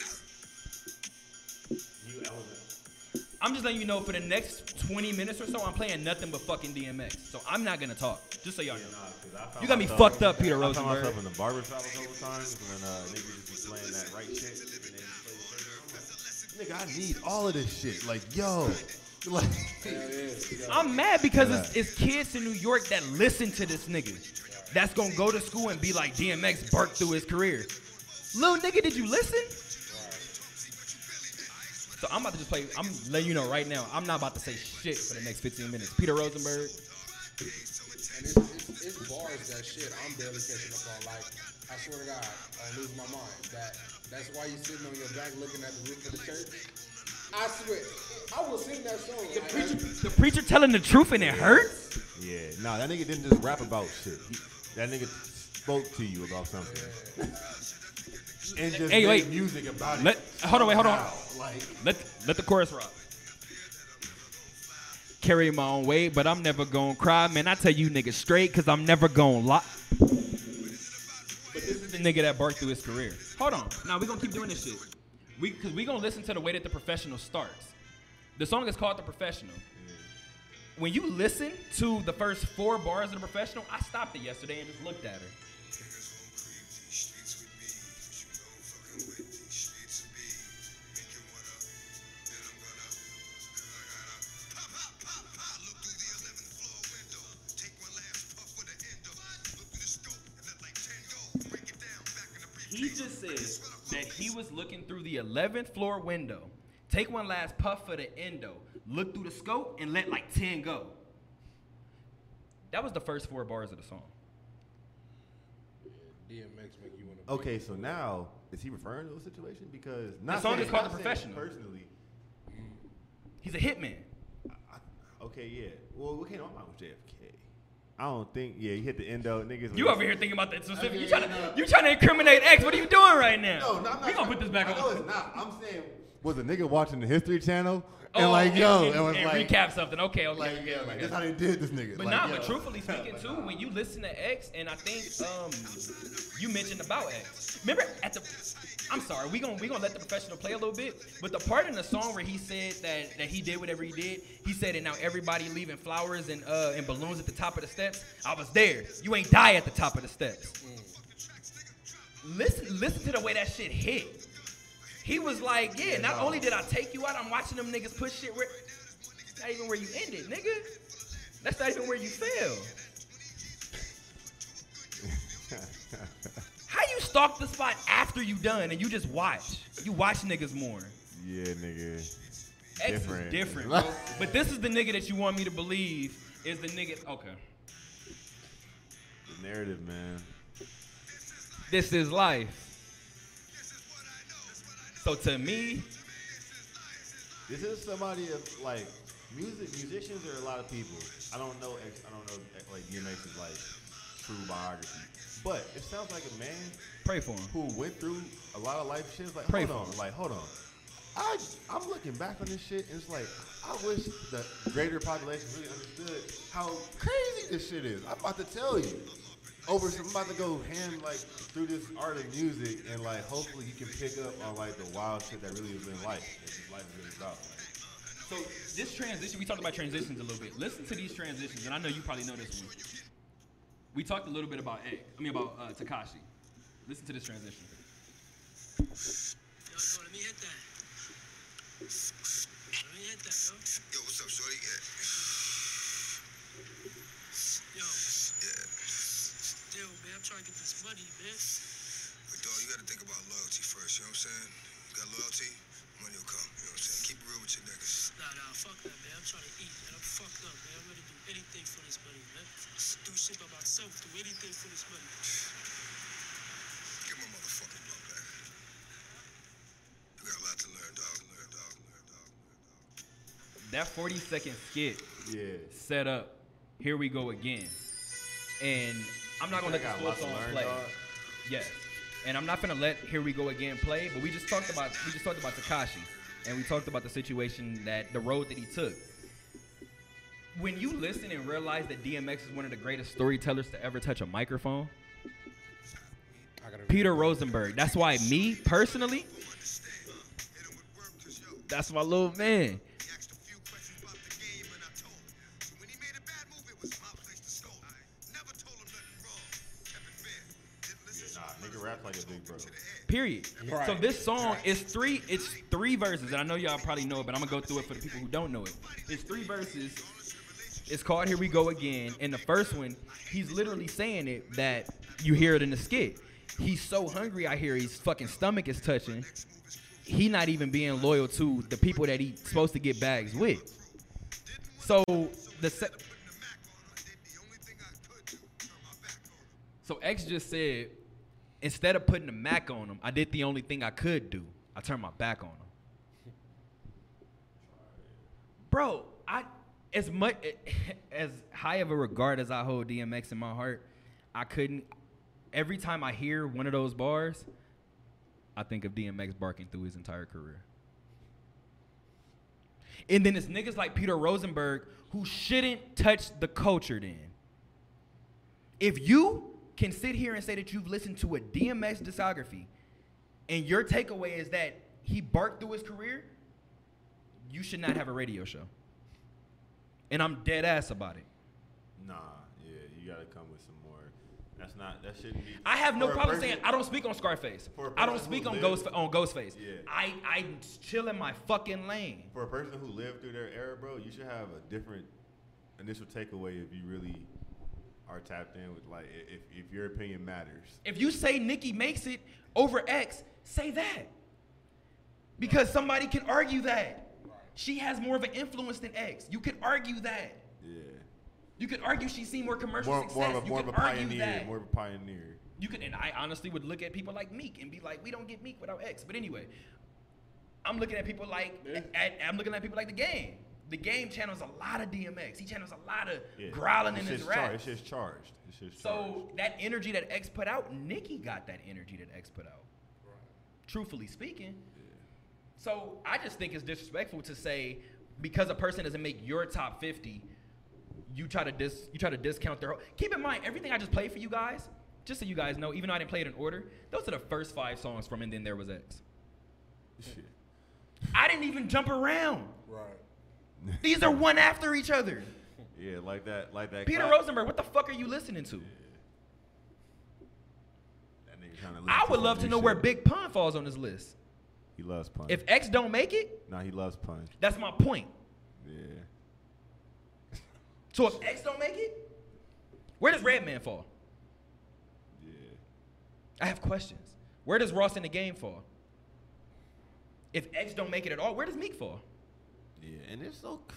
I'm just letting you know for the next 20 minutes or so, I'm playing nothing but fucking DMX. So I'm not gonna talk. Just so y'all know. Nah, 'cause I found You got me myself- fucked up, Peter I Rosenberg. found myself in the barber shop a couple times when uh, niggas just be playing that right shit. And they just play the shit. I'm like, Nigga, I need all of this shit. Like, yo, like, I'm mad because it's, it's kids in New York that listen to this nigga. That's gonna go to school and be like DMX barked through his career. Little nigga, did you listen? So I'm about to just play. I'm letting you know right now. I'm not about to say shit for the next 15 minutes. Peter Rosenberg. And it's, it's, it's bars that shit I'm barely catching up on. Like, I swear to God, I lose my mind. That that's why you sitting on your back looking at the roof of the church. I swear, I will sing that song. Like, I- The preacher telling the truth and it hurts. yeah, nah, that nigga didn't just rap about shit. He- that nigga spoke to you about something. and just Hey, made wait. music about Let- it. hold on, wait, hold on. Wow, Like, Let let the chorus rock. Carry my own weight, but I'm never gonna cry, man. I tell you niggas straight, cause I'm never gonna lie. But this is the nigga that barked through his career. Hold on. Now we gonna keep doing this shit. We cause we gonna listen to the way that the professional starts. The song is called The Professional. When you listen to the first four bars of the professional, I stopped it yesterday and just looked at her. Pop, pop, pop, look through the He just said that he was looking through the 11th floor window. Take one last puff for the endo. Look through the scope and let like 10 go. That was the first four bars of the song. DMX make you want to. Okay, so now is he referring to a situation? Because not song saying- is called not The saying Professional. Personally, He's a hitman. okay, yeah. Well, what came on my mind was JFK. I don't think. Yeah, he hit the endo. Niggas. You was- over here thinking about that specific. you mean, trying no. to you trying to incriminate X. What are you doing right now? No, no, I'm not. We gonna trying- put this back I know on. it's not. I'm saying was a nigga watching the History Channel and Oh, like yo, and, it was and like recap something. Okay, okay, like okay, yeah, like okay. that's how they did this nigga. But like, nah, yo. but truthfully speaking too, when you listen to X, and I think um, you mentioned about X. Remember at the, I'm sorry, we gonna we gonna let the professional play a little bit, but the part in the song where he said that that he did whatever he did, he said it now everybody leaving flowers and uh and balloons at the top of the steps. I was there. You ain't die at the top of the steps. Listen, listen to the way that shit hit. He was like, yeah. Not only did I take you out, I'm watching them niggas push shit. Where, not even where you ended, nigga. That's not even where you fell. How you stalk the spot after you done and you just watch? You watch niggas more. Yeah, nigga. X is Different. different, bro. but this is the nigga that you want me to believe is the nigga. Okay. The narrative, man. This is life. So to me, This is somebody of like music. Musicians are a lot of people. I don't know. X, I don't know like DMX's like true biography, but it sounds like a man pray for him. who went through a lot of life shit. It's like, Pray hold for on, like, hold on. I I'm looking back on this shit, and it's like, I wish the greater population really understood how crazy this shit is. I'm about to tell you. Over, I'm about to go ham like through this art of music, and like hopefully you can pick up on like the wild shit that really is in life. That this life is really about. Like, So this transition, we talked about transitions a little bit. Listen to these transitions, and I know you probably know this one. We talked a little bit about Egg. I mean about uh, Takashi. Listen to this transition. Yo, yo, let me hit that. Let me hit that, yo. Yo, what's up, shorty? Yeah. Yo. Still, man, I'm trying to get this money, man. But dog, you gotta think about loyalty first, you know what I'm saying? You got loyalty, money will come, you know what I'm saying? Keep it real with your niggas. Nah, nah, fuck that, man. I'm trying to eat, man. I'm fucked up, man. I'm ready to do anything for this money, man. Do shit by myself, do anything for this money. Get my motherfucking blood back. You got a lot to learn, dog. Learn, dog. Learn, dog. Learn, dog. That 40 second skit yeah, set up. Here we go again. And I'm not gonna let got the a lot full to song learn, play. dog. Yes. And I'm not gonna let Here We Go Again play, but we just talked about we just talked about Takashi. And we talked about the situation that the road that he took. When you listen and realize that DMX is one of the greatest storytellers to ever touch a microphone, I gotta Peter Rosenberg. That's why me personally, that's my little man. He asked a few questions about the game, and I told him. So when he made a bad move, it was my place to scold. him. Never told him nothing wrong. Kept it fair. Didn't listen to nah, him. nigga rap like a big bro. Period. Right. So this song is three. It's three verses, and I know y'all probably know it, but I'm gonna go through it for the people who don't know it. It's three verses. It's called "Here We Go Again," and the first one, he's literally saying it that you hear it in the skit. He's so hungry out here, his fucking stomach is touching. He not even being loyal to the people that he's supposed to get bags with. So the se- So X just said, instead of putting the Mac on him, I did the only thing I could do. I turned my back on him. Bro, I as much as high of a regard as I hold DMX in my heart, I couldn't. Every time I hear one of those bars, I think of DMX barking through his entire career. And then it's niggas like Peter Rosenberg who shouldn't touch the culture then. If you can sit here and say that you've listened to a DMX discography and your takeaway is that he barked through his career, you should not have a radio show. And I'm dead ass about it. Nah, yeah, you gotta come with some more. That's not. That shouldn't be. I have no for a problem person- saying I don't speak on Scarface. for a I don't person who speak on lived- Ghost on Ghostface. Yeah. I I chill in my fucking lane. for a person who lived through their era, bro, you should have a different initial takeaway if you really are tapped in with like i- if, if your opinion matters. If you say Nikki makes it over X, say that. Because somebody can argue that. She has more of an influence than X. You could argue that. Yeah. You could argue she's seen more commercial More, success. more of a you more of could a argue pioneer. that. More of a pioneer. You could, and I honestly would look at people like Meek and be like, we don't get Meek without X. But anyway, I'm looking at people like, at, I'm looking at people like the game. The game channels a lot of DMX. He channels a lot of Yeah. growling in It's his just char- rap. It's just charged. It's just charged. So that energy that X put out, Nikki got that energy that X put out. Truthfully speaking. So I just think it's disrespectful to say because a person doesn't make your top 50, you try to dis you try to discount their whole keep in mind everything I just played for you guys, just so you guys know, even though I didn't play it in order, those are the first five songs from and then there was X. Shit. I didn't even jump around. Right. These are one after each other. Yeah, like that, like that. Peter clap- Rosenberg, what the fuck are you listening to? That nigga tryna listen I would some love to new know where shit. Big Pun falls on this list. He loves pun. If X don't make it, nah, he loves pun. That's my point. Yeah. So if X don't make it, where does Redman fall? Yeah. I have questions. Where does Ross in the game fall? If X don't make it at all, where does Meek fall? Yeah. And it's so. c-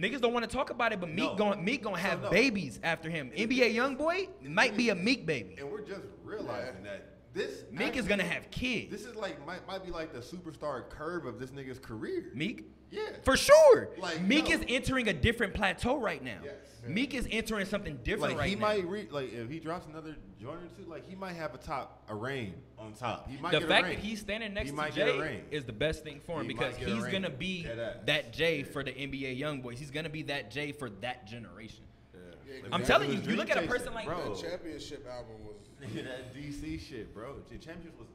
Niggas don't want to talk about it, but Meek No. gon' Meek gonna have no. babies after him. NBA YoungBoy might be a Meek baby. And we're just realizing that this Meek is actually- gonna have kids. This is like might might be like the superstar curve of this nigga's career. Meek? Yeah. For sure. Like, Meek no. is entering a different plateau right now. Yes. Meek is entering something different like right he now. might re- like if he drops another joint or two, like he might have a top a reign on top. He might the get fact a reign. that he's standing next He to might get a Jay ring. is the best thing for him He because might get a he's ring. gonna be Dead ass. that Jay for the NBA young boys. He's gonna be that Jay for that generation. Like, I'm that telling was you, you look at a dream person chasing, like- bro. That championship album was. Yeah, that DC shit, bro. The championship was.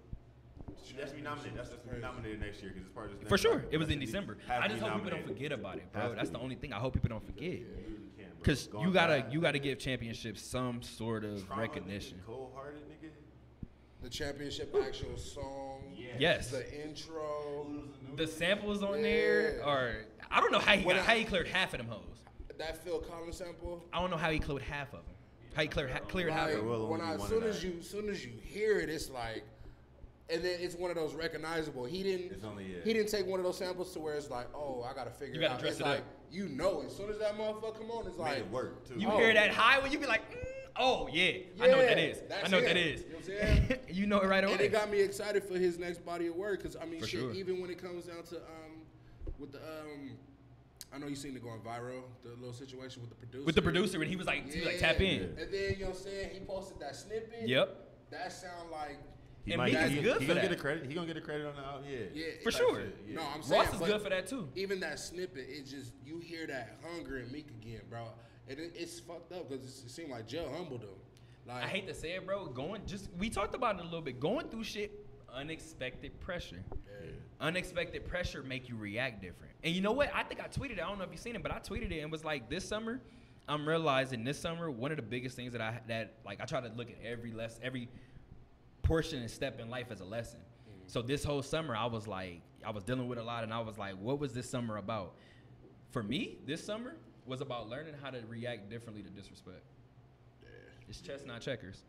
That's be nominated. That's that's be nominated next year because it's part of this. For next sure, record. it was Has in to be- December. has to I be just hope people don't nominated. forget about it, Has bro. to That's be. the only thing I hope people don't forget. You really can't, bro. Cause Going you gotta back. you gotta give championships some sort of Trauma, nigga, recognition. Cold-hearted nigga. The championship actual song. Yes, The intro. the samples on there Yeah. are. I don't know how he When got, I- how he cleared half of them hoes. That Phil Collins sample. I don't know how he cleared half of them. How he cleared ha- cleared half of Like, them. will when only I, be one soon of as that. you, soon as you hear it, it's like, and then it's one of those recognizable. He didn't. It's only, yeah. He didn't take one of those samples to where it's like, oh, I gotta figure You it gotta out. dress it's it up. like you know, as soon as that motherfucker come on, it's Made like it work too. You Oh. hear that high when you be like, mm, oh yeah, I know what that Yeah, is. I that's know what it. that is. You know what I'm saying? You know it right away. And it got me excited for his next body of work because I mean, For shit, sure. even when it comes down to um, with the um, I know you seen it going viral, the little situation with the producer. With the producer, and he was like, he was like Yeah. tap in. And then you know what I'm saying, he posted that snippet. Yep. That sound like He And might- Meek is he- good he for gonna that. get a credit. He gonna get a credit on the album. Yeah. yeah. For like, sure. Yeah. No, I'm saying Ross is but good for that too. Even that snippet, it just you hear that hunger in Meek again, bro, and it, it's fucked up because it seemed like Jill humbled him. Like I hate to say it, bro. Going just we talked about it a little bit. Going through shit, unexpected pressure. Unexpected pressure make you react different. And you know what? I think I tweeted it. I don't know if you've seen it, but I tweeted it and was like, this summer, I'm realizing this summer one of the biggest things that I that like I try to look at every less every portion and step in life as a lesson. So this whole summer, I was like, I was dealing with a lot, and I was like, what was this summer about? For me, this summer was about learning how to react differently to disrespect. It's chess, not checkers.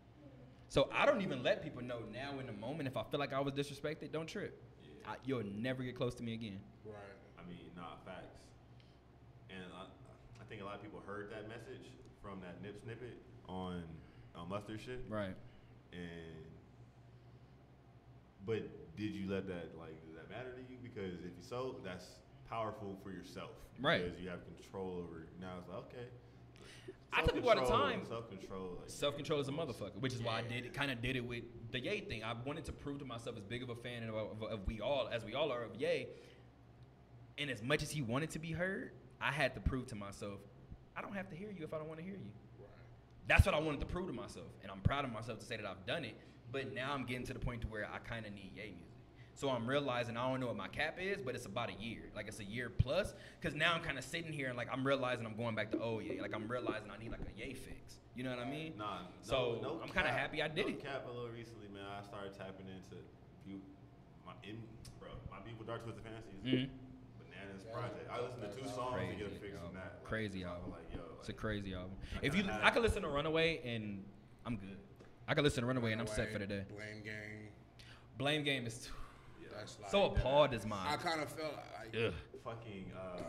So I don't even let people know now in the moment if I feel like I was disrespected. Don't trip. I, you'll never get close to me again. right. I mean, nah, facts. And I, I think a lot of people heard that message from that nip snippet on on mustard shit. Right. And but did you let that like did that matter to you? Because if you so, that's powerful for yourself. Right. Because you have control over. Now it's like okay. I took people at a Self-control, time. Self-control. Like, Self control is a motherfucker, which is why I did it. Kind of did it with the Ye thing. I wanted to prove to myself as big of a fan of, of, of we all as we all are of Ye. And as much as he wanted to be heard, I had to prove to myself, I don't have to hear you if I don't want to hear you. That's what I wanted to prove to myself, and I'm proud of myself to say that I've done it. But now I'm getting to the point to where I kind of need Ye music. So I'm realizing I don't know what my cap is, but it's about a year. Like it's a year plus. Cause now I'm kind of sitting here and like I'm realizing I'm going back to oh yeah. Like I'm realizing I need like a Ye fix. You know what I mean? Nah. no- So no I'm kind of cap. happy I did no it. Cap a little recently, man. I started tapping into you, my in, bro, my people dark twisted fantasies, Mhm. bananas this project. I listened to two songs to get a Crazy fix from album. that. Like, Crazy I'm album. Like, yo, It's a like, crazy album. If you, I could listen to Runaway and I'm good. I could listen to Runaway and I'm set for the day. Blame game. Blame Game is That's like, so uh, appalled is I mine. kind of felt like Ugh. fucking. Uh,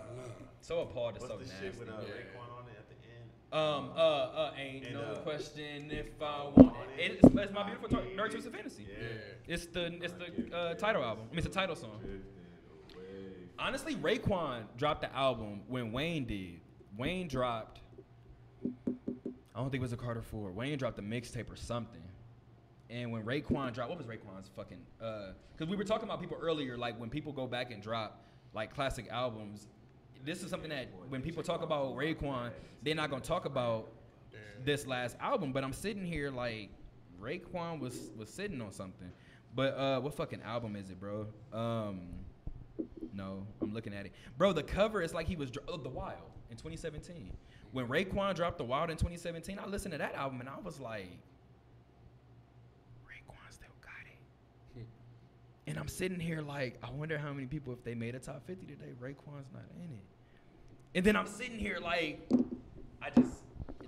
So appalled is what's so the nasty. shit with uh, Yeah. Raekwon on it at the end? Um, uh, uh, ain't And, no uh, question if I want it. It's, it's my beautiful tar- Dream dark twisted fantasy. Yeah. It's the it's the uh, title album. I mean, it's the title song. Drifting away. Honestly, Raekwon dropped the album when Wayne did. Wayne dropped. I don't think it was a Carter Four. Wayne dropped a mixtape or something. And when Raekwon dropped, what was Raekwon's fucking? Because we were talking about people earlier, like when people go back and drop like classic albums. This is something that when people talk about Raekwon, they're not gonna talk about this last album. But I'm sitting here like Raekwon was was sitting on something. But uh, what fucking album is it, bro? Um, no, I'm looking at it, bro. The cover is like he was dro- oh, the Wild in 2017. When Raekwon dropped the Wild in 2017, I listened to that album and I was like, Raekwon still got it. and I'm sitting here like, I wonder how many people if they made a top 50 today, Raekwon's not in it. And then I'm sitting here like, I just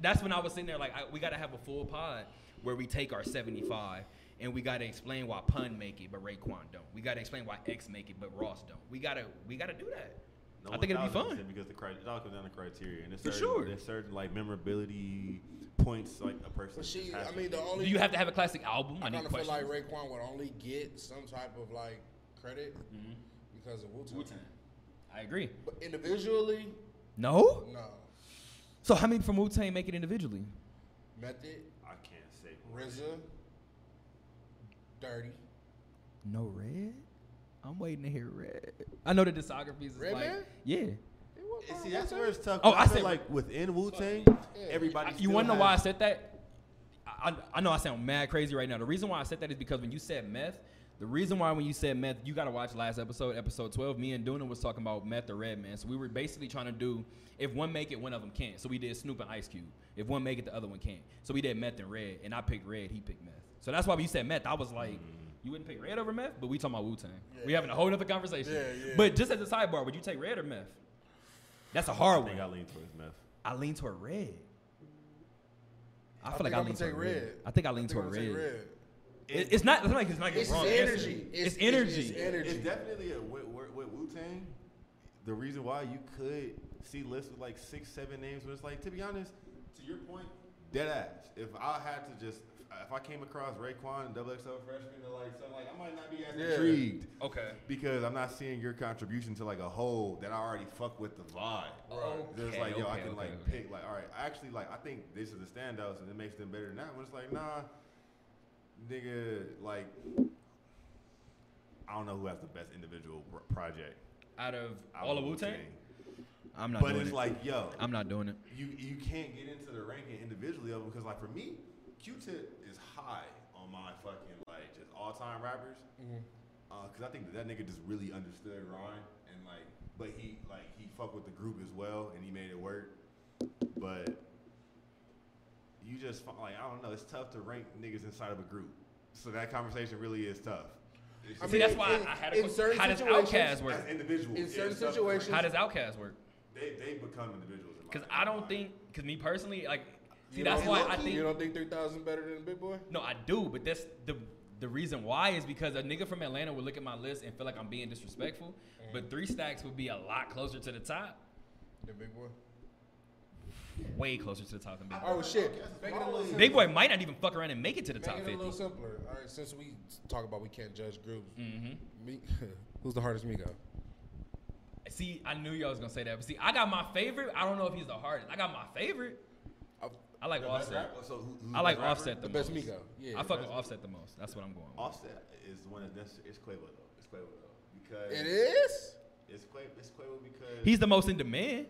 that's when I was sitting there like I, we got to have a full pod where we take our 75 and we got to explain why Pun make it but Raekwon don't. We got to explain why X make it but Ross don't. We got to we got to do that. No, I think it'll be 1000% fun. because the cri- it all comes down to criteria, and there's For certain, sure. there's certain like memorability points like a person. But she, has I to mean, the hit. Do only you have to have a classic album? I I need kind of feel questions. like Raekwon would only get some type of like credit because of Wu Tang. I agree. But individually, No? no. So how many from Wu-Tang make it individually? Method, I can't say. RZA, Dirty. No red? I'm waiting to hear red. I know the discographies is Red like Man? yeah. And see, that's where it's tough. Oh, 'cause I feel said- like within Wu Tang, everybody. you still want to know why I has- said that? I, I- I know I sound mad crazy right now. The reason why I said that is because when you said meth, the reason why when you said meth, you got to watch last episode, episode 12. Me and Duna was talking about meth or red man. So we were basically trying to do if one make it, one of them can't. So we did Snoop and Ice Cube. If one make it, the other one can't. So we did meth and red, and I picked red, he picked meth. So that's why when you said meth, I was like, you wouldn't pick red over meth, but we talking about Wu Tang. We having a whole other conversation. Yeah, yeah. But just as a sidebar, would you take red or meth? That's a hard I one. think I lean towards meth. I lean toward red. I feel think like I I'm lean gonna toward take red. red. I think I lean I think I'm toward gonna say red. It- it's not. It's not like it's like It's wrong. energy. answer. It's- It's, it's- energy. it's energy. It's definitely a with, with, with Wu Tang. The reason why you could see lists with like six, seven names, but it's like to be honest, to your point, dead ass. If I had to just, if I came across Raekwon and Double XL freshman, or like something like, I might not be as Yeah. intrigued Okay. because I'm not seeing your contribution to like a whole that I already fuck with the vibe. There's Okay, like, yo, I okay, can okay, like okay. pick, like, all right, I actually, like, I think these are the standouts and it makes them better than that. But it's like, nah, nigga, like, I don't know who has the best individual pro- project. Out of out all of Wu Tang, I'm not. But doing it's it. like, yo, I'm not doing it. you you can't get into the ranking individually of them because, like, for me, Q Tip is high on my fucking, like, just all time rappers. Mm-hmm. Because I think that, that nigga just really understood Ron and, like, but he, like, he fucked with the group as well and he made it work. But you just, fi- like, I don't know, it's tough to rank niggas inside of a group. So that conversation really is tough. It's I just- See, that's mean, why in- I had in a question. certain How does situations- Outkast work? as individuals. In yeah, certain it's tough to rank. situations, How does Outkast work? They they become individuals. in my Because opinion. I don't think. Because me personally, like, see, You that's don't why think- I think. you don't think three thousand better than Big Boy. No, I do, but that's the the reason why is because a nigga from Atlanta would look at my list and feel like I'm being disrespectful. But three stacks would be a lot closer to the top, Than Big Boy. way closer to the top than Big Boy. Oh shit. Make it a little simpler. Big Boy might not even fuck around and make it to the top Make it a fifty. little simpler. All right, since we talk about we can't judge groups, hmm me, who's the hardest Migo? See, I knew y'all was gonna say that, but see, I got my favorite. I don't know if he's the hardest. I got my favorite. Uh, I like The best Offset. rapper- so who- who's I like best rapper? Offset the, The best most. Migo. Yeah. I fuck with best- Offset the most. That's what I'm going. With. Offset is the one that's necessary. It's Quavo though. It's Quavo though because It is. It's Quavo. It's Quavo because He's the most in demand.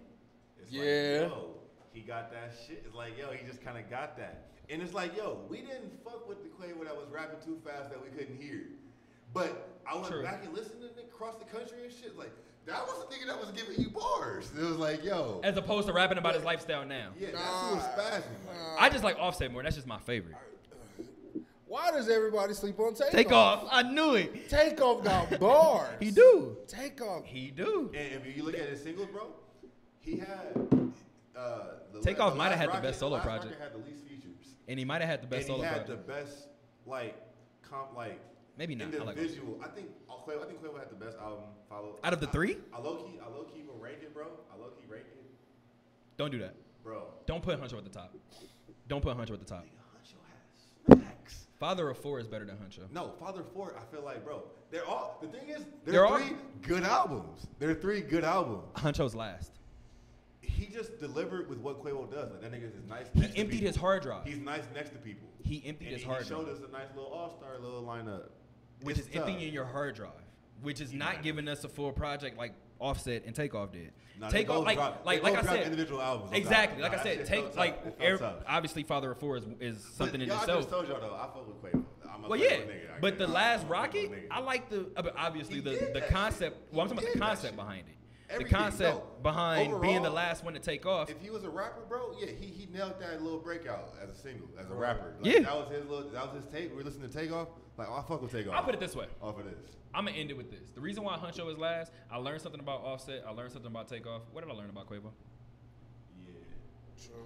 It's Yeah. Like, yo, he got that shit. It's like yo, he just kind of got that. And it's like yo, we didn't fuck with the Quavo that was rapping too fast that we couldn't hear. But I went True. back and listened to it across the country and shit. Like that was the nigga that was giving you bars. It was like yo, As opposed to rapping about his lifestyle now. yeah, that's who was spazzing. Like, I just like Offset more. That's just my favorite. Why does everybody sleep on Takeoff? Take off. I knew it. Takeoff got bars. He do. Takeoff. He do. And if you look at his singles, bro, he had uh, the Takeoff the might have last had the Rocket- best solo last Rocket project. Had the least features, And he might have had the best and solo he had project. the best like comp like Maybe not. I like individual. I, think uh, Quavo, I think Quavo had the best album. Follow Out of the I- three? I, low key, I low key will rank it, bro. I low key rank it, Don't do that. bro. Don't put Huncho at the top. Don't put Huncho at the top. Hunch your ass. Relax. Father of Four is better than Huncho. No, Father Ford, I feel like, bro, they're all the thing is, They're there all- are three good albums. There are three good albums. Huncho's last. He just delivered with what Quavo does. Like that nigga is nice. He next to emptied people. his hard drive. He's nice next to people. He emptied And his he hard showed drive. us a nice little all star little lineup, Which It's is emptying tough. in your hard drive. Which is not giving us a full project like Offset and Takeoff did. Nah, they Takeoff, both like, dropped- like, they like I both dropped said, individual albums. I'm Exactly. sorry. Like Nah, I that said, shit take felt like tough. It felt every, tough. obviously Father of Four is, is something in Y'all, I just itself. told y'all though, I fuck with Quavo. I'm a Well, Quavo yeah, nigga. I but the guess. last I'm a Quavo Rocket, nigga. I like the uh, but obviously He the did the that concept. shit. Well, I'm talking about the He did that concept shit. behind it. the Everything, concept no. behind being the Overall, last one to take off. If he was a rapper, bro, yeah, he, he nailed that little breakout as a single, as a rapper. Like, Yeah. that was his little, that was his take. We were listening to Takeoff. Like, oh, I fuck with Takeoff. I'll put it this way. off of this. I'm gonna end it with this. The reason why Huncho is last, I learned something about Offset. I learned something about Takeoff. What did I learn about Quavo? Yeah.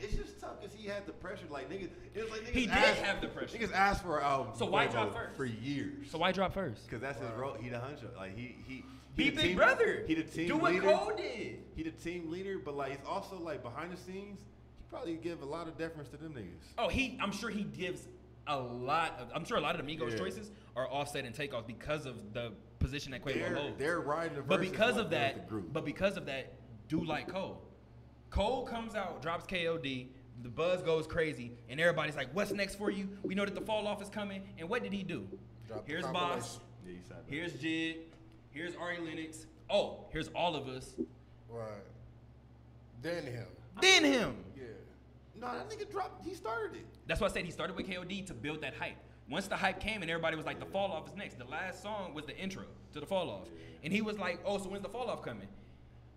It's just tough because he had the pressure. Like niggas, it was like niggas He did asked, have the pressure. Niggas asked for an album. So from why Quavo drop first? For years. So why drop first? Because that's his role. He the huncho. Like he he. he Be the Big team- Brother. He the team Do what leader. Cole did. He the team leader, but like it's also like behind the scenes, he probably give a lot of deference to them niggas. Oh, he. I'm sure he gives a lot. Of, I'm sure a lot of the Migos Yeah. choices are Offset and Takeoff because of the position that Quavo They're, holds. they're riding the But verses because like of they're that, the group. but because of that, do like Cole. Cole comes out, drops KOD, the buzz goes crazy, and everybody's like, "What's next for you?" We know that the fall off is coming, and what did he do? Dropped the here's Boss, compilation. yeah, you side here's Jid, here's Ari Lennox. Oh, here's all of us. Right. Then him. Then him. Yeah. No, that nigga dropped. He started it. That's why I said he started with KOD to build that hype. Once the hype came and everybody was like, the fall off is next. The last song was the intro to the fall off. And he was like, oh, so when's the fall off coming?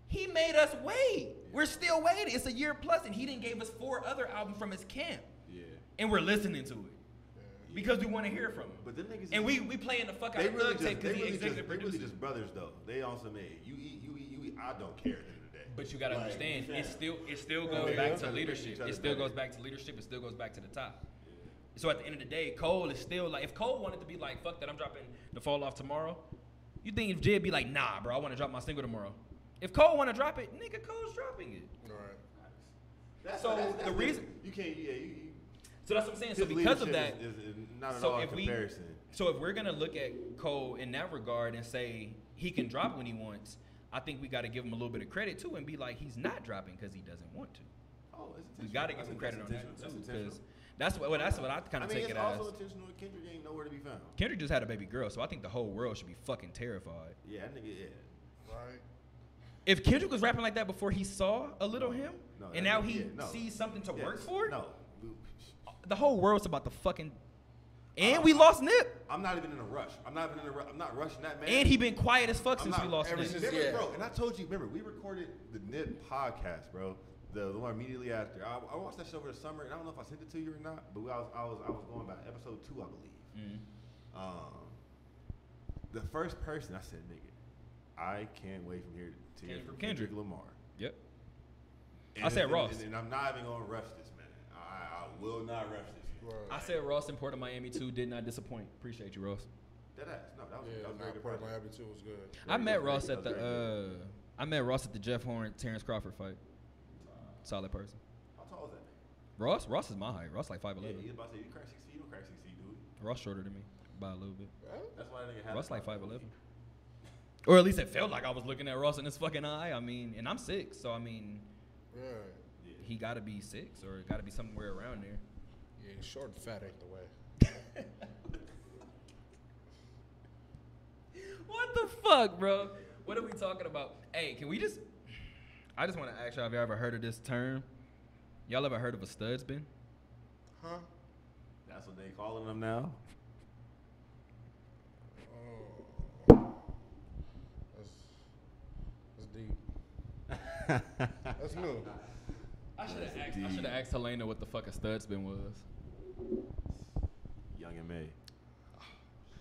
He made us wait. We're still waiting. It's a year plus, and he didn't gave us four other albums from his camp. Yeah. And we're listening to it. Because we want to hear from him. But them niggas and we is- we playing the fuck out They of really Thug just, Tape they because he really just, executive they producer. really just brothers though. They also made you eat, you eat, you eat. I don't care at the end of the day. But you gotta understand, it still it still goes back yeah. Trying to to make leadership. each other It still better. goes back to leadership. It still goes back to the top. So at the end of the day, Cole is still like, if Cole wanted to be like, fuck that, I'm dropping the fall off tomorrow. You think if Jid be like, nah, bro, I want to drop my single tomorrow. If Cole want to drop it, nigga, Cole's dropping it. Right. That's, So that's- the that's reason- you can't, yeah, you, you, So that's what I'm saying. So his because of that, leadership is, is not at so all a if we- comparison. so if we're gonna look at Cole in that regard and say he can drop when he wants, I think we got to give him a little bit of credit too and be like, he's not dropping because he doesn't want to. oh, it's We intentional. got to I give him think credit that's on that intentional. too, That's because intentional. that's what well, that's what I kind I of mean, take it it's as. also intentional. Kendrick ain't nowhere to be found. Kendrick just had a baby girl, so I think the whole world should be fucking terrified. Yeah, that nigga. Yeah. Right. If Kendrick was rapping like that before he saw a little him, No, that and now nigga- he yeah, no. sees something to Yeah, work for, No, the whole world's about to fucking. And we lost Nip, I'm not even in a rush. I'm not even in a rush. I'm not rushing that man. and he been quiet as fuck I'm since not- we lost ever Nip. since- Remember, Yeah. bro, and I told you, remember, we recorded the NIP podcast, bro. The, the one immediately after. I, I watched that show over the summer, and I don't know if I sent it to you or not, but I was I was I was going by episode two, I Mm-hmm. believe. Um, the first person I said, nigga, I can't wait from here to hear Came from from Kendrick, Kendrick. Lamar. Yep. And I said and- Ross. and, and I'm not even gonna rush this, man. I, I will not rush this. Man. Right. I said Ross in Port of Miami too did not disappoint. Appreciate you, Ross. That ass, no, that was, Yeah, that was a nah, very good part of my project. habit too was good. I Very met good, Ross very- at that the was very uh, I met Ross at the Jeff Horn Terrence Crawford fight. Solid person. How tall is that? nigga? Ross Ross is my height. Ross like five Yeah, eleven. he's about to say you crack six feet, you don't crack six feet, dude. Ross shorter than me by a little bit. That's why that nigga had Ross the like five problem. eleven, or at least it felt like I was looking at Ross in his fucking eye. I mean, and I'm six, so I mean, Yeah. he got to be six or got to be somewhere around there. Yeah, short and fat ain't the way. What the fuck, bro? What are we talking about? Hey, can we just? I just want to ask y'all: Have y'all ever heard of this term? Y'all ever heard of a studs bin? Huh? That's what they calling them now. Oh. That's, that's deep. That's new. I should have asked. I should have asked Helena what the fuck a studs bin was. Young and May.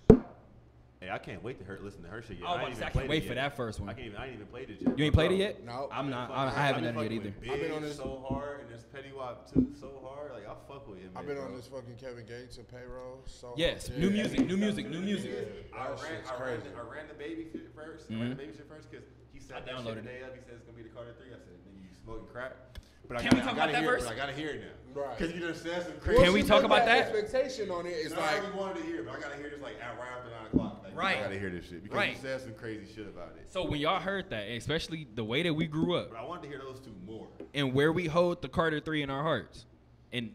Hey, I can't wait to her listen to her shit yet. Oh, I, I ain't was about to even say, I can't played it wait for yet. that first one. I can't even. I ain't even played it yet. You ain't Bro, played it yet? No. I'm I've not. been I, I fucking- I've haven't done it been fucking either. with I've been Big on this- so hard, and this Petty Wop too so hard. Like I fuck with him. I've been on this fucking Kevin Gates and payroll. So Yes, hard. new Yeah. music, new music, new music. I ran, That I, shit's ran, crazy. I ran the baby shit first. I ran the baby shit first because he Mm-hmm. I said that shit downloaded it. the day of. He said it's gonna be the Carter Three. I said, nigga, you smoking crack. But I Can we gotta, talk I gotta about that hear verse? It, but I gotta hear it now. Right. Because you done said some Well, crazy. Can we she talk put about that? Expectation on it. It's It's not like like we wanted to hear, it, but I gotta hear this like at right after nine o'clock. Like, Right. I gotta hear this shit because Right. you said some crazy shit about it. So when y'all heard that, especially the way that we grew up But I wanted to hear those two more. and where we hold the Carter Three in our hearts, and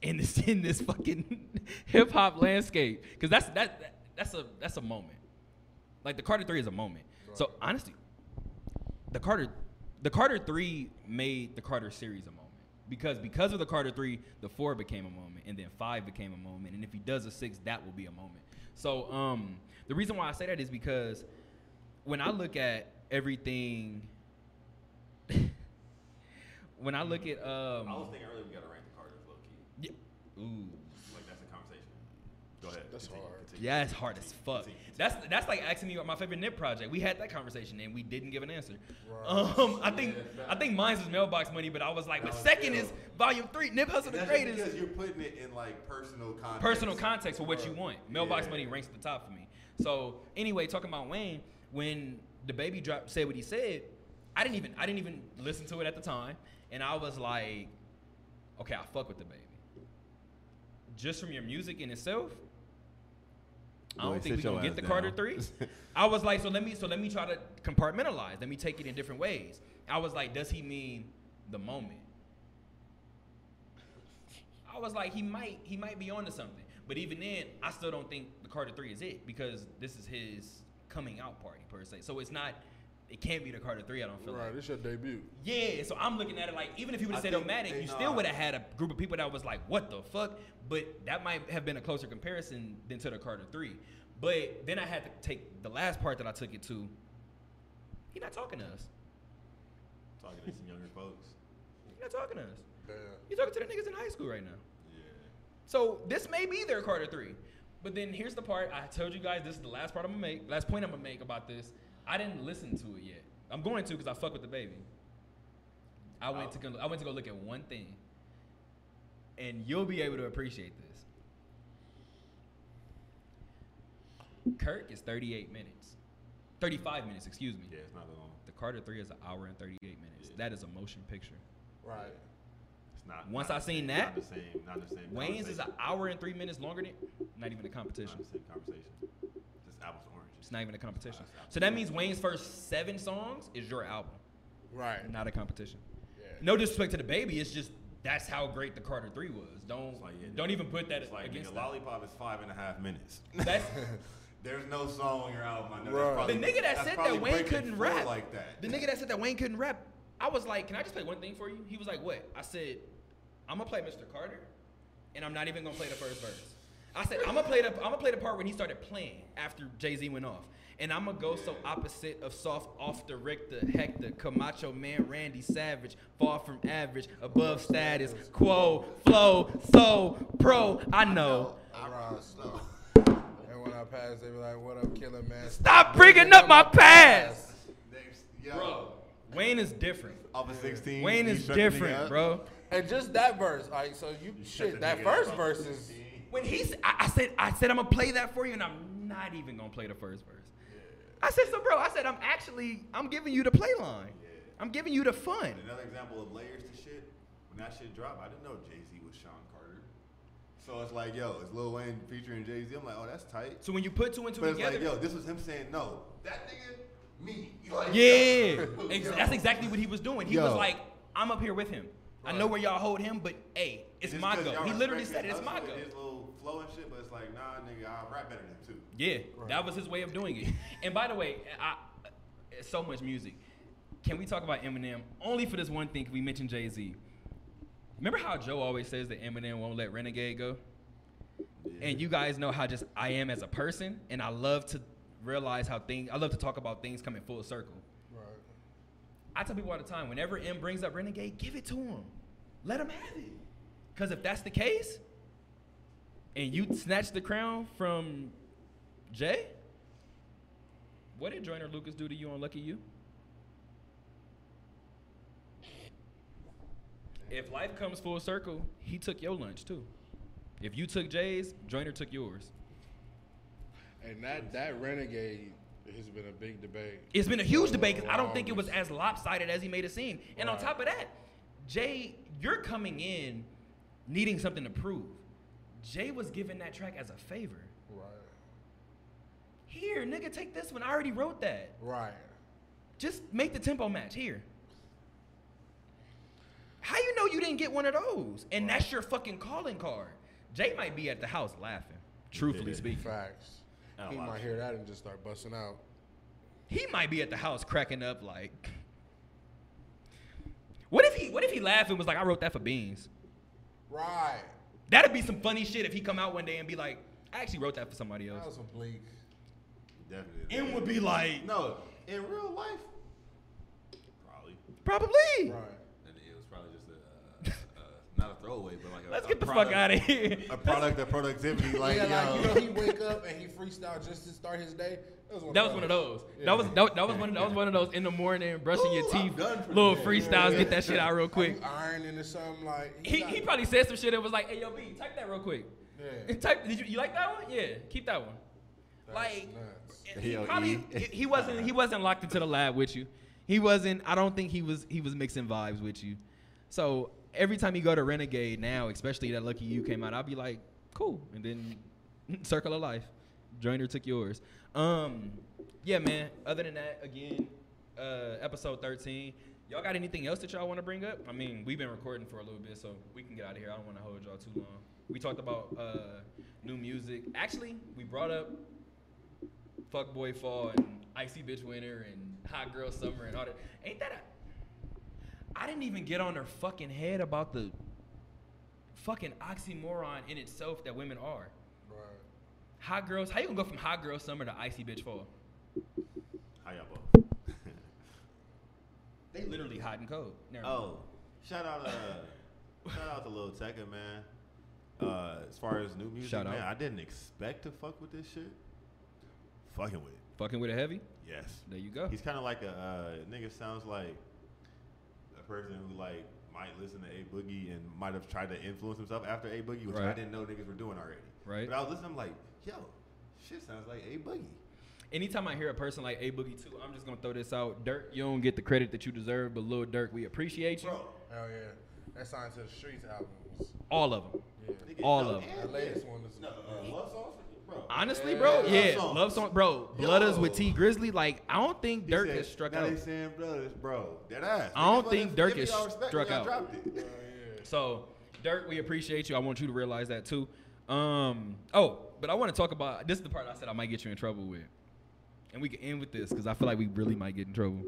in this in this fucking hip hop landscape, because that's that, that that's a that's a moment. Like the Carter Three is a moment. So honestly, the Carter the Carter Three made the Carter series a moment because because of the Carter Three, the four became a moment, and then five became a moment, and if he does a six, that will be a moment. So um, the reason why I say that is because when I look at everything, when I look at um, I was thinking earlier we gotta rank the Carters low key. yeah, ooh. Like that's a conversation. Go ahead. That's hard. continue. Yeah, it's hard as fuck. That's that's like asking me about my favorite nip project. We had that conversation and we didn't give an answer. Um, I think I think mine was mailbox money, but I was like, but was second ill. is volume three. Nip hustle And the that's just greatest. because you're putting it in like personal context. personal context for what you want. Mailbox Yeah. money ranks at the top for me. So anyway, talking about Wayne, when the baby drop said what he said, I didn't even I didn't even listen to it at the time, and I was like, okay, I fuck with the baby. Just from your music in itself, I Boy, don't think we sit your gonna get ass the Carter down. three. I was like, so let me so let me try to compartmentalize. Let me take it in different ways. I was like, does he mean the moment? I was like, he might he might be onto something. But even then, I still don't think the Carter Three is it because this is his coming out party per se. So it's not. It can't be the Carter Three. I don't feel Right, like. this your debut. Yeah, so I'm looking at it like even if he would I have said think Omatic, they you know still how- would have had a group of people that was like, "What the fuck?" But that might have been a closer comparison than to the Carter Three. But then I had to take the last part that I took it to. He not talking to us. Talking to some younger folks. He not talking to us. Yeah. He talking to the niggas in high school right now. Yeah. So this may be their Carter three. But then here's the part I told you guys this is the last part I'm gonna make, last point I'm gonna make about this. I didn't listen to it yet. I'm going to because I fuck with the baby. I went to go, I went to go look at one thing, and you'll be able to appreciate this. Kirk is 38 minutes, 35 minutes, excuse me. Yeah, it's not that long. The Carter three is an hour and 38 minutes. Yeah. That is a motion picture. Right. It's not. Once not I the seen same- that, Not the same. Not the same. Wayne's is conversation. an hour and three minutes longer than not even a Not competition. the same conversation. Just apples to oranges. It's not even a competition. Uh, So that means Wayne's first seven songs is your album, Right. not a competition. Yeah. No disrespect to the baby, it's just that's how great the Carter Three was. Don't It's like, yeah, don't even put that It's like against nigga, that. lollipop is five and a half minutes. That's There's no song on your album. I know. Right. That's probably, the nigga that that's said probably that Wayne breaking couldn't floor rap. like that. The nigga that said that Wayne couldn't rap. I was like, can I just play one thing for you? He was like, what? I said, I'm gonna play Mr. Carter, and I'm not even gonna play the first verse. I said, I'm gonna play the I'm gonna play the part when he started playing after Jay Z went off, and I'm gonna go so opposite of soft, off the Richter, Hector, Camacho, man, Randy Savage, far from average, above status, quo, flow, so pro. I know. I rise. And when I pass, they be like, "What up, killer man?" Stop bringing up my past. There's- yo, Bro, Wayne is different. off of 16. Wayne you is shut the nigga different, up. bro. And just that verse, like, so you, Shut the shit. That nigga first up. verse is When he, s- I, I said, I said I'm gonna play that for you, and I'm not even gonna play the first verse. I said, so bro, I said I'm actually, I'm giving you the play line. I'm giving you the fun. Another example of layers to shit. When that shit dropped, I didn't know Jay Z was Sean Carter. So it's like, yo, it's Lil Wayne featuring Jay Z. I'm like, oh, that's tight. So when you put two and two But it's together, like, yo, this was him saying no. That nigga, me. Like, yeah, yo. Ex- Yo. that's exactly what he was doing. He Yo. was like, I'm up here with him. I know where y'all hold him, but hey, it's Just my 'cause go. y'all He literally respect said it, his it's my hustle go. and His little flow and shit, but it's like, nah, nigga, I rap better than two. Yeah, that was his way of doing it. And by the way, I, I- so much music. Can we talk about Eminem only for this one thing? 'cause We mentioned Jay Z. Remember how Joe always says that Eminem won't let Renegade go? And you guys know how just I am as a person, and I love to realize how things. I love to talk about things coming full circle. right. I tell people all the time, whenever M brings up Renegade, give it to him. Let him have it. Because if that's the case, and you snatch the crown from Jay, What did Joyner Lucas do to you on Lucky You? If life comes full circle, he took your lunch too. If you took Jay's, Joyner took yours. And that that renegade has been a big debate. It's been a huge for debate 'cause I don't the think it was longest. as lopsided as he made it seem. And on Right. top of that, Jay, you're coming in needing something to prove. Jay was given that track as a favor. Right. Here, nigga, take this one. I already wrote that. Right. Just make the tempo match here. How you know you didn't get one of those? And that's your fucking calling card. Jay might be at the house laughing. Truthfully Yeah. speaking, Facts. And a He lot of might shit. hear that and just start busting out. he might be at the house cracking up like. What if he? What if he laughed and was like, "I wrote that for Beans." Right. That'd be some funny shit if he come out one day and be like, "I actually wrote that for somebody That else." was a bleak. Definitely. M would be like, No, in real life, probably. "Probably." Right. And it was probably just a, uh, uh, not a throwaway, but like a. Let's a get the product- fuck out of here. A product of productivity, like, yeah, yo. like you know, he wake up and he freestyle just to start his day. That was one, That was one of those. That was that, that was one. That was one of those in the morning, brushing your Ooh, I'm teeth, done for the little day. freestyles. Get that shit out real quick. Quick. Iron into something like He, got- he probably said some shit that was like, "Hey yo, B, type that real quick." Yeah. Type. Did you you like that one? Yeah, keep that one. That's like, nuts. He Yo, probably E. he- he wasn't he wasn't locked into the lab with you. He wasn't. I don't think he was he was mixing vibes with you. So every time you go to Renegade now, especially that Lucky You came out, I'll be like, cool. And then Circle of Life, Joiner took yours. Um, yeah, man. Other than that, again, uh, episode thirteen. Y'all got anything else that y'all want to bring up? I mean, we've been recording for a little bit, so we can get out of here. I don't want to hold y'all too long. We talked about uh, new music. Actually, we brought up Fuckboy Fall and Icy Bitch Winter and Hot Girl Summer and all that. Ain't that a. I didn't even get on her fucking head about the fucking oxymoron in itself that women are. Right. Hot girls, how you gonna go from Hot Girl Summer to Icy Bitch Fall? How y'all both? They literally hot and cold. Never mind. Oh, shout out, uh, shout out to Lil Tecca, man. Uh, as far as new music, Shout out. man, I didn't expect to fuck with this shit. Fucking with it, Fucking with a heavy? yes. There you go. He's kind of like a uh, nigga. Sounds like a person who like might listen to a boogie and might have tried to influence himself after a boogie, which I Right. didn't know niggas were doing already. Right. But I was listening, I'm like, yo, shit sounds like a boogie. Anytime I hear a person like A Boogie 2, I'm just gonna throw this out. Dirk, you don't get the credit that you deserve, but Lil Dirk, we appreciate you. Bro, Hell yeah. That sign to the streets album was All of them. yeah. nigga, All no, of 'em. and- That latest one is No, uh, love songs, bro. Honestly, Yeah. bro, Love yeah, songs. love song, bro. Yo. Blooders with T Grizzly, like I don't think He Dirk said, has struck now out. They saying brothers, bro. Dead ass. I don't Niggas think wasn't Dirk giving is y'all respect struck when y'all out. dropped it. So, Dirk, we appreciate you. I want you to realize that too. Um, oh, but I want to talk about this is the part I said I might get you in trouble with, and we can end with this because I feel like we really might get in trouble.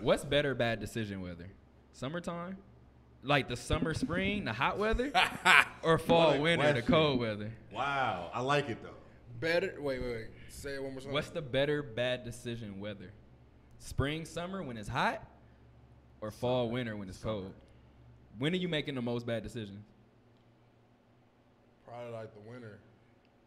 What's better, bad decision weather? Summertime, like the summer, spring, the hot weather, or fall, What a winter, the question. cold weather? Wow, I like it though. better. Wait, wait, wait. Say it one more time. What's the better bad decision weather? Spring, summer when it's hot, or fall, winter when it's cold? When are you making the most bad decisions? probably like the winner?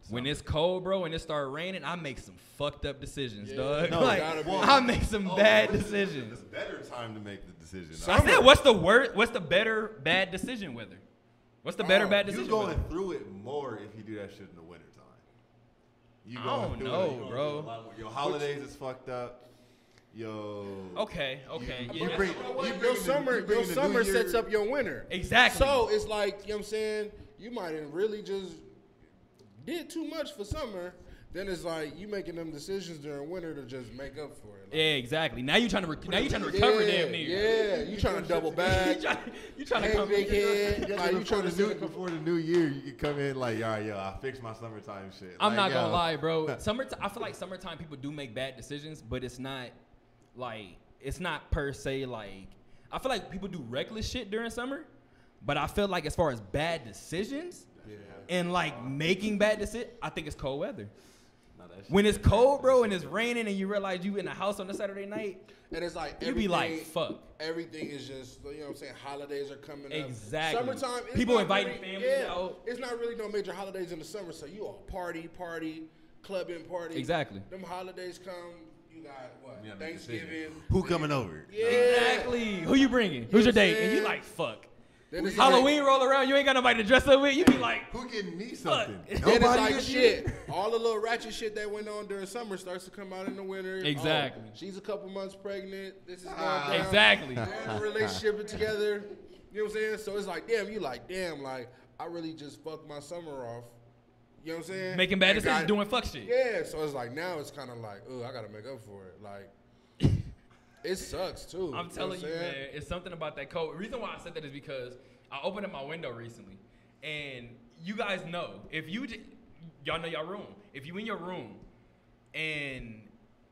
When it's cold, bro, and it start raining, I make some fucked up decisions, Yeah. dog. No, like, gotta be. Oh, I make some Oh, bad It's decisions. better time to make the decision. I said, what's the word? What's the better bad decision weather? What's the better Oh, bad You decision? going weather? through it more if you do that shit in the wintertime. You I don't going through it, know, you bro. going through a lot more. Your holidays is fucked up. Yo. Okay, okay, You yeah. bring, Well, you your bring the- summer, you bring your the summer New sets Year- up your winter. Exactly. So it's like you know what I'm saying. You might have really just did too much for summer. Then it's like you making them decisions during winter to just make up for it. yeah, Like, exactly. Now you trying to rec- now you trying to recover, yeah, damn near. Yeah, you trying to double back. you trying you trying to Hey, come. big head. Yeah, Like you before trying to the do new, it. before the new year, you can come in like, all right, yo, I fixed my summertime shit. I'm not Like, gonna yo. lie, bro. Summertime, I feel like summertime people do make bad decisions, but it's not like it's not per se like I feel like people do reckless shit during summer, but I feel like as far as bad decisions and like making bad decisions, I think it's cold weather. Nah, that shit- When it's cold, bro, and it's raining, and you realize you in the house on a Saturday night, And it's like you be like, everything- "Fuck." Everything is just you know what I'm saying. Holidays are coming up. Exactly. Summertime. it's People not inviting really- families yeah, out. It's not really no major holidays in the summer, so you all party, party. clubbing parties. Exactly. Them holidays come. You got what? You gotta make a decision. Thanksgiving. Who coming over? Yeah. Exactly. Who you bringing? Who's your what I'm date? And you saying? like, fuck. Then it's Halloween roll around, you ain't got nobody to dress up with. You be like, Who getting me something? Like, then it's like this year? shit. All the little ratchet shit that went on during summer starts to come out in the winter. Exactly. Oh, she's a couple months pregnant. This is going down. exactly. They're in a relationship together. You know what I'm saying? So it's like, damn, you like, damn, like, I really just fucked my summer off. You know what I'm saying? Making bad And decisions, got- doing fuck shit. Yeah, so it's like now it's kind of like, oh, I gotta make up for it. Like, it sucks too. know I'm what telling you, saying? man, it's something about that cold. The reason why I said that is because I opened up my window recently, and you guys know if you j- y'all know y'all room. If you in your room and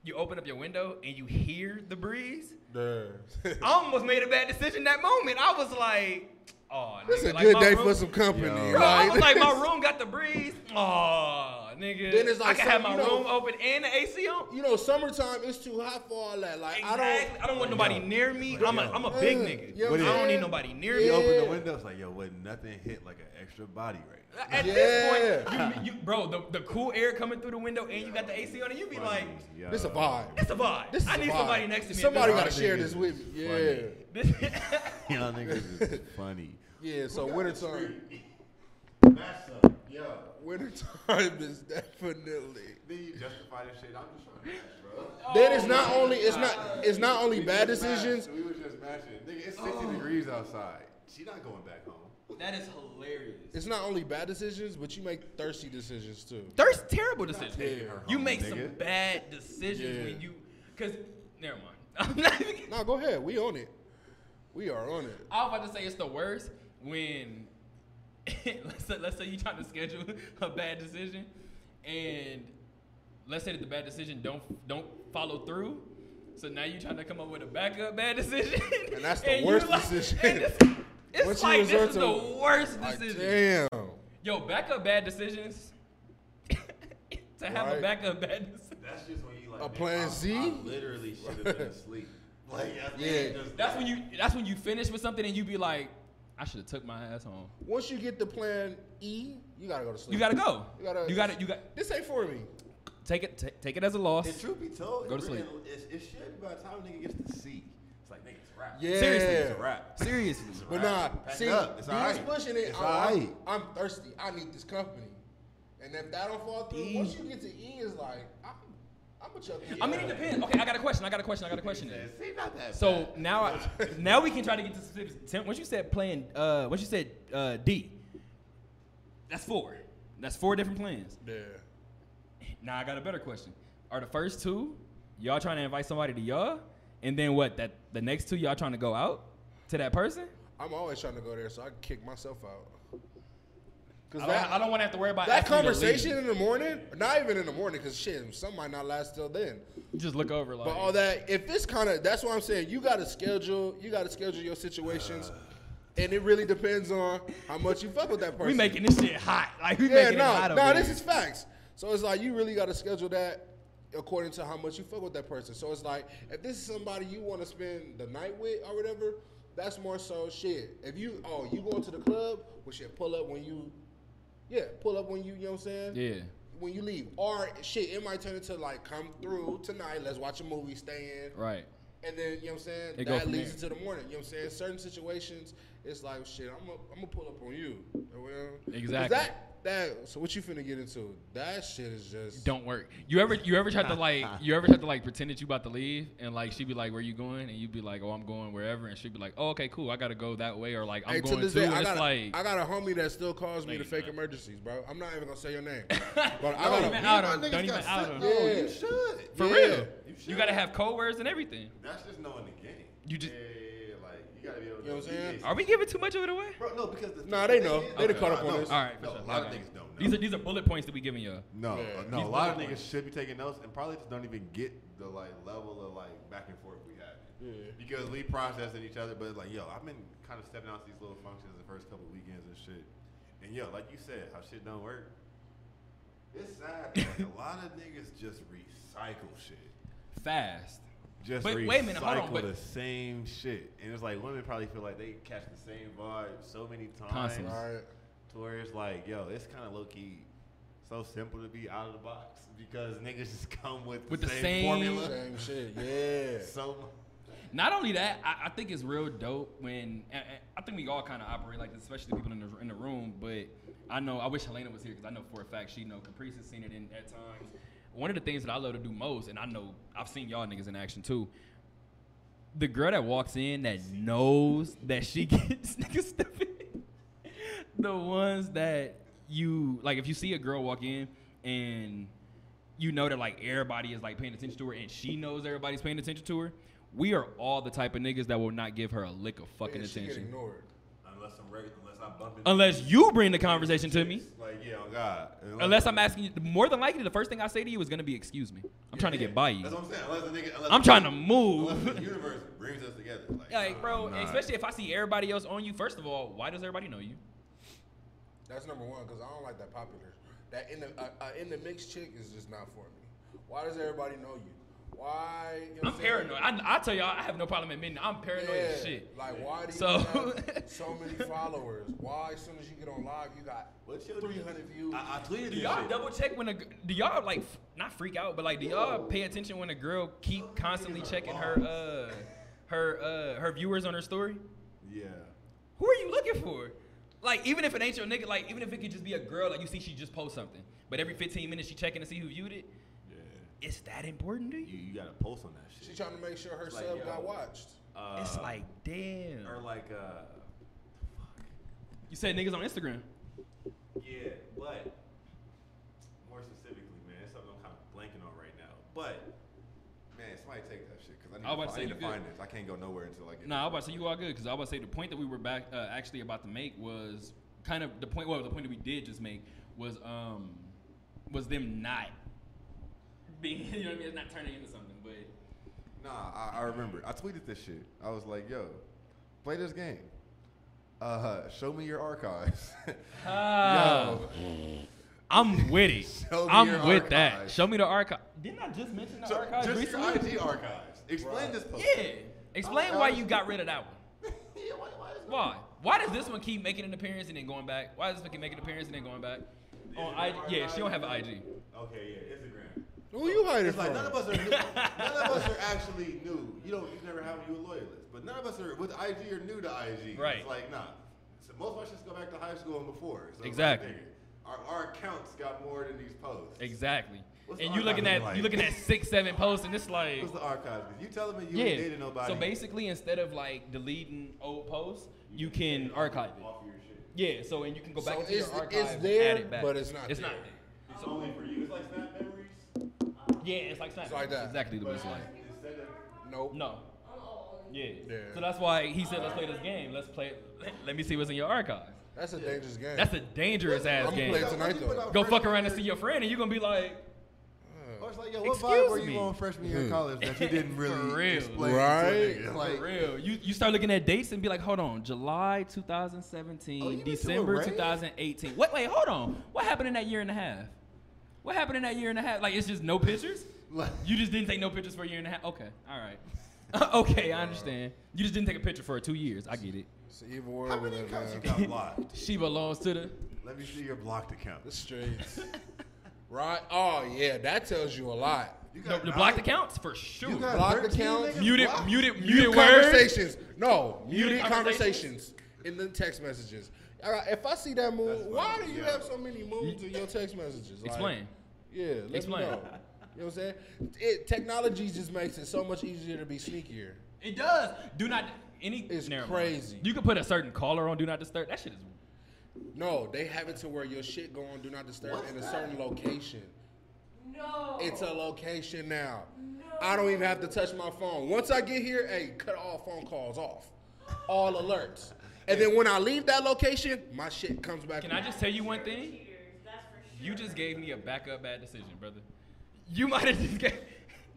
you open up your window and you hear the breeze, Damn. I almost made a bad decision that moment. I was like, oh, This nigga, a like good my day room- for some company. Yo. Bro, I was like, this- my room got the breeze. Oh, nigga. Then it's like I can have some- my you know- room open and the AC on. You know, summertime is too hot for all that. Like, Exactly. I don't. I don't want nobody near me. I'm a, I'm a big Yeah. nigga. You know I what I'm don't saying? need nobody near He me. opened Yeah. the window. It's like, yo, what? Nothing hit like an extra body right now. At this point, you, you, bro, the, the cool air coming through the window and you got the AC on, and you be like, Yo. This a vibe. it's a vibe. This is I a need vibe. somebody next to me. Somebody Y'all got to share niggas this with me. is Yeah. This, Y'all niggas is funny. Yeah, so wintertime. That's up. Yo. Wintertime is definitely. Then you justify this shit. I'm just trying to match, bro. Then it's not only it's Oh. not it's not only bad decisions. We were just matching. Nigga, it's 60 degrees outside. She not going back home. That is hilarious. It's not only bad decisions, but you make thirsty decisions too. there's terrible decisions. taking her You home, make nigga. some bad decisions Yeah. when you, cause never mind. I'm not even. No, go ahead. We on it. We are on it. I was about to say it's the worst when let's say, let's say you're trying to schedule a bad decision, and let's say that the bad decision don't don't follow through. So now you're trying to come up with a backup bad decision, And that's the you worst like- decision. and it's it's Once you like this resort is to- the worst Like, decision. damn. Yo, backup bad decisions. to have a Right. backup bad decision. That's just when you like. A nigga, plan I- Z? I literally should have been asleep. Like, I think Yeah. just- That's when you that's when you finish with something and you be like, I should have took my ass home. Once you get the plan E, you gotta go to sleep. You gotta go. You gotta- you gotta you got This ain't for me. take it ta- take it as a loss. And truth be told, Go it to really- sleep. it's- It, should be by the time a nigga gets to C. It's like, nigga, it's rap. Yeah. Seriously, it's It's a rap. Seriously. But nah, Pack see, it up. It's dudes alright. pushing it. It's I'm, I'm- alright. I'm thirsty. I need this company. And if that don't fall through, once you get to E, it's like I'm, I'm a chuck. E I mean, it depends. Okay, I got a question. I got a question. I got a question. Yeah, Then. See, not that So bad. now, I, now we can try to get to specifics. Tim, once you said plan, uh, once you said uh, D, that's four. That's four different plans. Yeah. Now I got a better question. Are the first two y'all trying to invite somebody to y'all, and then what? That the next two y'all trying to go out to that person? I'm always trying to go there, so I can kick myself out. I Cause don't, that, I don't want to have to worry about that asking you to leave. conversation in the morning, not even in the morning, cause shit, some might not last till then. You Just look over like. But all that, if it's kind of, that's what I'm saying. You gotta schedule. You gotta schedule your situations, and it really depends on how much you fuck with that person. we making this shit hot. Like we Yeah, making it no, hot no, over this here. is facts. So it's like you really got to schedule that according to how much you fuck with that person. So it's like if this is somebody you want to spend the night with or whatever, that's more so shit. If you oh you going to the club, well shit, pull up when you, yeah, pull up when you. You know what I'm saying? Yeah. When you leave, or shit, it might turn into like come through tonight. Let's watch a movie, stay in, Right. and then you know what I'm saying. It go that from leads there. into the morning. You know what I'm saying. Certain situations, it's like shit. I'm gonna I'm gonna pull up on you. Or whatever. 'Cause Exactly. That that. So what you finna get into? That shit is just. don't work. You ever you ever tried to like you ever tried to like pretend that you about to leave and like she'd be like, "Where you going?" and you'd be like, "Oh, I'm going wherever," and she'd be like, "Oh, okay, cool, I gotta go that way," or like, "I'm Hey, going to." this day, and I it's got, a- like, I got a homie that still calls me to Lady, fake man. emergencies, bro. I'm not even gonna say your name, but I got even a, out Oh, My him. niggas Don't even got out sent- him. No, Yeah. you should. for yeah. real, you, You should. gotta have code words and everything. That's just knowing the game. You just- yeah, yeah, yeah, like you gotta be able to. You know what I'm saying? Are we giving too much of it away? Bro, no, because the Nah, they thing- the know. thing is- They done caught up on no, this. All right, for no, sure. a lot Okay. of niggas don't know. These are these are bullet points that we giving y'all. no, Yeah. uh, no, These a lot of bullet niggas points. should be taking notes and probably just don't even get the like level of like back and forth we had. Yeah. Because we processing each other, but it's like, yo, I've been kind of stepping out to these little functions the first couple weekends and shit. And yo, like you said, how shit don't work. It's sad. but, Like, a lot of niggas just recycle shit. Fast. just But recycle wait a minute, hold on, but- the same shit. And it's like women probably feel like they catch the same vibe so many times. Constantly. All right. To where it's like, yo, it's kind of low key so simple to be out of the box because niggas just come with, With the, the same, same- formula. Same shit. Yeah. So Not only that, I, I think it's real dope when and- and I think we all kind of operate like this, especially the people in the in the room. But I know I wish Helena was here because I know for a fact she know Caprice has seen it in at times. One of the things that I love to do most, and I know I've seen y'all niggas in action too. The girl that walks in that knows that she gets niggas stupid. the ones that you like, if you see a girl walk in and you know that like everybody is like paying attention to her and she knows everybody's paying attention to her. We are all the type of niggas that will not give her a lick of fucking And she get attention. ignored. unless I'm reg- unless I bump into Unless you bring the conversation to me. chicks, like yeah, oh god. Unless I'm asking you, more than likely, the first thing I say to you is gonna be, "Excuse me, I'm trying to get by you. That's what I'm saying. Unless the nigga, unless I'm trying to Unless the move." universe brings us together. Like, Like, bro, nah. especially if I see everybody else on you. First of all, why does everybody know you? That's number one because I don't like that popular. That in the uh, uh, in the mix chick is just not for me. Why does everybody know you? Why? you know I'm what saying? paranoid. I, I tell y'all, I have no problem admitting I'm paranoid as Yeah, shit. Like why do you So- have so many followers? Why as soon as you get on live you got What's your 300 views? I, I tweeted Do this y'all shit. double check when a g- do y'all like f- not freak out, but like do y'all pay attention when a girl keep constantly checking her uh her uh her viewers on her story? Yeah. Who are you looking for? Like even if it ain't your nigga, like even if it could just be a girl, like you see she just post something, but every 15 minutes she checking to see who viewed it. Yeah. It's that important to you? You, you got to post on that shit. She trying to make sure her like, sub yo. got watched. uh, it's like damn. or like uh. You said niggas on Instagram. Yeah, but more specifically, man, it's something I'm kind of blanking on right now. But man, somebody take that shit because I need, I was to, about to I say need you to good. find this. I can't go nowhere until I get. No, I was about to say you all good because I was about to say the point that we were back uh, actually about to make was kind of the point. Well, the point that we did just make was um was them not being you know what I mean, it's not turning into something. But Nah, I, I remember. I tweeted this shit. I was like, "Yo, play this game. Uh, show me your archives. Yo, I'm with it. Show me I'm your with that. archives. Show me the archive. Didn't I just mention the so archives just recently? your IG archives. Explain Right. this post. Yeah. Explain Oh, why gosh. you got rid of that one. Yeah, why, why is Why? Why does this one keep making an appearance and then going back? Why does this one keep making an appearance and then going back? On IG, yeah, she don't have an IG. Okay, yeah, Instagram. Who you hiding It's from? like none of us are new. none of us are actually new. You don't. You never have you a loyalist, but none of us are with IG or new to IG. Right. It's like nah. So most of us just go back to high school and before. So it's like, Exactly. nigga, our, our accounts got more than these posts. Exactly. What's and the you looking archive at like? you looking at six, seven posts, and it's like, What's the archive? You telling me you yeah. ain't dated nobody? So basically, instead of like deleting old posts, you can archive it. off your shit. Yeah. So and you can go back So into your it's- archive. it's and there, add it back. but it's not It's there. not. It's only for you. It's like snap memories. Yeah, it's like Snapchat. like that. Exactly the way it's like. Instead of nope. No. Yeah. Yeah. So that's why he said, "Let's play this game. Let's play. Let me see what's in your archive." That's a dangerous game. That's a dangerous ass I'ma play game. it tonight You put though. out Go freshman fuck around and year- see your friend, and you're gonna be like, Or it's like, yo, what Excuse vibe were me. you on freshman year in college that you didn't For really real. explain Hmm. Right. to a nigga? Like, for real. You you start looking at dates and be like, hold on, July 2017, Oh, you went to a December rave? 2018. Wait, wait, hold on. What happened in that year and a half? What happened in that year and a half? Like it's just no pictures. Like- You just didn't take no pictures for a year and a half. Okay, all right. okay, I understand. You just didn't take a picture for two years. I get it. It's an evil world How we many live accounts you in. got blocked? She belongs to the. Let me see your blocked account. The streets. right? Oh yeah, that tells you a lot. You The, the blocked accounts for sure. got Blocked 13 accounts? niggas Muted, blocked? muted, muted, Muted words. conversations. No, muted, Muted conversations. in the text messages. All right, if I see that That's move, funny, why do you yeah. have so many moves in your text messages? Like, Explain. Yeah, let me Explain. know. You know what I'm saying? It, technology just makes it so much easier to be sneakier. It does. Do not any. It's never mind. crazy. You can put a certain caller on Do Not Disturb. That shit is. No, they have it to where your shit go on do not disturb in a certain location. No. It's a location now. I don't even have to touch my phone. Once I get here, hey, cut all phone calls off, all alerts. And then when I leave that location, my shit comes back. Can I just tell you one thing? Cheaters, that's for sure. You just gave me a backup bad decision, brother. You might have just gave.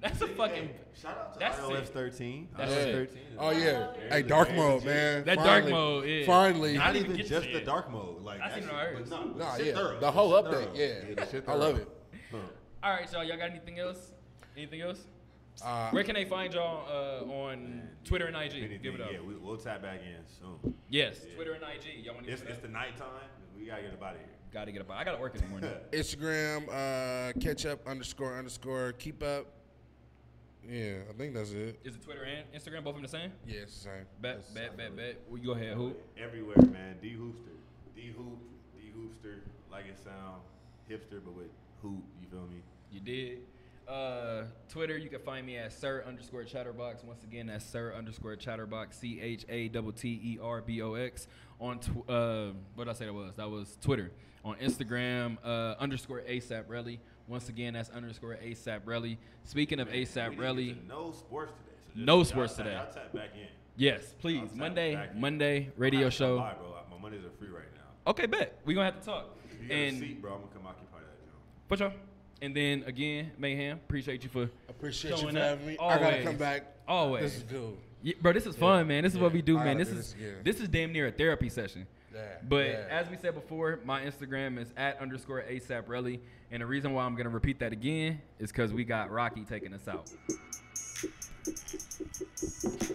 That's a fucking. Shout out to That's iOS it. 13. That's iOS it. 13. Oh yeah. Hey, dark mode, man. That dark Finally. mode, yeah. Finally. Not Not even even get just to the it. dark mode. Like That's that even shit- ours. but nah, Nah, shit yeah. thorough. The whole Shit update, thorough. yeah. the shit I love thorough. it. Huh. All right, y'all. Y'all got anything else? Anything else? Uh, Where can they find y'all uh, on Twitter and IG? Anything, Give it up. Mm-hmm. Yeah, we, we'll tap back in soon. Yes, Twitter and IG. Y'all want to It's, give it it's up? the nighttime. We gotta get up out of here. Gotta get up. I gotta work in the morning. Instagram, uh, catch up underscore underscore keep up. Yeah, I think that's it. Is it Twitter and Instagram both of them the same? Yeah, it's the same. Bet, That's- bet, bet, bet. Well, you go ahead. Who? Everywhere, man. D hoopster. D hoop. D hoopster. Like it sound. Hipster, but with hoop. You feel me? You did. Uh, Twitter, you can find me at sir underscore chatterbox. Once again, that's sir underscore chatterbox. C H A T T E R B O X. On tw- uh, what did I say that was? That was Twitter. On Instagram, uh, underscore ASAP Relly. Once again, that's underscore ASAP Relly. Speaking of ASAP We didn't Relly, get to No sports today. So just- No y'all sports tap- today. Y'all tap back in. yes, I'll please. tap Monday, back in. Monday I'm radio not gonna show. lie, bro. My Mondays are free right now. Okay, bet we gonna have to talk. If you got a And seat, bro, I'm gonna come occupy that. You for sure. And then again, Mayhem, appreciate you for Appreciate you Showing for up. having me. I gotta Always. come back. Always. This is good. Yeah, bro, this is fun, man. This is what we do, I man. gotta This do is this again. this is damn near a therapy session. Yeah, But yeah. as we said before, my Instagram is at underscore ASAP Relly. And the reason why I'm gonna repeat that again is because we got Rocky taking us out. know.